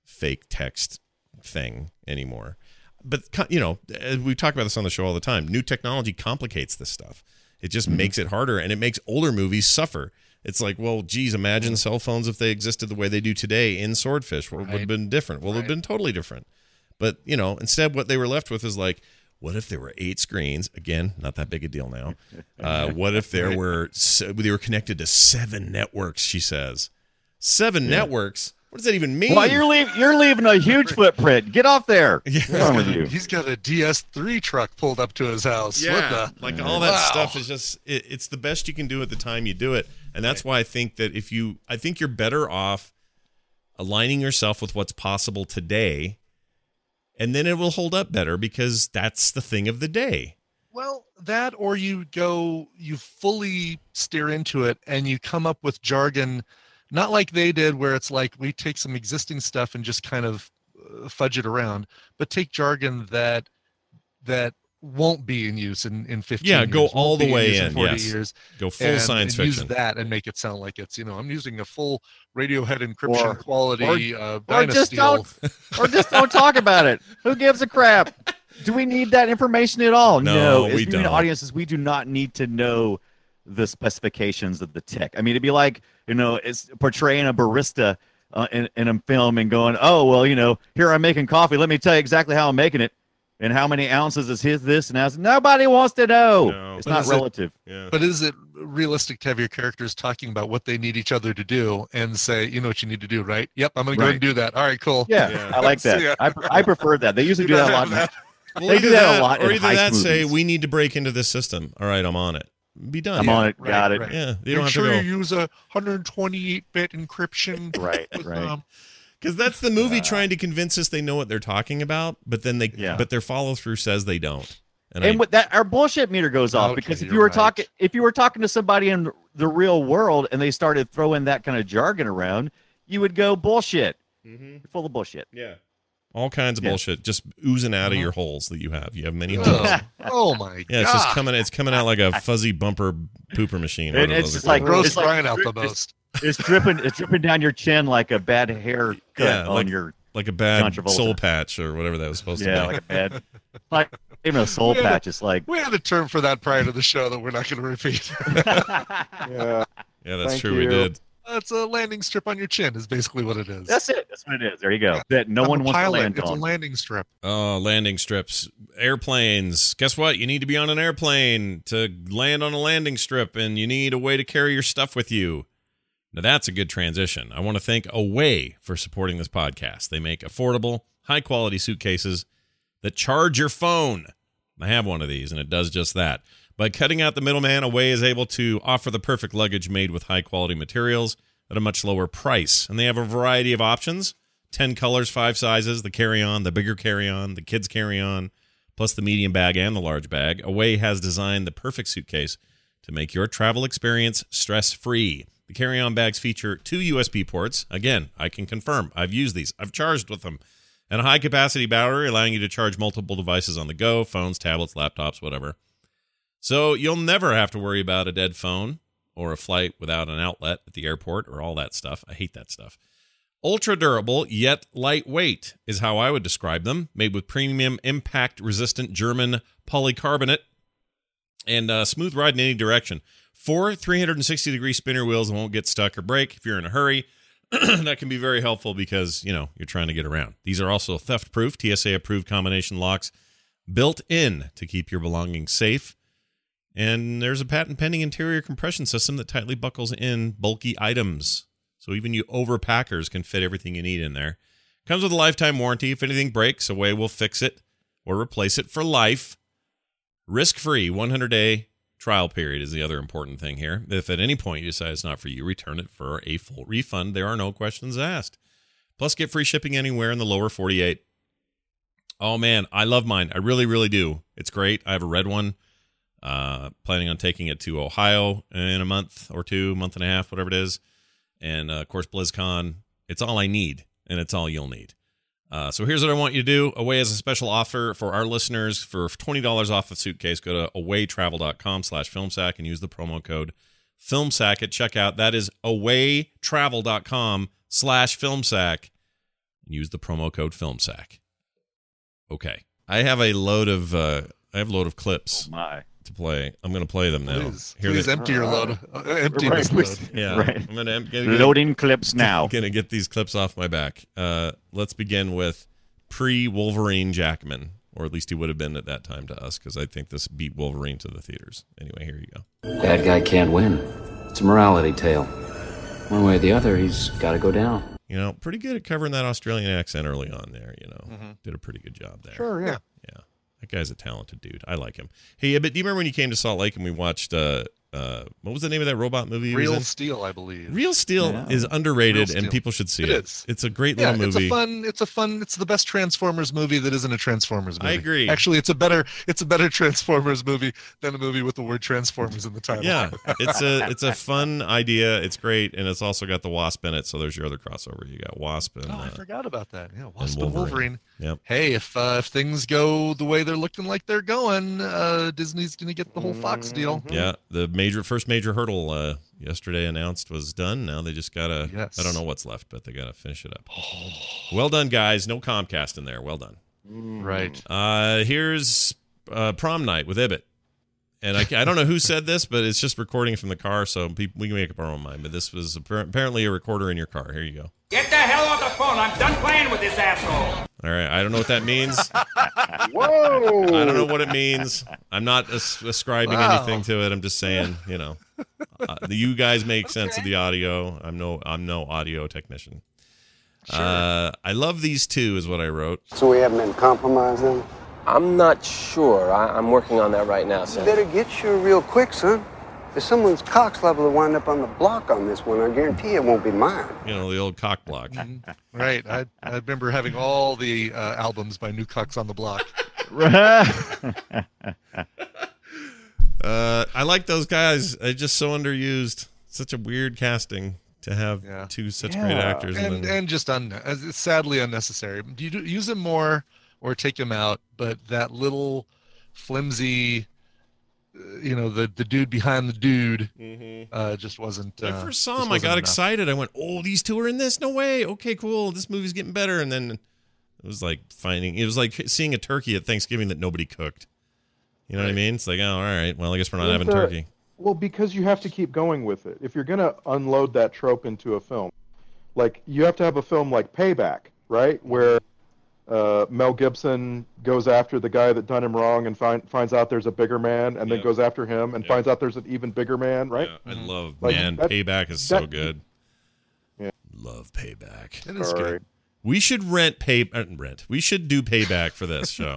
[SPEAKER 1] fake text thing anymore. But co- you know, as we talk about this on the show all the time. New technology complicates this stuff. It just
[SPEAKER 6] Mm-hmm.
[SPEAKER 1] makes it harder, and it makes older movies suffer. It's like, well, geez,
[SPEAKER 6] Mm.
[SPEAKER 1] imagine cell phones if they existed the way they do today in Swordfish. What would have
[SPEAKER 6] Right.
[SPEAKER 1] been different? Well, it would have been totally different. But you know, instead, what they were left with is like, what if there were eight screens? Again, not that big a deal now. Uh, what if there were se- they were connected to seven networks? She says, seven networks. What does that even mean?
[SPEAKER 4] Well, you're leaving you're leaving a huge footprint. Get off there.
[SPEAKER 1] Yeah.
[SPEAKER 4] What's wrong with you?
[SPEAKER 6] he's got a ds3 truck pulled up to his house what
[SPEAKER 1] like all that
[SPEAKER 6] Wow.
[SPEAKER 1] stuff is just it, it's the best you can do at the time you do it, and that's why I think that if you, I think you're better off aligning yourself with what's possible today, and then it will hold up better because that's the thing of the day.
[SPEAKER 6] the well that or you go you fully steer into it and you come up with jargon not like they did where it's like we take some existing stuff and just kind of uh, fudge it around but take jargon that that won't be in use in in 15
[SPEAKER 1] Yeah, go
[SPEAKER 6] years, won't
[SPEAKER 1] all the
[SPEAKER 6] be
[SPEAKER 1] way
[SPEAKER 6] use
[SPEAKER 1] in,
[SPEAKER 6] 40
[SPEAKER 1] yes.
[SPEAKER 6] years
[SPEAKER 1] Go full
[SPEAKER 6] and-
[SPEAKER 1] science
[SPEAKER 6] and
[SPEAKER 1] fiction.
[SPEAKER 6] use that and make it sound like it's you know i'm using a full radiohead encryption
[SPEAKER 4] Or-
[SPEAKER 6] quality uh
[SPEAKER 4] or just
[SPEAKER 6] dynasteel.
[SPEAKER 4] or just don't talk about it. Who gives a crap? Do we need that information at all?
[SPEAKER 1] No,
[SPEAKER 4] As
[SPEAKER 1] we
[SPEAKER 4] viewing
[SPEAKER 1] don't.
[SPEAKER 4] Audiences, we do not need to know the specifications of the tech. I mean, it'd be like you know, it's portraying a barista uh, in, in a film and going, "Oh, well, you know, here I'm making coffee. Let me tell you exactly how I'm making it." And how many ounces is his this and ounce? Nobody wants to know.
[SPEAKER 1] No.
[SPEAKER 4] It's
[SPEAKER 6] But
[SPEAKER 4] not
[SPEAKER 6] is it-
[SPEAKER 4] relative.
[SPEAKER 1] yeah.
[SPEAKER 6] but is it realistic to have your characters talking about what they need each other to do and say you know what you need to do right yep i'm gonna go
[SPEAKER 4] Right.
[SPEAKER 6] and do that all right cool
[SPEAKER 4] Yeah,
[SPEAKER 1] Yeah.
[SPEAKER 4] I like
[SPEAKER 6] See ya.
[SPEAKER 4] that. I, I prefer that. They usually
[SPEAKER 6] You
[SPEAKER 4] do that
[SPEAKER 6] don't
[SPEAKER 4] a lot.
[SPEAKER 6] have
[SPEAKER 4] now.
[SPEAKER 6] that.
[SPEAKER 1] Well,
[SPEAKER 4] They
[SPEAKER 1] either
[SPEAKER 4] do that a
[SPEAKER 1] that
[SPEAKER 4] lot
[SPEAKER 1] or
[SPEAKER 4] in
[SPEAKER 1] either
[SPEAKER 4] heist
[SPEAKER 1] that say
[SPEAKER 4] movies.
[SPEAKER 1] we need to break into this system. All right, I'm on it. Be done.
[SPEAKER 4] I'm on it.
[SPEAKER 6] right,
[SPEAKER 4] Got it.
[SPEAKER 6] right.
[SPEAKER 1] Yeah, you
[SPEAKER 6] Make
[SPEAKER 1] don't have
[SPEAKER 6] sure
[SPEAKER 1] to
[SPEAKER 6] you
[SPEAKER 1] go
[SPEAKER 6] use a 128-bit encryption.
[SPEAKER 4] Right,
[SPEAKER 6] with,
[SPEAKER 4] right.
[SPEAKER 6] um,
[SPEAKER 1] because that's the movie trying to convince us they know what they're talking about, but then they
[SPEAKER 4] Uh, Yeah.
[SPEAKER 1] but their follow through says they don't. And,
[SPEAKER 4] and
[SPEAKER 1] I,
[SPEAKER 4] what that our bullshit meter goes off
[SPEAKER 6] Okay,
[SPEAKER 4] because if
[SPEAKER 6] you're
[SPEAKER 4] you were
[SPEAKER 6] right.
[SPEAKER 4] talking if you were talking to somebody in the real world and they started throwing that kind of jargon around you would go bullshit you're full of bullshit
[SPEAKER 1] yeah, all kinds of
[SPEAKER 4] Yeah. Uh-huh.
[SPEAKER 1] bullshit just oozing out of your holes that you have. You have many holes.
[SPEAKER 6] oh, oh my
[SPEAKER 1] Yeah,
[SPEAKER 6] god!
[SPEAKER 1] it's just coming. It's coming out like a fuzzy bumper pooper machine. or
[SPEAKER 4] And
[SPEAKER 1] whatever
[SPEAKER 4] it's
[SPEAKER 1] those
[SPEAKER 4] just
[SPEAKER 1] are
[SPEAKER 4] like
[SPEAKER 1] called.
[SPEAKER 6] gross
[SPEAKER 4] It's like-
[SPEAKER 6] crying out the
[SPEAKER 4] it's-
[SPEAKER 6] most.
[SPEAKER 4] it's dripping it's dripping down your chin like a bad hair cut
[SPEAKER 1] Yeah,
[SPEAKER 4] on
[SPEAKER 1] like-
[SPEAKER 4] your
[SPEAKER 1] like a
[SPEAKER 4] John
[SPEAKER 1] bad
[SPEAKER 4] Travolta.
[SPEAKER 1] soul patch or whatever that was supposed
[SPEAKER 4] yeah
[SPEAKER 1] to be.
[SPEAKER 4] like a bad like even a soul
[SPEAKER 6] Yeah.
[SPEAKER 4] patch it's like
[SPEAKER 6] We had a term for that prior to the show that we're not going to repeat.
[SPEAKER 5] Yeah.
[SPEAKER 1] Yeah, that's
[SPEAKER 5] Thank
[SPEAKER 1] true. We
[SPEAKER 5] you.
[SPEAKER 1] did.
[SPEAKER 6] That's a landing strip on your chin. Is basically what it is.
[SPEAKER 4] that's it that's what it is there you go that no
[SPEAKER 6] I'm
[SPEAKER 4] one
[SPEAKER 6] a
[SPEAKER 4] wants
[SPEAKER 6] pilot.
[SPEAKER 4] to land
[SPEAKER 6] it's
[SPEAKER 4] on
[SPEAKER 6] a landing strip.
[SPEAKER 1] Oh, landing strips, airplanes. Guess what? You need to be on an airplane to land on a landing strip, and you need a way to carry your stuff with you. Now, that's a good transition. I want to thank Away for supporting this podcast. They make affordable, high quality suitcases that charge your phone. I have one of these, and it does just that. By cutting out the middleman, Away is able to offer the perfect luggage made with high quality materials at a much lower price. And they have a variety of options 10 colors, five sizes the carry on, the bigger carry on, the kids carry on, plus the medium bag and the large bag. Away has designed the perfect suitcase to make your travel experience stress free. The carry on bags feature two USB ports. Again, I can confirm I've used these, I've charged with them, and a high capacity battery allowing you to charge multiple devices on the go phones, tablets, laptops, whatever. So you'll never have to worry about a dead phone or a flight without an outlet at the airport or all that stuff. I hate that stuff. Ultra durable yet lightweight is how I would describe them. Made with premium impact resistant German polycarbonate and uh, smooth ride in any direction. Four 360 degree spinner wheels that won't get stuck or break if you're in a hurry. that can be very helpful because, you know, you're trying to get around. These are also theft proof, TSA approved combination locks built in to keep your belongings safe. And there's a patent pending interior compression system that tightly buckles in bulky items. So even you overpackers can fit everything you need in there. Comes with a lifetime warranty. If anything breaks, Away will fix it or replace it for life. Risk free 100 day trial period is the other important thing here. If at any point you decide it's not for you, return it for a full refund. There are no questions asked. Plus, get free shipping anywhere in the lower 48. Oh man, I love mine. I really, really do. It's great. I have a red one. Uh, planning on taking it to Ohio in a month or two, month and a half, whatever it is. And uh, of course, BlizzCon. It's all I need, and it's all you'll need. Uh, so here's what I want you to do. Away has a special offer for our listeners for $20 off of suitcase. Go to awaytravel.com slash filmsack and use the promo code filmsack at checkout. That is awaytravel.com slash filmsack. Use the promo code filmsack. Okay. I have a load of, uh, I have a load of clips
[SPEAKER 4] my
[SPEAKER 1] to play. I'm going to play them now.
[SPEAKER 6] Please,
[SPEAKER 1] Here
[SPEAKER 6] please
[SPEAKER 1] they-
[SPEAKER 6] empty your load. Uh, empty
[SPEAKER 4] Right,
[SPEAKER 6] this
[SPEAKER 4] we-
[SPEAKER 6] load.
[SPEAKER 1] yeah.
[SPEAKER 4] Right.
[SPEAKER 1] I'm going to get,
[SPEAKER 4] loading clips now
[SPEAKER 1] Gonna get these clips off my back. Uh, let's begin with pre Wolverine Jackman, or at least he would have been at that time to us, because I think this beat Wolverine to the theaters. Anyway, here you go.
[SPEAKER 7] Bad guy can't win. It's a morality tale. One way or the other, he's got to go down.
[SPEAKER 1] You know, pretty good at covering that Australian accent early on there. You know,
[SPEAKER 6] Mm-hmm.
[SPEAKER 1] did a pretty good job there.
[SPEAKER 6] Sure, yeah.
[SPEAKER 1] That guy's a talented dude. I like him. Hey, but do you remember when you came to Salt Lake and we watched uh, uh, uh, what was the name of that robot movie? he was
[SPEAKER 6] Real
[SPEAKER 1] in?
[SPEAKER 6] steel, I believe.
[SPEAKER 1] Real Steel
[SPEAKER 7] Yeah.
[SPEAKER 1] is underrated,
[SPEAKER 6] Real
[SPEAKER 1] and
[SPEAKER 6] Steel.
[SPEAKER 1] people should see it.
[SPEAKER 6] It is.
[SPEAKER 1] It's a great
[SPEAKER 6] yeah,
[SPEAKER 1] little
[SPEAKER 6] it's a
[SPEAKER 1] movie.
[SPEAKER 6] fun. It's a fun. It's the best Transformers movie that isn't a Transformers
[SPEAKER 1] I
[SPEAKER 6] movie.
[SPEAKER 1] agree.
[SPEAKER 6] Actually, it's a better. It's a better Transformers movie than a movie with the word Transformers in the title.
[SPEAKER 1] yeah, it's a it's a fun idea. It's great, and it's also got the Wasp in it. So there's your other crossover. You got Wasp and
[SPEAKER 6] Oh, I
[SPEAKER 1] uh,
[SPEAKER 6] forgot about that. Yeah, Wasp and
[SPEAKER 1] Wolverine.
[SPEAKER 6] Wolverine.
[SPEAKER 1] Yep.
[SPEAKER 6] Hey, if uh, if things go the way they're looking like they're going, uh, Disney's gonna get the whole Fox deal.
[SPEAKER 1] yeah, the major first major hurdle uh, yesterday announced was done. Now they just gotta.
[SPEAKER 6] Yes. Oh.
[SPEAKER 1] I don't know what's left, but they gotta finish it up. well done, guys. No Comcast in there. Well done.
[SPEAKER 6] Right.
[SPEAKER 1] Uh, here's uh, prom night with Ibbot. And I, I don't know who said this, but it's just recording from the car, so peop we can make up our own mind. But this was appar- apparently a recorder in your car. Here you go.
[SPEAKER 8] Get the hell off the phone. I'm done playing with this asshole.
[SPEAKER 1] All right. I don't know what that means.
[SPEAKER 5] Whoa!
[SPEAKER 1] I don't know what it means. I'm not as- ascribing
[SPEAKER 6] Wow.
[SPEAKER 1] anything to it. I'm just saying, you know, uh, you guys make sense of the audio. I'm no, I'm no audio technician. Uh, I love these two, is what I wrote.
[SPEAKER 9] So we haven't been compromised then?
[SPEAKER 10] I'm not sure. I, I'm working on that right now,
[SPEAKER 9] You
[SPEAKER 10] Sam.
[SPEAKER 9] better get your real quick, son. If someone's cock's level to wind up on the block on this one, I guarantee it won't be mine.
[SPEAKER 1] You know, the old cock block.
[SPEAKER 6] Right. I, I remember having all the uh, albums by New Cucks on the Block.
[SPEAKER 1] Uh, I like those guys. They're just so underused. Such a weird casting to have
[SPEAKER 6] Yeah.
[SPEAKER 1] two such great actors. And,
[SPEAKER 6] and
[SPEAKER 1] then,
[SPEAKER 6] and just un as- it's sadly unnecessary. You do, use him more or take him out, but that little flimsy, uh, you know, the the dude behind the dude uh, just wasn't.
[SPEAKER 1] When
[SPEAKER 6] uh,
[SPEAKER 1] I first saw
[SPEAKER 6] just
[SPEAKER 1] him, I got
[SPEAKER 6] wasn't enough.
[SPEAKER 1] excited. I went, "Oh, these two are in this? No way! Okay, cool. This movie's getting better." And then it was like finding it was like seeing a turkey at Thanksgiving that nobody cooked. You know what I mean? It's like, oh, all right. Well, I guess we're not
[SPEAKER 5] Well,
[SPEAKER 1] having
[SPEAKER 5] the-
[SPEAKER 1] turkey.
[SPEAKER 5] Well, because you have to keep going with it. If you're going to unload that trope into a film, like you have to have a film like Payback, right, where uh, Mel Gibson goes after the guy that done him wrong and find, finds out there's a bigger man, and
[SPEAKER 1] Yeah.
[SPEAKER 5] then goes after him and
[SPEAKER 1] Yeah.
[SPEAKER 5] finds out there's an even bigger man, right?
[SPEAKER 1] Yeah, I love
[SPEAKER 5] Like,
[SPEAKER 1] man.
[SPEAKER 5] that-
[SPEAKER 1] payback is so
[SPEAKER 5] that-
[SPEAKER 1] good.
[SPEAKER 5] Yeah.
[SPEAKER 1] Love payback.
[SPEAKER 6] It is
[SPEAKER 5] Sorry.
[SPEAKER 6] good.
[SPEAKER 1] We should rent pay uh, rent. We should do payback for this show.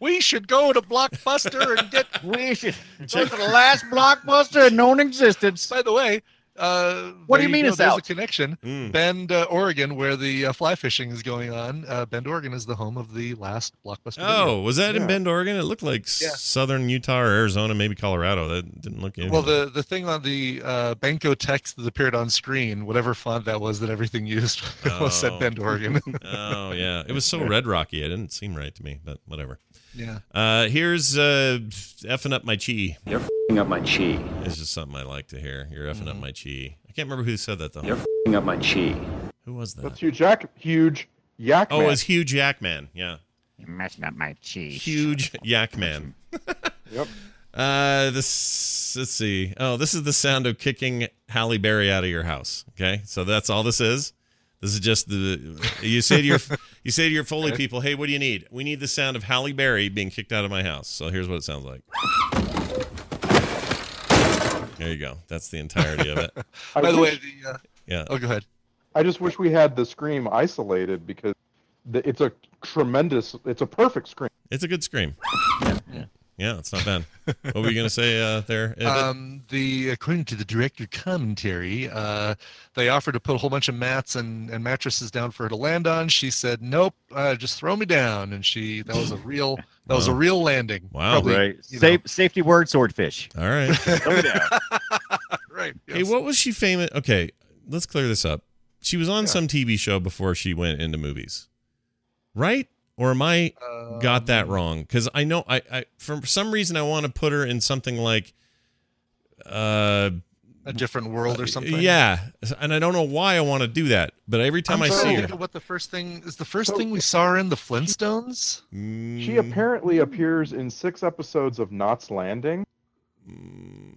[SPEAKER 6] We should go to Blockbuster and get.
[SPEAKER 4] We should go to the last blockbuster in known existence.
[SPEAKER 6] By the way. Uh,
[SPEAKER 4] What do
[SPEAKER 6] there
[SPEAKER 4] you mean
[SPEAKER 6] go.
[SPEAKER 4] it's
[SPEAKER 6] There's a
[SPEAKER 4] out?
[SPEAKER 6] connection.
[SPEAKER 1] Mm.
[SPEAKER 6] Bend, uh, Oregon, where the uh, fly fishing is going on. Uh, Bend, Oregon is the home of the last blockbuster. video.
[SPEAKER 1] Oh, was that in
[SPEAKER 5] Yeah.
[SPEAKER 1] Bend, Oregon? It looked like s-
[SPEAKER 6] Yeah.
[SPEAKER 1] southern Utah or Arizona, maybe Colorado. That didn't look anything.
[SPEAKER 6] Well, the the thing on the uh, Banco text that appeared on screen, whatever font that was that everything used, was
[SPEAKER 1] Oh.
[SPEAKER 6] said Bend, Oregon.
[SPEAKER 1] oh yeah, it was so red rocky. It didn't seem right to me, but whatever.
[SPEAKER 6] yeah.
[SPEAKER 1] Uh, here's uh, effing up my chi.
[SPEAKER 10] You're f***ing up my chi.
[SPEAKER 1] It's just something I like to hear. You're effing
[SPEAKER 6] Mm-hmm.
[SPEAKER 1] up my chi. I can't remember who said that though.
[SPEAKER 10] You're f***ing up my chi.
[SPEAKER 1] Who was that?
[SPEAKER 5] That's Hugh Jack, huge Yak.
[SPEAKER 1] Oh, it
[SPEAKER 5] man.
[SPEAKER 1] was Hugh Jackman. Yeah,
[SPEAKER 4] You're messing up my cheese.
[SPEAKER 1] huge Jackman.
[SPEAKER 5] Yep.
[SPEAKER 1] Uh, this let's see. Oh, this is the sound of kicking Halle Berry out of your house. Okay, so that's all this is. This is just the you say to your you say to your Foley people, hey, what do you need? We need the sound of Halle Berry being kicked out of my house. So here's what it sounds like. There you go. That's the entirety of it.
[SPEAKER 5] I
[SPEAKER 6] By the way,
[SPEAKER 5] wish-
[SPEAKER 6] the uh,
[SPEAKER 1] Yeah.
[SPEAKER 6] oh, go ahead.
[SPEAKER 5] I just wish we had the scream isolated because the, it's a tremendous, it's a perfect scream.
[SPEAKER 1] It's a good scream. Yeah, it's not bad. What were you gonna say uh, there? Ed?
[SPEAKER 6] Um, the according to the director commentary, uh, they offered to put a whole bunch of mats and, and mattresses down for her to land on. She said, "Nope, uh, just throw me down." And she that was a real that was a
[SPEAKER 1] Wow.
[SPEAKER 6] real landing.
[SPEAKER 1] Wow.
[SPEAKER 6] Probably,
[SPEAKER 4] Right.
[SPEAKER 6] you know.
[SPEAKER 4] Safe, safety word, swordfish.
[SPEAKER 1] all right.
[SPEAKER 4] Come down.
[SPEAKER 6] Right.
[SPEAKER 1] Hey,
[SPEAKER 6] yes.
[SPEAKER 1] what was she famous? Okay, let's clear this up. She was on
[SPEAKER 6] Yeah.
[SPEAKER 1] some TV show before she went into movies, right? Or am I got
[SPEAKER 6] Um,
[SPEAKER 1] that wrong? Because I know I, I for some reason I want to put her in something like, uh,
[SPEAKER 6] a different world or something?
[SPEAKER 1] yeah, and I don't know why I want to do that, but every time i
[SPEAKER 6] I'm trying
[SPEAKER 1] see
[SPEAKER 6] to
[SPEAKER 1] her,
[SPEAKER 6] think of what the first thing is. The first thing we saw her in the Flintstones.
[SPEAKER 5] She
[SPEAKER 1] Mm.
[SPEAKER 5] apparently appears in six episodes of Knots Landing.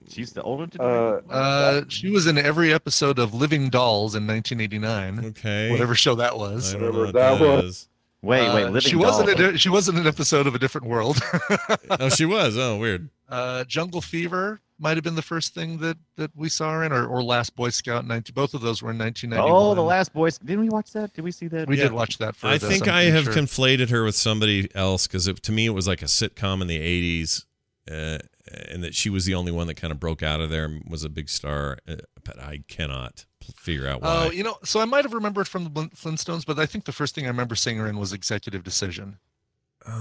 [SPEAKER 4] She's the old one to
[SPEAKER 5] Uh,
[SPEAKER 6] Uh, she was in every episode of Living Dolls in 1989,
[SPEAKER 1] okay,
[SPEAKER 6] whatever show that
[SPEAKER 1] I
[SPEAKER 6] was.
[SPEAKER 1] don't know
[SPEAKER 5] Whatever
[SPEAKER 1] what
[SPEAKER 5] that
[SPEAKER 1] that
[SPEAKER 5] was.
[SPEAKER 1] is.
[SPEAKER 4] Wait, wait.
[SPEAKER 6] Uh,
[SPEAKER 4] Living
[SPEAKER 6] she wasn't. A
[SPEAKER 4] doll.
[SPEAKER 6] di- she wasn't an episode of a different world.
[SPEAKER 1] Oh, she was. Oh, weird.
[SPEAKER 6] uh, Jungle Fever might have been the first thing that that we saw her in, or, or Last Boy Scout. 19, both of those were in 1991.
[SPEAKER 4] Oh, the last boys. Didn't we watch that? Did we see that?
[SPEAKER 6] We
[SPEAKER 1] Yeah.
[SPEAKER 6] did watch that. For
[SPEAKER 1] I
[SPEAKER 6] this,
[SPEAKER 1] think
[SPEAKER 6] I'm
[SPEAKER 1] I
[SPEAKER 6] pretty
[SPEAKER 1] have
[SPEAKER 6] sure.
[SPEAKER 1] conflated her with somebody else because to me it was like a sitcom in the '80s, uh, and that she was the only one that kind of broke out of there and was a big star. Uh, But I cannot p- figure out why.
[SPEAKER 6] Oh, you know, so I might have remembered from the Blin- Flintstones, but I think the first thing I remember seeing her in was Executive Decision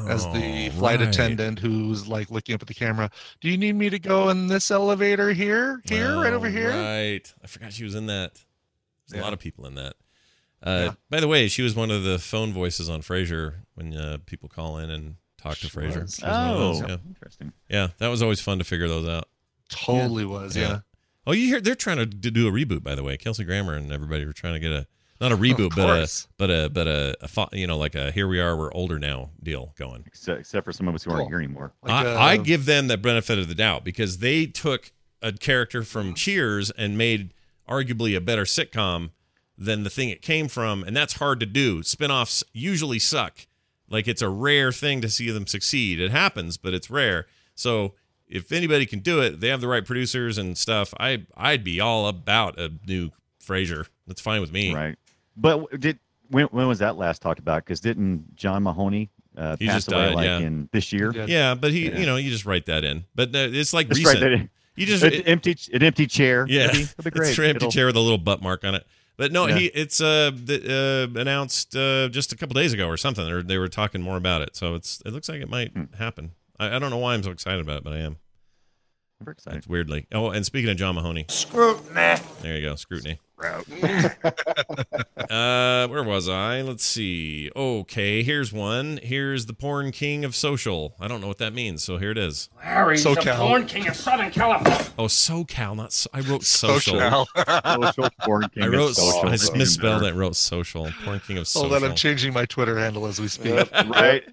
[SPEAKER 6] as the
[SPEAKER 1] Oh,
[SPEAKER 6] flight
[SPEAKER 1] right.
[SPEAKER 6] attendant who's like looking up at the camera. Do you need me to go in this elevator here, here, right
[SPEAKER 1] Oh,
[SPEAKER 6] over here?
[SPEAKER 1] Right. I forgot she was in that. There's a lot of people in that. Uh,
[SPEAKER 6] Yeah.
[SPEAKER 1] By the way, she was one of the phone voices on Frasier when uh, people call in and talk to
[SPEAKER 6] She
[SPEAKER 1] Frasier.
[SPEAKER 6] was.
[SPEAKER 1] She was one of
[SPEAKER 4] Oh,
[SPEAKER 1] those, yeah.
[SPEAKER 4] interesting.
[SPEAKER 1] yeah, that was always fun to figure those out.
[SPEAKER 6] Totally was,
[SPEAKER 1] Yeah.
[SPEAKER 6] yeah.
[SPEAKER 1] Oh, you hear they're trying to d- do a reboot, by the way. Kelsey Grammer and everybody were trying to get a not a reboot, but a
[SPEAKER 6] course.
[SPEAKER 1] but a but a, a fo- you know like a here we are we're older now deal going.
[SPEAKER 4] Except, except for some of us who aren't
[SPEAKER 6] Cool.
[SPEAKER 4] here anymore.
[SPEAKER 1] I
[SPEAKER 6] Like,
[SPEAKER 1] I
[SPEAKER 6] uh,
[SPEAKER 1] give them the benefit of the doubt because they took a character from Cheers and made arguably a better sitcom than the thing it came from, and that's hard to do. Spinoffs usually suck. Like it's a rare thing to see them succeed. It happens, but it's rare. So if anybody can do it, they have the right producers and stuff. I I'd be all about a new Frasier. That's fine with me.
[SPEAKER 4] Right. But w- did when, when was that last talked about? Because didn't John Mahoney uh,
[SPEAKER 1] He
[SPEAKER 4] pass
[SPEAKER 1] just
[SPEAKER 4] away
[SPEAKER 1] died,
[SPEAKER 4] like
[SPEAKER 1] yeah.
[SPEAKER 4] in this year?
[SPEAKER 6] Yeah.
[SPEAKER 1] Yeah, but he,
[SPEAKER 4] Yeah.
[SPEAKER 1] you know, you just write that in. But uh, it's like
[SPEAKER 4] Just
[SPEAKER 1] recent.
[SPEAKER 4] write that in.
[SPEAKER 1] You just
[SPEAKER 4] An empty, an empty chair.
[SPEAKER 1] Yeah,
[SPEAKER 4] That'd be, that'd be great.
[SPEAKER 1] It's an empty
[SPEAKER 4] It'll-
[SPEAKER 1] chair with a little butt mark on it. But no,
[SPEAKER 4] Yeah.
[SPEAKER 1] he it's uh, the, uh announced uh, just a couple days ago or something. Or they were talking more about it, so it's it looks like it
[SPEAKER 4] Hmm.
[SPEAKER 1] might happen. I, I don't know why I'm so excited about it, but I am.
[SPEAKER 4] I'm very excited.
[SPEAKER 1] It's weirdly. Oh, and speaking of John Mahoney, scrutiny. There you go, scrutiny. uh, where was I? Let's see. Okay, here's one. Here's the porn king of social. I don't know what that means, so here it is.
[SPEAKER 8] Harry's
[SPEAKER 6] So
[SPEAKER 8] the
[SPEAKER 6] Cal.
[SPEAKER 8] porn king of Southern California.
[SPEAKER 1] Oh, SoCal, not so, I wrote social.
[SPEAKER 6] Social.
[SPEAKER 4] Social porn king
[SPEAKER 1] I
[SPEAKER 4] of
[SPEAKER 1] wrote.
[SPEAKER 4] social.
[SPEAKER 1] I just misspelled it. and Wrote social. Porn king of social.
[SPEAKER 6] Hold on, I'm changing my Twitter handle as we speak.
[SPEAKER 4] Right.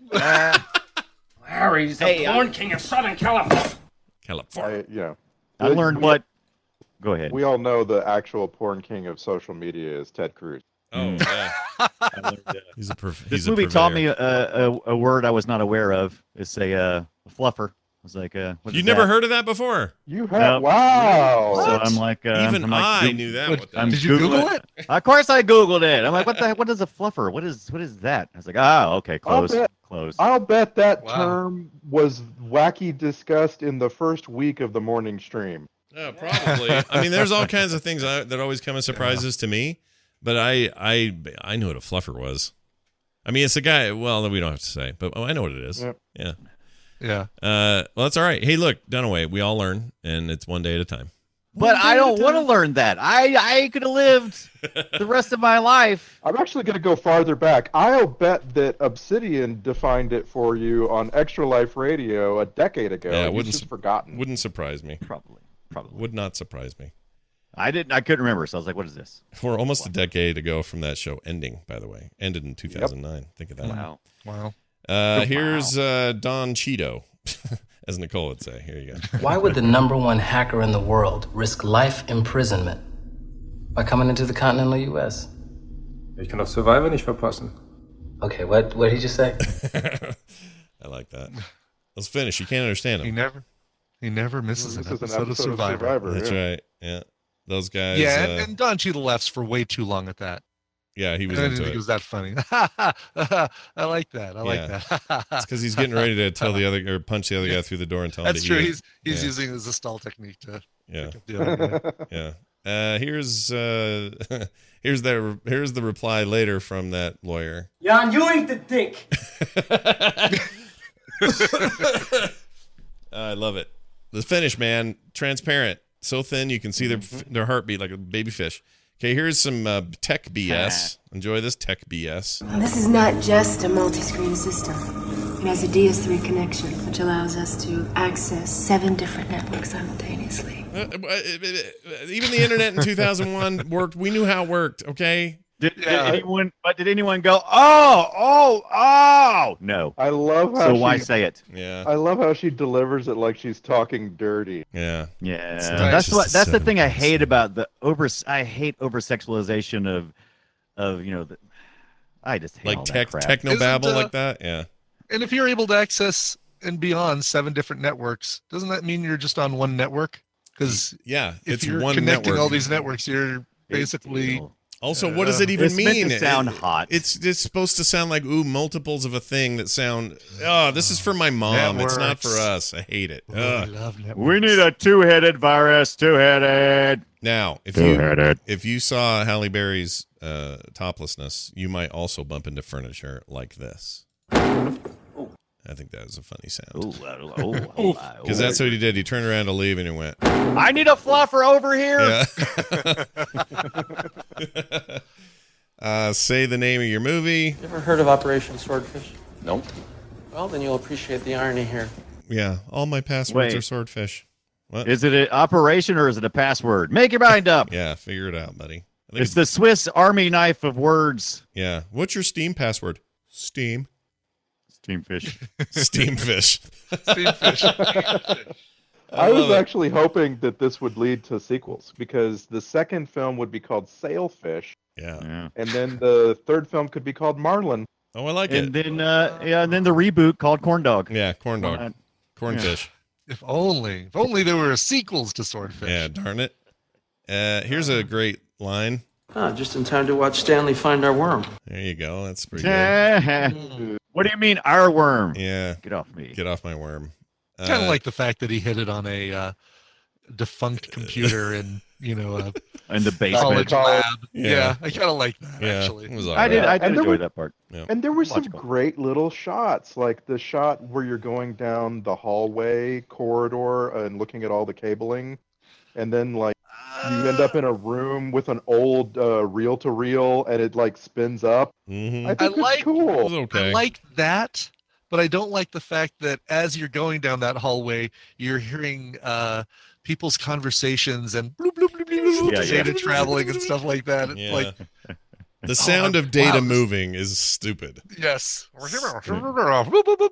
[SPEAKER 8] Harry's the
[SPEAKER 7] uh,
[SPEAKER 8] porn king of Southern California.
[SPEAKER 1] California.
[SPEAKER 5] I, you know,
[SPEAKER 4] I learned
[SPEAKER 5] We-
[SPEAKER 4] what. Go ahead.
[SPEAKER 5] we all know the actual porn king of social media is Ted Cruz.
[SPEAKER 1] Oh yeah.
[SPEAKER 4] I learned, uh,
[SPEAKER 1] He's a perf-
[SPEAKER 4] this
[SPEAKER 1] he's a
[SPEAKER 4] movie taught me uh,
[SPEAKER 1] purveyor.
[SPEAKER 4] a, a, a word I was not aware of. It's a uh, fluffer. I was like, uh, what
[SPEAKER 1] You
[SPEAKER 4] is
[SPEAKER 1] never
[SPEAKER 4] that?
[SPEAKER 1] heard of that before.
[SPEAKER 5] You have
[SPEAKER 4] Nope.
[SPEAKER 5] wow.
[SPEAKER 4] So I'm like, uh,
[SPEAKER 1] Even
[SPEAKER 4] I'm like,
[SPEAKER 1] I
[SPEAKER 4] Goog-
[SPEAKER 1] knew that.
[SPEAKER 6] What-
[SPEAKER 1] What the-
[SPEAKER 4] I'm
[SPEAKER 6] Did you Google
[SPEAKER 4] Googling- Of course, I googled it. I'm like, what the? heck- What is a fluffer? What is what is that? I was like, oh, okay,
[SPEAKER 5] I'll
[SPEAKER 4] close,
[SPEAKER 5] bet-
[SPEAKER 4] close.
[SPEAKER 5] I'll bet that
[SPEAKER 6] Wow.
[SPEAKER 5] term was wacky discussed in the first week of the morning stream.
[SPEAKER 1] Yeah, probably. I mean, there's all kinds of things I, that always come as surprises to me, but I, I, I knew what a fluffer was. I mean, it's a guy. Well, we don't have to say, but oh, I know what it is.
[SPEAKER 5] Yep.
[SPEAKER 1] Yeah.
[SPEAKER 6] Yeah.
[SPEAKER 1] Uh, well, that's all right. Hey, look, Dunaway, we all learn, and it's one day at a time.
[SPEAKER 4] But I don't want to learn that. I I could have lived the rest of my life.
[SPEAKER 5] I'm actually going to go farther back. I'll bet that Obsidian defined it for you on Extra Life Radio a decade ago.
[SPEAKER 1] Yeah, it
[SPEAKER 5] You've
[SPEAKER 1] wouldn't
[SPEAKER 5] just
[SPEAKER 1] su-
[SPEAKER 5] forgotten.
[SPEAKER 1] Wouldn't surprise me.
[SPEAKER 4] Probably, probably.
[SPEAKER 1] Would not surprise me.
[SPEAKER 4] I didn't. I couldn't remember. So I was like, what is this?
[SPEAKER 1] We're almost a decade ago from that show ending. By the way, ended in 2009. Think of that.
[SPEAKER 4] Wow.
[SPEAKER 6] Wow.
[SPEAKER 1] Uh, here's uh, Don Cheeto, as Nicole would say. Here you go.
[SPEAKER 7] Why would the number one hacker in the world risk life imprisonment by coming into the continental U.S.?
[SPEAKER 10] Ich kann das Survivor nicht verpassen.
[SPEAKER 7] Okay, what what did he just say?
[SPEAKER 1] I like that. Let's finish. You can't understand
[SPEAKER 6] He
[SPEAKER 1] him.
[SPEAKER 6] never he never misses
[SPEAKER 5] This
[SPEAKER 6] an,
[SPEAKER 5] is an
[SPEAKER 6] episode of Survivor.
[SPEAKER 1] That's
[SPEAKER 5] yeah.
[SPEAKER 1] right. Yeah, those guys.
[SPEAKER 6] Yeah,
[SPEAKER 1] uh,
[SPEAKER 6] and, and Don Cheadle laughs for way too long at that.
[SPEAKER 1] yeah, he
[SPEAKER 6] I
[SPEAKER 1] was
[SPEAKER 6] didn't
[SPEAKER 1] into
[SPEAKER 6] think it
[SPEAKER 1] it.
[SPEAKER 6] was that funny. I like that. I like
[SPEAKER 1] Yeah.
[SPEAKER 6] that.
[SPEAKER 1] It's because he's getting ready to tell the other or punch the other guy through the door and tell
[SPEAKER 6] That's
[SPEAKER 1] him to
[SPEAKER 6] true.
[SPEAKER 1] eat.
[SPEAKER 6] He's he's
[SPEAKER 1] Yeah.
[SPEAKER 6] using it as a stall technique to
[SPEAKER 1] yeah,
[SPEAKER 6] pick up the other guy.
[SPEAKER 1] yeah. Uh, here's uh, here's their here's the reply later from that lawyer.
[SPEAKER 8] Jan, you ain't the dick.
[SPEAKER 1] I love it. The finish, man, transparent, so thin you can see their their heartbeat like a baby fish. Okay, here's some uh, tech BS. Enjoy this tech BS.
[SPEAKER 11] This is not just a multi screen system. It has a DS3 connection, which allows us to access seven different networks simultaneously.
[SPEAKER 1] Uh, uh, uh, even the internet in 2001 worked. We knew how it worked. Okay.
[SPEAKER 4] Did,
[SPEAKER 6] Yeah.
[SPEAKER 4] did anyone? But did anyone go? Oh, oh, oh! No.
[SPEAKER 5] I love how
[SPEAKER 4] So
[SPEAKER 5] she,
[SPEAKER 4] why say it?
[SPEAKER 1] Yeah.
[SPEAKER 5] I love how she delivers it like she's talking dirty.
[SPEAKER 1] Yeah.
[SPEAKER 4] Yeah,
[SPEAKER 6] nice.
[SPEAKER 4] that's
[SPEAKER 1] Just
[SPEAKER 4] what.
[SPEAKER 1] the
[SPEAKER 4] That's the
[SPEAKER 1] seven
[SPEAKER 4] thing I
[SPEAKER 1] points.
[SPEAKER 4] hate about the over. I hate over sexualization of, of you know, the, I just hate
[SPEAKER 1] Like
[SPEAKER 4] all
[SPEAKER 1] tech
[SPEAKER 4] that crap.
[SPEAKER 1] techno babble
[SPEAKER 6] Isn't, uh,
[SPEAKER 1] like that. Yeah.
[SPEAKER 6] And if you're able to access and beyond seven different networks, doesn't that mean you're just on one network? Because
[SPEAKER 1] Yeah.
[SPEAKER 6] if
[SPEAKER 1] it's
[SPEAKER 6] you're
[SPEAKER 1] one
[SPEAKER 6] connecting
[SPEAKER 1] network.
[SPEAKER 6] all these networks, you're
[SPEAKER 4] Big
[SPEAKER 6] basically
[SPEAKER 4] deal.
[SPEAKER 1] Also, what
[SPEAKER 6] Uh,
[SPEAKER 1] does it even
[SPEAKER 4] It's
[SPEAKER 1] mean?
[SPEAKER 4] meant to sound hot.
[SPEAKER 1] It's it's supposed to sound like ooh multiples of a thing that sound. Oh, this is for my mom. It's not for us. I hate it. Ugh.
[SPEAKER 4] We need a two-headed virus. Two-headed.
[SPEAKER 1] Now, if
[SPEAKER 4] Go
[SPEAKER 1] you
[SPEAKER 4] ahead, Ed.
[SPEAKER 1] if you saw Halle Berry's uh, toplessness, you might also bump into furniture like this. I think that was a funny
[SPEAKER 4] oh,
[SPEAKER 1] sound. Because that's what he did. He turned around to leave, and he went.
[SPEAKER 4] I need a fluffer over here.
[SPEAKER 1] Yeah. uh, say the name of your movie.
[SPEAKER 10] Ever heard of Operation Swordfish? Nope. Well, then you'll appreciate the irony here.
[SPEAKER 1] Yeah, all my passwords
[SPEAKER 4] Wait.
[SPEAKER 1] are swordfish. What?
[SPEAKER 4] Is it an operation or is it a password? Make your mind up.
[SPEAKER 1] yeah, figure it out, buddy. I think
[SPEAKER 4] It's the Swiss Army knife of words.
[SPEAKER 1] Yeah. What's your Steam password? Steam.
[SPEAKER 4] Steamfish.
[SPEAKER 1] Steamfish.
[SPEAKER 5] I, was
[SPEAKER 1] love it.
[SPEAKER 5] actually hoping that this would lead to sequels because the second film would be called Sailfish,
[SPEAKER 1] Yeah.
[SPEAKER 4] Yeah.
[SPEAKER 5] and then the third film could be called Marlin.
[SPEAKER 1] Oh, I like it.
[SPEAKER 4] And then, uh, yeah, and then the reboot called Corn Dog. Uh,
[SPEAKER 1] Yeah, corn
[SPEAKER 4] Why
[SPEAKER 1] dog.
[SPEAKER 4] not?
[SPEAKER 1] Cornfish.
[SPEAKER 6] If only, if only there were sequels to Swordfish.
[SPEAKER 1] Yeah, darn it. Uh, here's a great line.
[SPEAKER 10] Ah, just in time to watch Stanley find our worm.
[SPEAKER 1] There you go. That's pretty good.
[SPEAKER 4] what do you mean, our worm?
[SPEAKER 1] Yeah.
[SPEAKER 4] Get off me.
[SPEAKER 1] Get off my worm.
[SPEAKER 6] Kind
[SPEAKER 1] Uh,
[SPEAKER 6] of like the fact that he hit it on a uh,
[SPEAKER 1] Uh,
[SPEAKER 6] defunct computer and you know a
[SPEAKER 4] In the
[SPEAKER 6] college
[SPEAKER 4] basement.
[SPEAKER 6] lab.
[SPEAKER 1] Yeah.
[SPEAKER 6] Yeah, I kind of like that
[SPEAKER 1] yeah,
[SPEAKER 6] actually.
[SPEAKER 1] It was all
[SPEAKER 4] I did.
[SPEAKER 1] right.
[SPEAKER 4] I did
[SPEAKER 5] And there
[SPEAKER 4] enjoy
[SPEAKER 5] were-
[SPEAKER 4] that part.
[SPEAKER 5] And there were some
[SPEAKER 4] Logical.
[SPEAKER 5] great little shots, like the shot where you're going down the hallway corridor and looking at all the cabling, and then like you end up in a room with an old uh, reel-to-reel, and it like spins up.
[SPEAKER 1] Mhm.
[SPEAKER 5] I think it's
[SPEAKER 6] like-
[SPEAKER 1] It was
[SPEAKER 5] cool.
[SPEAKER 1] okay.
[SPEAKER 6] I like that, but I don't like the fact that as you're going down that hallway, you're hearing uh, people's conversations and bloop, bloop, bloop, bloop, bloop,
[SPEAKER 4] Yeah, yeah.
[SPEAKER 6] data traveling and stuff like that. It's
[SPEAKER 1] yeah.
[SPEAKER 6] Like, oh,
[SPEAKER 1] the sound of
[SPEAKER 6] wow,
[SPEAKER 1] data
[SPEAKER 6] this-
[SPEAKER 1] moving is stupid.
[SPEAKER 6] yes.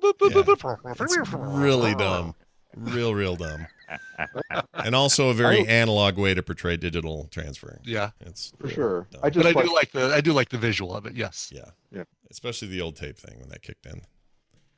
[SPEAKER 1] It's
[SPEAKER 6] Oh.
[SPEAKER 1] really dumb. Real, real dumb. and also a very analog way to portray digital transferring.
[SPEAKER 6] Yeah,
[SPEAKER 1] It's
[SPEAKER 5] For
[SPEAKER 1] real
[SPEAKER 5] sure.
[SPEAKER 1] dumb.
[SPEAKER 5] I just
[SPEAKER 6] but I
[SPEAKER 5] like,
[SPEAKER 6] do like the I do like the visual of it. Yes,
[SPEAKER 1] yeah.
[SPEAKER 5] Yeah.
[SPEAKER 1] Especially the old tape thing when that kicked in.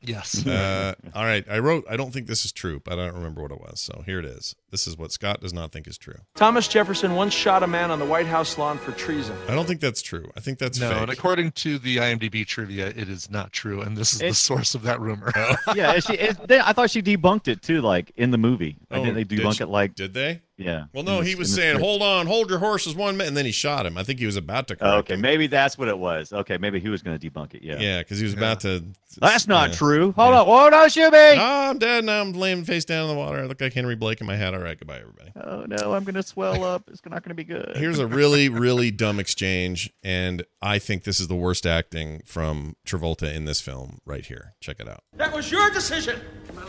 [SPEAKER 6] yes.
[SPEAKER 1] Uh, all right. I wrote, I don't think this is true, but I don't remember what it was. So here it is. This is what Scott does not think is true.
[SPEAKER 10] Thomas Jefferson once shot a man on the White House lawn for treason.
[SPEAKER 1] I don't think that's true. I think that's
[SPEAKER 6] no,
[SPEAKER 1] fake.
[SPEAKER 6] and according to the IMDb trivia, it is not true, and this is the
[SPEAKER 4] It-
[SPEAKER 6] source of that rumor.
[SPEAKER 1] Oh.
[SPEAKER 4] yeah, and she, and then I thought she debunked it too, like in the movie. I
[SPEAKER 1] Oh,
[SPEAKER 4] think they
[SPEAKER 1] did
[SPEAKER 4] debunk
[SPEAKER 1] she-
[SPEAKER 4] it like,
[SPEAKER 1] Did they?
[SPEAKER 4] yeah.
[SPEAKER 1] Well,
[SPEAKER 4] in
[SPEAKER 1] no,
[SPEAKER 4] the-
[SPEAKER 1] he
[SPEAKER 4] in
[SPEAKER 1] was
[SPEAKER 4] the
[SPEAKER 1] saying,
[SPEAKER 4] script.
[SPEAKER 1] hold on, hold your horses one minute. And then he shot him. I think he was about to.
[SPEAKER 4] Oh,
[SPEAKER 1] correct
[SPEAKER 4] okay,
[SPEAKER 1] him.
[SPEAKER 4] maybe that's what it was. Okay, maybe he was going to debunk it. Yeah.
[SPEAKER 1] Yeah, because he was about to.
[SPEAKER 4] That's not
[SPEAKER 1] yeah.
[SPEAKER 4] true. Hold on. Whoa, no, shoot me.
[SPEAKER 1] Ah, I'm dead now. I'm laying face down in the water. I look like Henry Blake in my hat. All right, goodbye, everybody.
[SPEAKER 4] Oh, no, I'm going to swell up. It's not going to be good.
[SPEAKER 1] Here's a really, really dumb exchange, and I think this is the worst acting from Travolta in this film right here. Check it out.
[SPEAKER 8] That was your decision.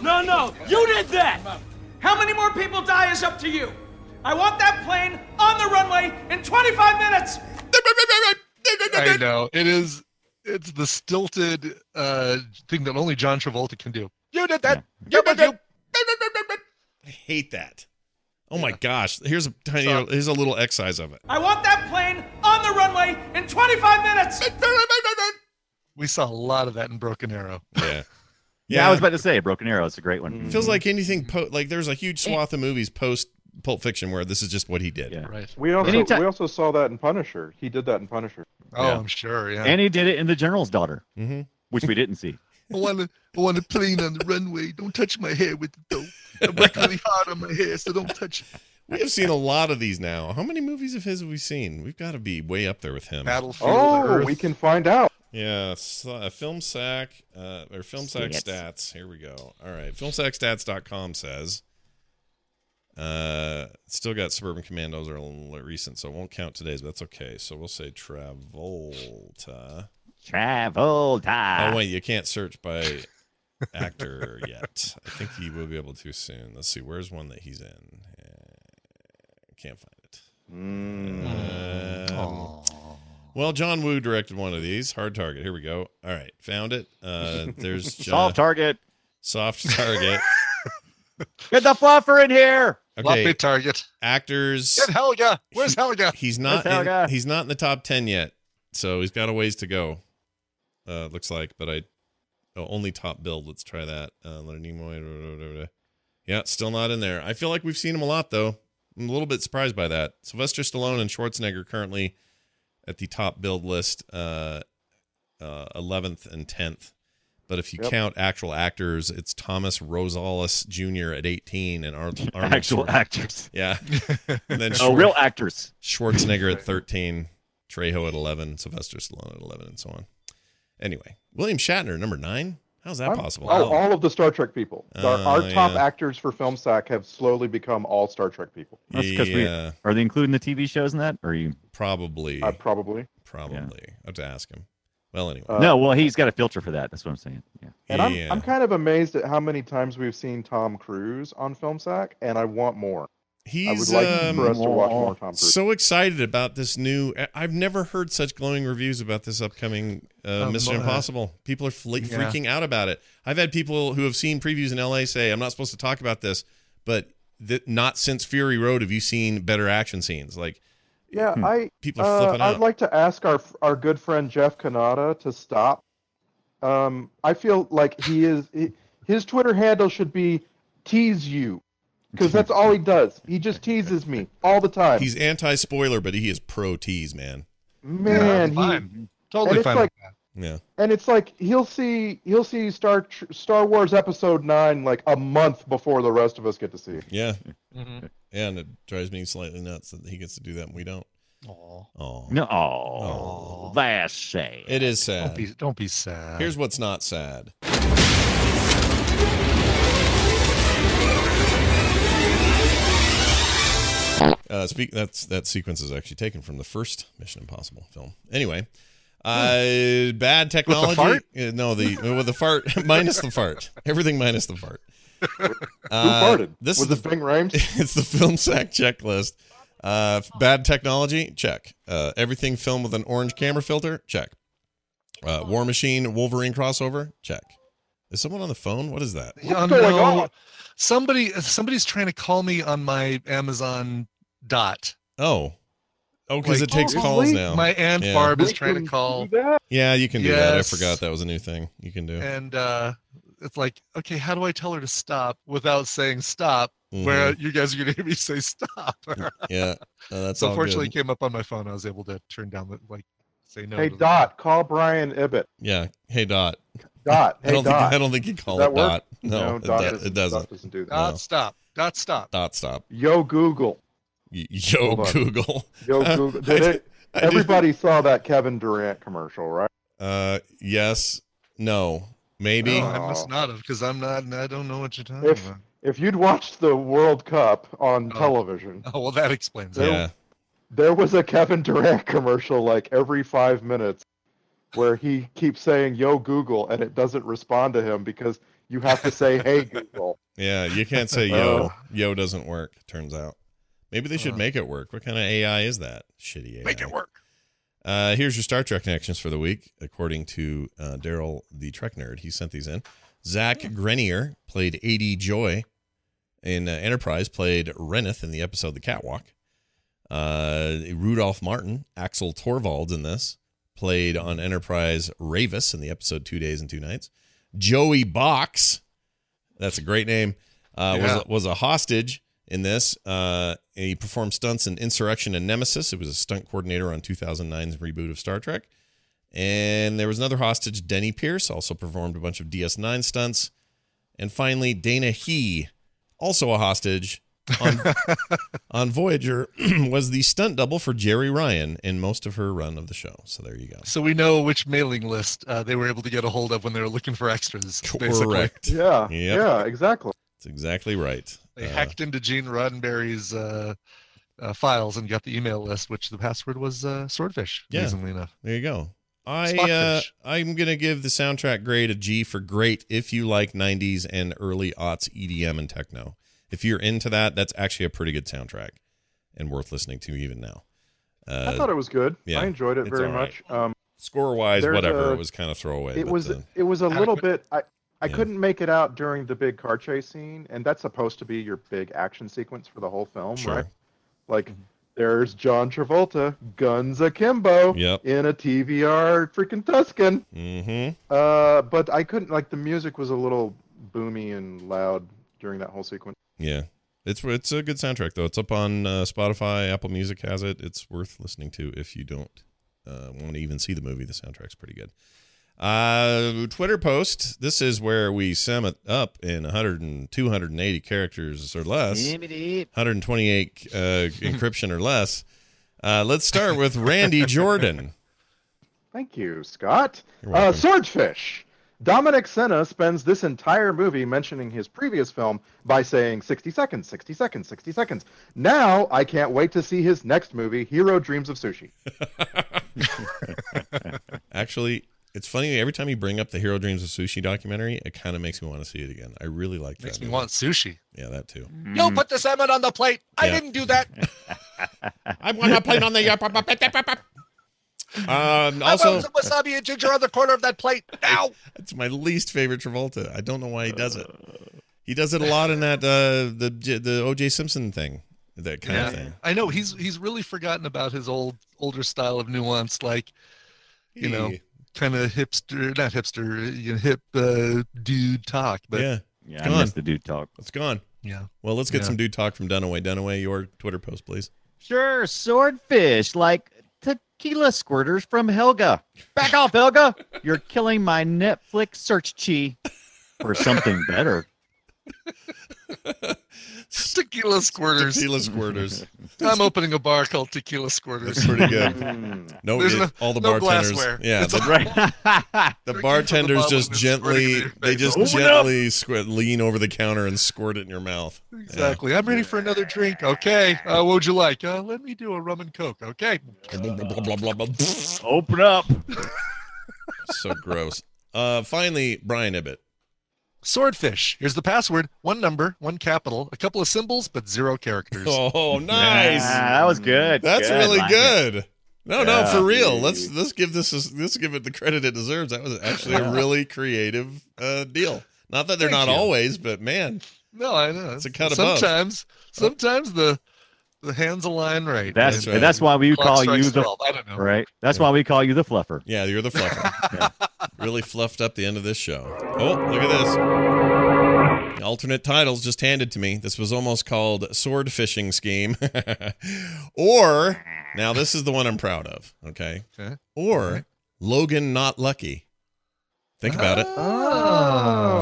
[SPEAKER 8] No, no, you did that. How many more people die is up to you. I want that plane on the runway in 25 minutes.
[SPEAKER 6] I know it is. It's the stilted uh, thing that only John Travolta can do. You did that. You did you.
[SPEAKER 1] I hate that. Oh my gosh! Here's a tiny. Here's a little excise of it.
[SPEAKER 8] I want that plane on the runway in 25 minutes.
[SPEAKER 6] We saw a lot of that in Broken Arrow.
[SPEAKER 1] Yeah.
[SPEAKER 4] yeah. I was about to say Broken Arrow. It's a great one.
[SPEAKER 1] Feels like anything. Po- like there's a huge swath of movies post Pulp Fiction where this is just what he did.
[SPEAKER 4] Yeah.
[SPEAKER 6] Right.
[SPEAKER 5] we also
[SPEAKER 4] Anytime-
[SPEAKER 5] we also saw that in Punisher. He did that in Punisher.
[SPEAKER 6] Oh,
[SPEAKER 1] Yeah.
[SPEAKER 6] I'm sure. Yeah.
[SPEAKER 4] And he did it in The General's Daughter,
[SPEAKER 1] hmm
[SPEAKER 4] which we didn't see.
[SPEAKER 6] I want to. I want a plane on the runway. Don't touch my hair with the dope. I'm working really hard on my hair, so don't touch. it.
[SPEAKER 1] We have seen a lot of these now. How many movies of his have we seen? We've got to be way up there with him.
[SPEAKER 6] Battlefield
[SPEAKER 5] Oh,
[SPEAKER 6] Earth.
[SPEAKER 5] we can find out.
[SPEAKER 1] Yeah, s- uh, film sack uh, or film sack
[SPEAKER 4] Stats.
[SPEAKER 1] stats. Here we go. All right, filmsackstats.com says uh still got suburban commandos are a little recent so it won't count today's but that's okay so we'll say travolta
[SPEAKER 4] Travel time.
[SPEAKER 1] oh wait you can't search by actor yet i think he will be able to soon let's see where's one that he's in Uh, can't find it Um, well, John Woo directed one of these. Hard Target. Here we go. All right, found it. Uh, there's John,
[SPEAKER 4] Soft target.
[SPEAKER 1] Soft Target.
[SPEAKER 4] Get the fluffer in here.
[SPEAKER 1] Okay,
[SPEAKER 6] Floppy target.
[SPEAKER 1] actors.
[SPEAKER 6] Get Helga. Where's Helga?
[SPEAKER 1] He's not.
[SPEAKER 4] That's how I
[SPEAKER 1] In,
[SPEAKER 4] got-
[SPEAKER 1] he's not in the top ten yet, so he's got a ways to go. Uh, looks like, but I oh, only top build. Let's try that. Uh, Leonard Nimoy. blah, blah, blah, blah. Yeah, still not in there. I feel like we've seen him a lot though. I'm a little bit surprised by that. Sylvester Stallone and Schwarzenegger currently at the top build list, uh, uh, 11th and 10th. But if you
[SPEAKER 4] Yep.
[SPEAKER 1] count actual actors, it's Thomas Rosales Jr. at 18 and Ar- Arnold
[SPEAKER 4] Actual
[SPEAKER 1] Schwar-
[SPEAKER 4] actors.
[SPEAKER 1] Yeah. And then
[SPEAKER 4] Oh,
[SPEAKER 1] Schwar-
[SPEAKER 4] real actors.
[SPEAKER 1] Schwarzenegger at 13, Trejo at 11, Sylvester Stallone at 11, and so on. Anyway, William Shatner, number nine. How's that
[SPEAKER 5] I'm-
[SPEAKER 1] possible?
[SPEAKER 5] Oh, all of the Star Trek people. our, our
[SPEAKER 1] Oh,
[SPEAKER 5] top
[SPEAKER 1] yeah.
[SPEAKER 5] actors for film sack have slowly become all Star Trek people.
[SPEAKER 4] That's 'cause we-
[SPEAKER 1] Yeah.
[SPEAKER 4] are they including the TV shows in that? Or are you?
[SPEAKER 1] uh, Probably.
[SPEAKER 5] Uh, probably.
[SPEAKER 1] probably. I have to ask him. Well, anyway. uh,
[SPEAKER 4] no, well, he's got a filter for that. That's what I'm saying. Yeah.
[SPEAKER 5] Uh, And I'm, I'm kind of amazed at how many times we've seen Tom Cruise on film sack, and I want more.
[SPEAKER 1] He's
[SPEAKER 5] I would like
[SPEAKER 1] um,
[SPEAKER 5] for us to watch more Tom Cruise.
[SPEAKER 1] so excited about this new. I- I've never heard such glowing reviews about this upcoming uh,
[SPEAKER 6] Um,
[SPEAKER 1] Mission
[SPEAKER 6] uh,
[SPEAKER 1] Impossible. People are fle-
[SPEAKER 6] yeah.
[SPEAKER 1] freaking out about it. I've had people who have seen previews in LA say, "I'm not supposed to talk about this," but th- not since Fury Road have you seen better action scenes. Like
[SPEAKER 5] Yeah,
[SPEAKER 1] Hmm.
[SPEAKER 5] I
[SPEAKER 1] People are
[SPEAKER 5] uh,
[SPEAKER 1] flipping out.
[SPEAKER 5] I'd like to ask our our good friend Jeff Kanata to stop. Um, I feel like he is he- his Twitter handle should be tease you because that's all he does. He just teases me all the time.
[SPEAKER 1] he's anti-spoiler, but he is pro tease, man.
[SPEAKER 5] Man, he-
[SPEAKER 6] fine.
[SPEAKER 5] and
[SPEAKER 6] Totally
[SPEAKER 5] it's
[SPEAKER 6] fine.
[SPEAKER 5] like-
[SPEAKER 6] with that.
[SPEAKER 1] Yeah,
[SPEAKER 5] and it's like he'll see he'll see Star Tr- Star Wars Episode Nine like a month before the rest of us get to see. it.
[SPEAKER 1] yeah,
[SPEAKER 6] Mhm.
[SPEAKER 1] yeah, and it drives me slightly nuts that he gets to do that and we don't.
[SPEAKER 6] Aw.
[SPEAKER 1] Oh,
[SPEAKER 4] No, oh, that's sad.
[SPEAKER 1] it is
[SPEAKER 6] Don't be
[SPEAKER 1] sad.
[SPEAKER 6] don't be sad.
[SPEAKER 1] Uh, Here's what's not sad. Uh, speak. That's that sequence is actually taken from the first Mission Impossible film. Anyway, uh, bad technology.
[SPEAKER 6] fart?
[SPEAKER 1] Uh, no, the uh, with the fart minus the fart. Everything minus the fart.
[SPEAKER 5] Who farted?
[SPEAKER 1] Uh, This
[SPEAKER 5] was
[SPEAKER 1] is
[SPEAKER 5] it
[SPEAKER 1] the
[SPEAKER 5] Bing Rhames?
[SPEAKER 1] it's the film sack checklist. Uh, f- bad technology check. Uh, everything filmed with an orange camera filter check. Uh, War Machine Wolverine crossover check. Is someone on the phone? What is that?
[SPEAKER 6] Yeah,
[SPEAKER 5] What's going
[SPEAKER 6] no.
[SPEAKER 5] on?
[SPEAKER 6] Somebody somebody's trying to call me on my Amazon dot.
[SPEAKER 1] Oh, oh, because
[SPEAKER 6] Like,
[SPEAKER 1] it takes
[SPEAKER 5] oh,
[SPEAKER 1] calls
[SPEAKER 5] wait,
[SPEAKER 1] now.
[SPEAKER 6] My aunt
[SPEAKER 1] Yeah.
[SPEAKER 6] Barb is
[SPEAKER 5] We
[SPEAKER 6] trying to
[SPEAKER 5] can
[SPEAKER 6] call
[SPEAKER 5] do that?
[SPEAKER 1] Yeah, you can do that. I
[SPEAKER 6] Yes.
[SPEAKER 1] forgot that was a new thing you can do.
[SPEAKER 6] and uh it's like, okay, how do I tell her to stop without saying stop?
[SPEAKER 1] Mhm.
[SPEAKER 6] Where you guys are gonna hear me say stop.
[SPEAKER 1] Yeah, uh, that's
[SPEAKER 6] so
[SPEAKER 1] all
[SPEAKER 6] fortunately it
[SPEAKER 1] good.
[SPEAKER 6] came up on my phone. I was able to turn down the like say no.
[SPEAKER 5] Hey
[SPEAKER 6] to the-
[SPEAKER 5] Dot, call Brian Ibbett.
[SPEAKER 1] Yeah. Hey Dot.
[SPEAKER 5] Dot,
[SPEAKER 1] I
[SPEAKER 5] hey
[SPEAKER 1] don't think I
[SPEAKER 5] Dot.
[SPEAKER 1] don't think you call
[SPEAKER 5] that
[SPEAKER 1] it
[SPEAKER 5] work?
[SPEAKER 1] Dot. No, it,
[SPEAKER 5] Dot
[SPEAKER 1] do-
[SPEAKER 5] doesn't,
[SPEAKER 1] it doesn't.
[SPEAKER 5] Dot doesn't do that.
[SPEAKER 6] Dot
[SPEAKER 1] No.
[SPEAKER 6] stop. Dot stop.
[SPEAKER 1] Dot stop.
[SPEAKER 5] Yo Google.
[SPEAKER 1] Y- Yo
[SPEAKER 5] Hold on.
[SPEAKER 1] Google.
[SPEAKER 5] Yo
[SPEAKER 1] Uh,
[SPEAKER 5] Google.
[SPEAKER 1] I
[SPEAKER 5] Did
[SPEAKER 1] did-
[SPEAKER 5] it,
[SPEAKER 1] I did-
[SPEAKER 5] everybody saw that Kevin Durant commercial, right?
[SPEAKER 1] Uh, yes. No. Maybe.
[SPEAKER 6] No, I must
[SPEAKER 5] Oh.
[SPEAKER 6] not have because I'm not. I don't know what you're talking
[SPEAKER 5] If-
[SPEAKER 6] about.
[SPEAKER 5] If you'd watched the World Cup on
[SPEAKER 6] Oh.
[SPEAKER 5] television,
[SPEAKER 6] Oh well, that explains it.
[SPEAKER 1] yeah.
[SPEAKER 5] there was a Kevin Durant commercial like every five minutes where he keeps saying Yo Google and it doesn't respond to him because you have to say Hey Google.
[SPEAKER 1] Yeah. You can't say
[SPEAKER 6] Oh.
[SPEAKER 1] yo. Yo doesn't work. Turns out. Maybe they should
[SPEAKER 6] Uh.
[SPEAKER 1] make it work. What kind of AI is that? Shitty AI.
[SPEAKER 6] Make it work.
[SPEAKER 1] Uh, here's your Star Trek connections for the week, according to uh, Daryl the Trek nerd. He sent these in. Zach Grenier played AD Joy in uh, Enterprise, played Reneth in the episode The Catwalk. Uh, Rudolph Martin, Axel Torvalds in this, played on Enterprise Ravis in the episode Two Days and Two Nights. Joey Box, that's a great name, uh,
[SPEAKER 6] Yeah.
[SPEAKER 1] was, was a hostage in this. Uh, he performed stunts in Insurrection and Nemesis. It was a stunt coordinator on 2009's reboot of Star Trek. And there was another hostage, Denny Pierce, also performed a bunch of DS9 stunts. And finally, Dana He, also a hostage on, on Voyager, was the stunt double for Jerry Ryan in most of her run of the show. So there you go.
[SPEAKER 6] So we know which mailing list uh, they were able to get a hold of when they were looking for extras. Basically,
[SPEAKER 1] Correct.
[SPEAKER 5] Yeah.
[SPEAKER 1] Yep.
[SPEAKER 5] Yeah, exactly.
[SPEAKER 1] That's exactly right.
[SPEAKER 6] they
[SPEAKER 1] Uh,
[SPEAKER 6] hacked into Gene Roddenberry's uh, uh, files and got the email list, which the password was uh, swordfish.
[SPEAKER 1] Yeah.
[SPEAKER 6] Amazingly enough,
[SPEAKER 1] There you go. I uh,
[SPEAKER 6] Stockfish.
[SPEAKER 1] I'm gonna give the soundtrack grade a G for great if you like 90s and early aughts EDM and techno. If you're into that, that's actually a pretty good soundtrack and worth listening to even now. Uh,
[SPEAKER 5] I thought it was good.
[SPEAKER 1] yeah,
[SPEAKER 5] I enjoyed it
[SPEAKER 1] it's
[SPEAKER 5] very
[SPEAKER 1] all right.
[SPEAKER 5] much. Um,
[SPEAKER 1] score wise,
[SPEAKER 5] there's
[SPEAKER 1] whatever,
[SPEAKER 5] a-
[SPEAKER 1] it was kind of throwaway.
[SPEAKER 5] it
[SPEAKER 1] but
[SPEAKER 5] was
[SPEAKER 1] the-
[SPEAKER 5] it was a little bit i i
[SPEAKER 1] Yeah.
[SPEAKER 5] couldn't make it out during the big car chase scene and that's supposed to be your big action sequence for the whole film
[SPEAKER 1] Sure.
[SPEAKER 5] right like there's john travolta guns akimbo
[SPEAKER 1] Yep.
[SPEAKER 5] in a tvr freaking tuscan
[SPEAKER 1] hmm
[SPEAKER 5] uh but i couldn't like the music was a little boomy and loud during that whole sequence
[SPEAKER 1] Yeah, it's it's a good soundtrack though. It's up on uh, Spotify, Apple Music has it. It's worth listening to if you don't uh, want to even see the movie, the soundtrack's pretty good. Uh, Twitter post. This is where we sum it up in 100 and 280 characters or less, 128 uh, encryption or less. Uh, let's start with Randy Jordan.
[SPEAKER 5] Thank you, Scott.
[SPEAKER 1] You're
[SPEAKER 5] Uh,
[SPEAKER 1] welcome.
[SPEAKER 5] Swordfish. Dominic Senna spends this entire movie mentioning his previous film by saying 60 seconds, 60 seconds, 60 seconds. Now I can't wait to see his next movie, Hero Dreams of Sushi.
[SPEAKER 1] Actually, it's funny every time you bring up the Hero Dreams of Sushi documentary, it kind of makes me want to see it again. I really like that.
[SPEAKER 6] Makes me
[SPEAKER 1] movie.
[SPEAKER 6] want sushi.
[SPEAKER 1] Yeah, that too.
[SPEAKER 6] Yo, put the salmon on the plate.
[SPEAKER 1] Mm.
[SPEAKER 6] I
[SPEAKER 1] Yeah.
[SPEAKER 6] didn't do that.
[SPEAKER 1] I want to play on the. Um,
[SPEAKER 6] I
[SPEAKER 1] also,
[SPEAKER 6] want some wasabi and ginger on the corner of that plate now.
[SPEAKER 1] it's my least favorite Travolta. I don't know why he does it. He does it a lot in that uh, the the O.J. Simpson thing, that kind of thing.
[SPEAKER 6] I know he's he's really forgotten about his old older style of nuance, like you know,
[SPEAKER 1] Yeah.
[SPEAKER 6] kind of hipster, not hipster, you know, hip uh, dude talk. But
[SPEAKER 1] yeah,
[SPEAKER 4] Yeah,
[SPEAKER 1] It's
[SPEAKER 4] I
[SPEAKER 1] gone.
[SPEAKER 4] missed the dude talk.
[SPEAKER 1] It's gone.
[SPEAKER 6] yeah.
[SPEAKER 1] Well, let's get
[SPEAKER 6] Yeah.
[SPEAKER 1] some dude talk from Dunaway. Dunaway, your Twitter post, please.
[SPEAKER 4] Sure, swordfish like tequila squirters from Helga. Back off, Helga. You're killing my Netflix search chi for something better.
[SPEAKER 6] Tequila squirters.
[SPEAKER 1] Tequila squirters.
[SPEAKER 6] I'm opening a bar called Tequila Squirters.
[SPEAKER 1] That's pretty good.
[SPEAKER 5] Mm.
[SPEAKER 1] No,
[SPEAKER 6] There's
[SPEAKER 1] it-
[SPEAKER 6] no-
[SPEAKER 1] all the
[SPEAKER 6] no
[SPEAKER 1] bartenders.
[SPEAKER 6] glassware.
[SPEAKER 1] Yeah,
[SPEAKER 6] It's
[SPEAKER 1] the,
[SPEAKER 4] Right.
[SPEAKER 1] the
[SPEAKER 6] Drinking from the
[SPEAKER 1] bartenders
[SPEAKER 6] bottle
[SPEAKER 1] just
[SPEAKER 6] and squirting it
[SPEAKER 1] gently
[SPEAKER 6] in your
[SPEAKER 1] they
[SPEAKER 6] face.
[SPEAKER 1] just
[SPEAKER 6] Open up!
[SPEAKER 1] gently squirt, lean over the counter and squirt it in your mouth. Yeah.
[SPEAKER 6] Exactly. I'm ready for another drink. Okay. Uh, what would you like? Uh, let me do a rum and coke. Okay.
[SPEAKER 4] Open up.
[SPEAKER 1] so gross. Uh, finally, Brian Ibbett.
[SPEAKER 6] Swordfish. Here's the password. One number, one capital, a couple of symbols, but zero characters.
[SPEAKER 1] Oh, nice.
[SPEAKER 4] Ah, that was good.
[SPEAKER 1] That's
[SPEAKER 4] Good,
[SPEAKER 1] really
[SPEAKER 4] like it.
[SPEAKER 1] good. No, no,
[SPEAKER 4] Yeah.
[SPEAKER 1] for real. Let's let's give this a- let's give it the credit it deserves. That was actually a really creative uh, deal. Not that they're
[SPEAKER 6] Thank
[SPEAKER 1] not
[SPEAKER 6] you.
[SPEAKER 1] always, but man,
[SPEAKER 6] No, I know.
[SPEAKER 1] It's a cut above. Oh.
[SPEAKER 6] sometimes, sometimes the the hands align right.
[SPEAKER 4] That's
[SPEAKER 1] That's
[SPEAKER 4] that's,
[SPEAKER 1] right.
[SPEAKER 4] why we
[SPEAKER 6] Clock
[SPEAKER 4] call you
[SPEAKER 6] strikes
[SPEAKER 4] the
[SPEAKER 6] 12. I don't know.
[SPEAKER 4] right. That's why we call you the fluffer.
[SPEAKER 1] yeah, you're the fluffer. Really fluffed up the end of this show. Oh, look at this. The alternate titles just handed to me. This was almost called sword fishing scheme, or now this is the one I'm proud of. Okay,
[SPEAKER 6] Okay.
[SPEAKER 1] or Logan not lucky. Think about
[SPEAKER 6] Ah.
[SPEAKER 1] it.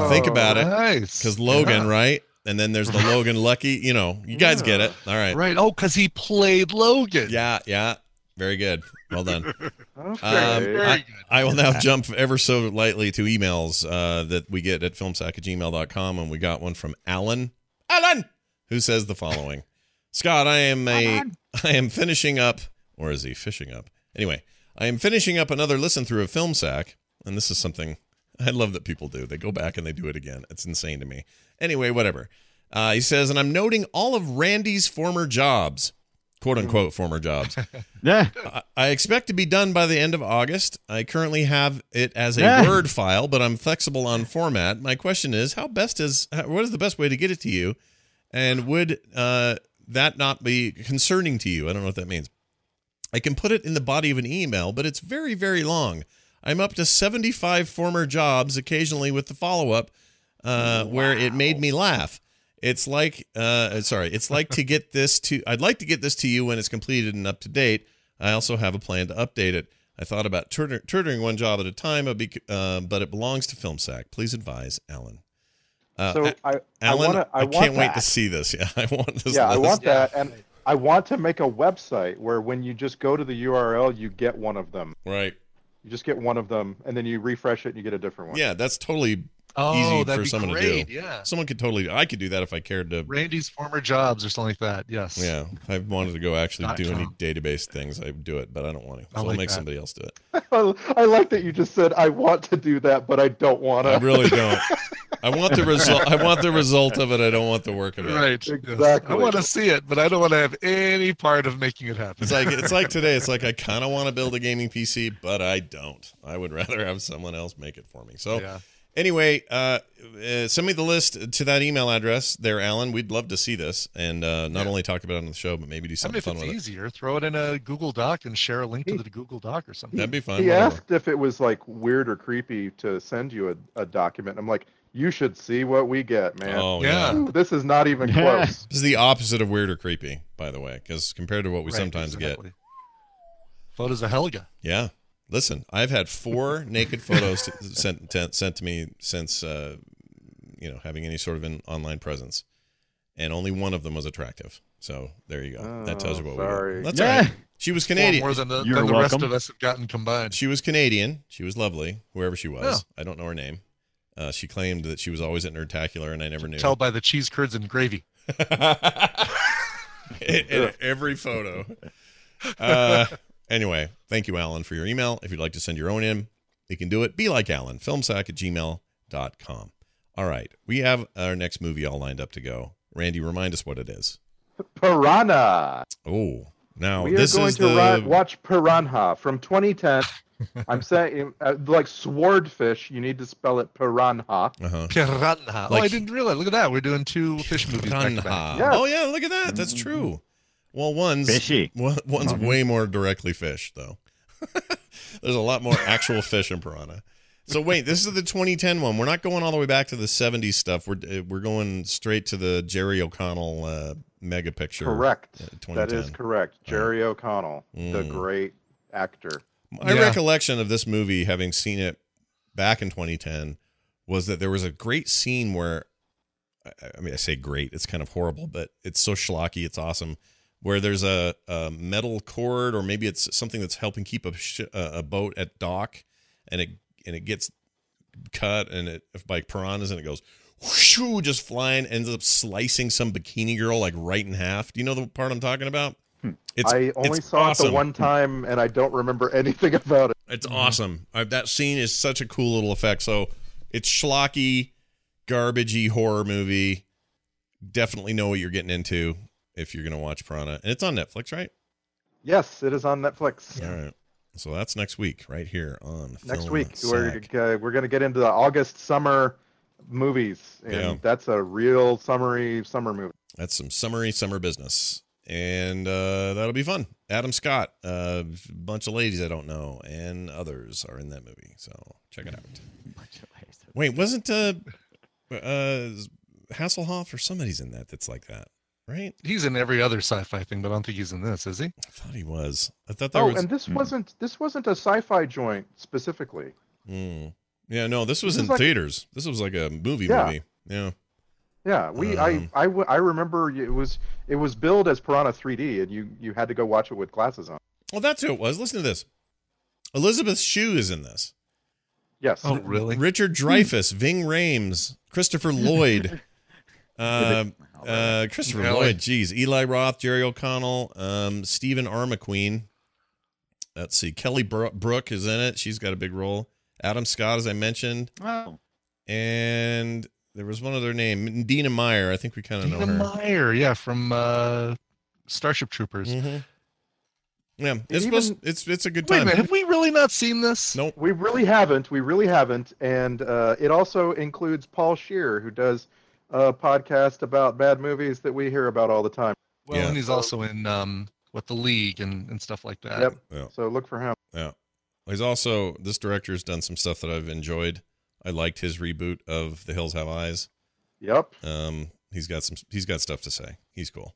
[SPEAKER 6] Oh,
[SPEAKER 1] Uh, Think about it.
[SPEAKER 6] Nice.
[SPEAKER 1] Because Logan,
[SPEAKER 6] Yeah.
[SPEAKER 1] right? And then there's the Logan Lucky. You know, you guys get it. All right.
[SPEAKER 6] Right. Oh, because he played Logan.
[SPEAKER 1] Yeah, yeah. Very good. Well done. Um,
[SPEAKER 5] Oh, Okay.
[SPEAKER 6] Very
[SPEAKER 1] I-
[SPEAKER 6] good.
[SPEAKER 1] I will now jump ever so lightly to emails uh, that we get at filmsack at gmail.com. And we got one from Alan. Alan! Who says the following Scott, I am a. I am finishing up, or is he fishing up? Anyway, I am finishing up another listen through of Film Sack, and this is something I love that people do. They go back and they do it again. It's insane to me. Anyway, whatever. Uh, he says, and I'm noting all of Randy's former jobs, quote unquote former jobs.
[SPEAKER 4] Yeah.
[SPEAKER 1] I, I expect to be done by the end of August. I currently have it as a
[SPEAKER 4] Yeah.
[SPEAKER 1] Word file, but I'm flexible on format. My question is, how best is how- what is the best way to get it to you, and would uh, that not be concerning to you? I don't know what that means. I can put it in the body of an email, but it's very very long. I'm up to 75 former jobs, occasionally with the follow up, uh, where it made me laugh. It's like, uh, sorry, it's like to get this to, I'd like to get this to you when it's completed and up to date. I also have a plan to update it. I thought about tutor- tutoring one job at a time, uh, bec- uh, but it belongs to FilmSack. Please advise Alan. Uh,
[SPEAKER 5] So
[SPEAKER 1] A-
[SPEAKER 5] I, I,
[SPEAKER 1] Alan, I,
[SPEAKER 5] wanna, I, want
[SPEAKER 1] can't wait to
[SPEAKER 5] that.
[SPEAKER 1] see this. Yeah, I want this.
[SPEAKER 5] Yeah, I
[SPEAKER 1] list.
[SPEAKER 5] want that. And I want to make a website where when you just go to the URL, you get one of them.
[SPEAKER 1] Right.
[SPEAKER 5] You just get one of them, and then you refresh it and you get a different one.
[SPEAKER 1] Yeah, that's totally,
[SPEAKER 6] Oh,
[SPEAKER 1] Easy
[SPEAKER 6] that'd
[SPEAKER 1] for
[SPEAKER 6] be
[SPEAKER 1] someone to
[SPEAKER 6] great.
[SPEAKER 1] do.
[SPEAKER 6] Yeah.
[SPEAKER 1] someone could totally, I could do that if I cared to
[SPEAKER 6] Randy's former jobs or something like that. Yes.
[SPEAKER 1] Yeah, if I wanted to go actually
[SPEAKER 6] Dot
[SPEAKER 1] do any
[SPEAKER 6] com.
[SPEAKER 1] database things, I would do it, but I don't want to. So
[SPEAKER 6] I
[SPEAKER 1] I'll
[SPEAKER 6] like
[SPEAKER 1] make
[SPEAKER 6] that.
[SPEAKER 1] somebody else do it.
[SPEAKER 5] I, I like that you just said I want to do that, but I don't want
[SPEAKER 1] I
[SPEAKER 5] to.
[SPEAKER 1] really don't. I want the result. I want the result of it. I don't want the work of it.
[SPEAKER 6] Right. yes. I
[SPEAKER 5] Exactly.
[SPEAKER 6] want to see it, but I don't want to have any part of making it happen.
[SPEAKER 1] It's like it's like today. It's like I kind of want to build a gaming PC, but I don't. I would rather have someone else make it for me. So
[SPEAKER 6] yeah.
[SPEAKER 1] anyway, uh, uh, send me the list to that email address there, Alan. We'd love to see this and uh, not
[SPEAKER 6] Yeah.
[SPEAKER 1] only talk about it on the show, but maybe do
[SPEAKER 6] I mean,
[SPEAKER 1] something
[SPEAKER 6] if
[SPEAKER 1] fun
[SPEAKER 6] it's
[SPEAKER 1] with it.
[SPEAKER 6] easier, throw it in a Google Doc and share a link to the Google Doc or something.
[SPEAKER 1] That'd be fun.
[SPEAKER 5] He
[SPEAKER 1] whatever.
[SPEAKER 5] asked if it was like weird or creepy to send you a, a document. I'm like, you should see what we get, man.
[SPEAKER 1] Oh yeah.
[SPEAKER 6] Yeah.
[SPEAKER 5] Ooh, This is not even
[SPEAKER 4] Yeah.
[SPEAKER 5] close.
[SPEAKER 1] This is the opposite of weird or creepy, by the way, because compared to what we
[SPEAKER 6] Right,
[SPEAKER 1] sometimes get.
[SPEAKER 6] exactly. Photos of Helga.
[SPEAKER 1] Yeah. Listen, I've had four naked photos t- sent t- sent to me since uh, you know having any sort of an online presence, and only one of them was attractive. So there you go. that tells you what we were. That's all right. She was Canadian.
[SPEAKER 6] More than the, than the rest of us have gotten combined.
[SPEAKER 1] She was Canadian. She was lovely, whoever she was. I don't know her name. Uh, she claimed that she was always at Nerdtacular, and I never knew.
[SPEAKER 6] Tell by the cheese curds and gravy.
[SPEAKER 1] in, in every photo. Uh, anyway, thank you, Alan, for your email. If you'd like to send your own in, you can do it. Be like Alan, filmsack at gmail.com. All right. We have our next movie all lined up to go. Randy, remind us what it is.
[SPEAKER 5] Piranha.
[SPEAKER 1] Oh, now
[SPEAKER 5] we are
[SPEAKER 1] this
[SPEAKER 5] going
[SPEAKER 1] is
[SPEAKER 5] to
[SPEAKER 1] the.
[SPEAKER 5] ri- watch Piranha from 2010. I'm saying, uh, like swordfish, you need to spell it piranha.
[SPEAKER 1] Uh-huh.
[SPEAKER 6] Piranha. oh, I
[SPEAKER 5] Like-
[SPEAKER 6] didn't realize. Look at that. We're doing two fish movies. Back to back.
[SPEAKER 5] Yeah.
[SPEAKER 1] Oh, yeah. Look at that. That's true. Well, one's
[SPEAKER 4] Fishy.
[SPEAKER 1] One, one's
[SPEAKER 5] Uh-huh.
[SPEAKER 4] Piranha.
[SPEAKER 1] way more directly fish, though. There's a lot more actual fish in piranha. So wait, this is the 2010 one. We're not going all the way back to the 70s stuff. We're uh, we're going straight to the Jerry O'Connell uh, mega picture.
[SPEAKER 5] Correct.
[SPEAKER 1] uh,
[SPEAKER 5] That is
[SPEAKER 1] 2010.
[SPEAKER 5] correct. Jerry O'Connell, the
[SPEAKER 1] Mm.
[SPEAKER 5] great actor.
[SPEAKER 1] My
[SPEAKER 6] Yeah.
[SPEAKER 1] recollection of this movie, having seen it back in 2010, was that there was a great scene where, I- I mean, I say great, it's kind of horrible, but it's so schlocky, it's awesome. Where there's a, a metal cord, or maybe it's something that's helping keep a sh- a a boat at dock, and it and it gets cut and it by piranhas, and it goes whoosh, just flying, ends up slicing some bikini girl like right in half. Do you know the part I'm talking about?
[SPEAKER 5] Hmm. I only saw it
[SPEAKER 1] awesome.
[SPEAKER 5] the one time, and I don't remember anything about it.
[SPEAKER 1] It's awesome. Uh, that scene is such a cool little effect. So it's schlocky, garbagey horror movie. Definitely know what you're getting into if you're gonna watch Prana, and it's on Netflix, right?
[SPEAKER 5] Yes, it is on Netflix.
[SPEAKER 1] All right. So that's next week, right here on
[SPEAKER 5] Next
[SPEAKER 1] Film
[SPEAKER 5] week, we're,
[SPEAKER 1] Sack.
[SPEAKER 5] uh, we're going to get into the August summer movies, and
[SPEAKER 1] Yeah.
[SPEAKER 5] that's a real summary summer movie.
[SPEAKER 1] That's some summary summer business, and uh, that'll be fun. Adam Scott, a bunch of ladies I don't know, and others are in that movie. So check it out. Wait, wasn't uh, uh, Hasselhoff or somebody's in that? That's like that, right?
[SPEAKER 6] He's in every other sci-fi thing, but I don't think he's in this, is he?
[SPEAKER 1] I thought he was. I thought there
[SPEAKER 5] Oh,
[SPEAKER 1] was. Hmm.
[SPEAKER 5] and this wasn't this wasn't a sci-fi joint specifically.
[SPEAKER 1] Mm. Yeah, no, this was
[SPEAKER 5] This is
[SPEAKER 1] in
[SPEAKER 5] like-
[SPEAKER 1] theaters. This was like a movie
[SPEAKER 5] Yeah.
[SPEAKER 1] movie. Yeah.
[SPEAKER 5] Yeah, we
[SPEAKER 1] Um.
[SPEAKER 5] I I, I, w- I remember it was it was billed as Piranha 3D, and you you had to go watch it with glasses on.
[SPEAKER 1] Well, that's who it was. Listen to this. Elizabeth Shue is in this.
[SPEAKER 5] Yes.
[SPEAKER 6] Oh, really?
[SPEAKER 1] Richard Dreyfuss, Ving Rhames, Christopher Lloyd. Uh, uh, Christopher
[SPEAKER 6] Really?
[SPEAKER 1] Lloyd, geez, Eli Roth, Jerry O'Connell, um, Stephen Armaqueen. Let's see, Kelly Bro- Brook is in it. She's got a big role. Adam Scott, as I mentioned,
[SPEAKER 4] Oh,
[SPEAKER 1] and there was one other name, Dina Meyer. I think we kind of know
[SPEAKER 6] Dina
[SPEAKER 1] her.
[SPEAKER 6] Meyer, yeah, from uh, Starship Troopers.
[SPEAKER 1] Mhm. Mm-hmm. Yeah, it's
[SPEAKER 5] even-
[SPEAKER 1] supposed, it's it's a good
[SPEAKER 6] Wait a
[SPEAKER 1] time.
[SPEAKER 6] minute, have we really not seen this?
[SPEAKER 1] Nope.
[SPEAKER 5] We really haven't. We really haven't. And uh, it also includes Paul Shear, who does a podcast about bad movies that we hear about all the time.
[SPEAKER 6] Well,
[SPEAKER 1] Yeah.
[SPEAKER 6] and he's also in um, what the League and, and stuff like that.
[SPEAKER 5] Yep.
[SPEAKER 1] Yeah.
[SPEAKER 5] So look for him.
[SPEAKER 1] Yeah. He's also this director's done some stuff that I've enjoyed. I liked his reboot of The Hills Have Eyes.
[SPEAKER 5] Yep.
[SPEAKER 1] Um, he's got some he's got stuff to say. He's cool.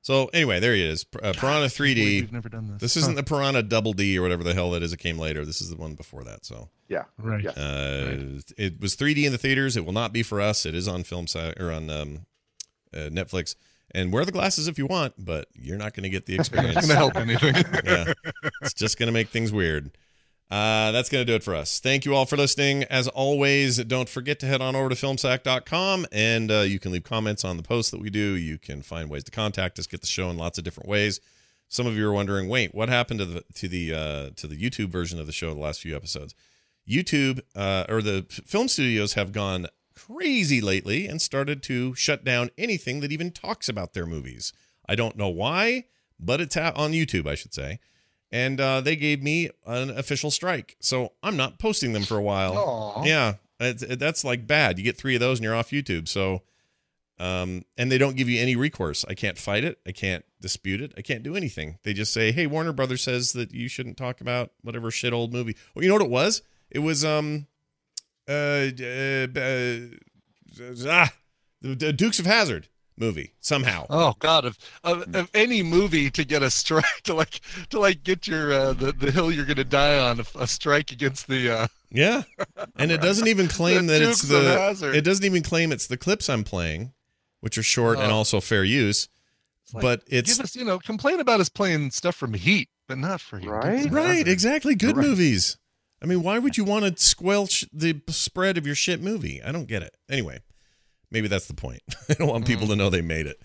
[SPEAKER 1] So anyway, there he is. Pir- Uh, Piranha
[SPEAKER 6] Wait,
[SPEAKER 1] 3D.
[SPEAKER 6] We've never done this.
[SPEAKER 1] This isn't the Piranha Double D or whatever the hell that is that came later. This is the one before that. So
[SPEAKER 5] Yeah.
[SPEAKER 6] the right.
[SPEAKER 5] yeah.
[SPEAKER 1] uh, it was 3D in the theaters. It will not be for us. It is on film si- or on um, uh, Netflix. And wear the glasses if you want, but you're not going to get the
[SPEAKER 6] Not
[SPEAKER 1] experience.
[SPEAKER 6] gonna help anything.
[SPEAKER 1] yeah. It's just going to make things weird. Uh, that's going to do it for us. Thank you all for listening. As always, don't forget to head on over to filmsack.com and uh, you can leave comments on the posts that we do. You can find ways to contact us, get the show in lots of different ways. Some of you are wondering, wait, what happened to the to the uh, to the YouTube version of the show the last few episodes? YouTube uh, or the film studios have gone crazy lately and started to shut down anything that even talks about their movies. I don't know why, but it's ha- on YouTube, I should say. And uh, they gave me an official strike, so I'm not posting them for a while.
[SPEAKER 6] Aw.
[SPEAKER 1] Yeah, it's, it- that's like bad. You get three of those and you're off YouTube. So, um, and they don't give you any recourse. I can't fight it. I can't dispute it. I can't do anything. They just say, "Hey, Warner Brothers says that you shouldn't talk about whatever shit old movie." Well, you know what it was? It was um, uh, uh, uh ah, the, the Dukes of Hazard. movie somehow.
[SPEAKER 6] Oh God! Of,
[SPEAKER 1] Mm.
[SPEAKER 6] of of any movie to get a strike to like to like get your uh, the the hill you're gonna die on a, a strike against the. Uh,
[SPEAKER 1] Yeah, and it doesn't even claim
[SPEAKER 6] The
[SPEAKER 1] that it's
[SPEAKER 6] Dukes of
[SPEAKER 1] the.
[SPEAKER 6] Hazzard.
[SPEAKER 1] It doesn't even claim it's the clips I'm playing, which are short and
[SPEAKER 6] Oh.
[SPEAKER 1] also fair use.
[SPEAKER 6] like,
[SPEAKER 1] but it's
[SPEAKER 6] give us you know complain about us playing stuff from Heat, but not for you.
[SPEAKER 1] right, exactly. Good movies. I mean, why would you want to squelch the spread of your shit movie? I don't get it. Anyway, maybe that's the point. I don't want people to know they made it.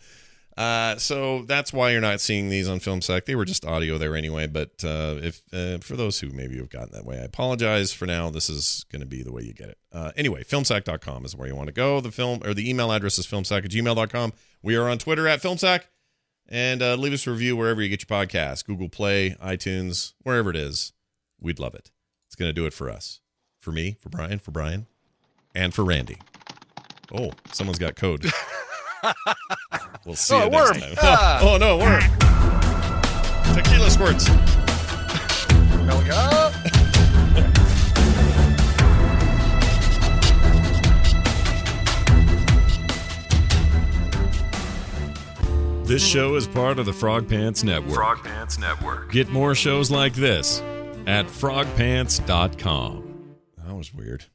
[SPEAKER 1] Uh, so that's why you're not seeing these on FilmSec. They were just audio there anyway. But uh, if uh, for those who maybe have gotten that way, I apologize for now. This is going to be the way you get it. Uh, anyway, filmsack.com is where you want to go. The film or the email address is filmsack at gmail.com. We are on Twitter at filmsack. And uh, leave us a review wherever you get your podcast Google Play, iTunes, wherever it is. We'd love it. It's going to do it for us. For me, for Brian, for Brian, and for Randy. Oh, someone's got code. we'll see
[SPEAKER 6] Oh,
[SPEAKER 1] you
[SPEAKER 6] a
[SPEAKER 1] next
[SPEAKER 6] worm.
[SPEAKER 1] time.
[SPEAKER 6] Ah.
[SPEAKER 1] Oh, no, a worm. Tequila squirts.
[SPEAKER 6] Going
[SPEAKER 5] ah!
[SPEAKER 6] up.
[SPEAKER 1] This show is part of the Frog Pants Network.
[SPEAKER 3] Frog Pants Network.
[SPEAKER 1] Get more shows like this at frogpants.com. That was weird.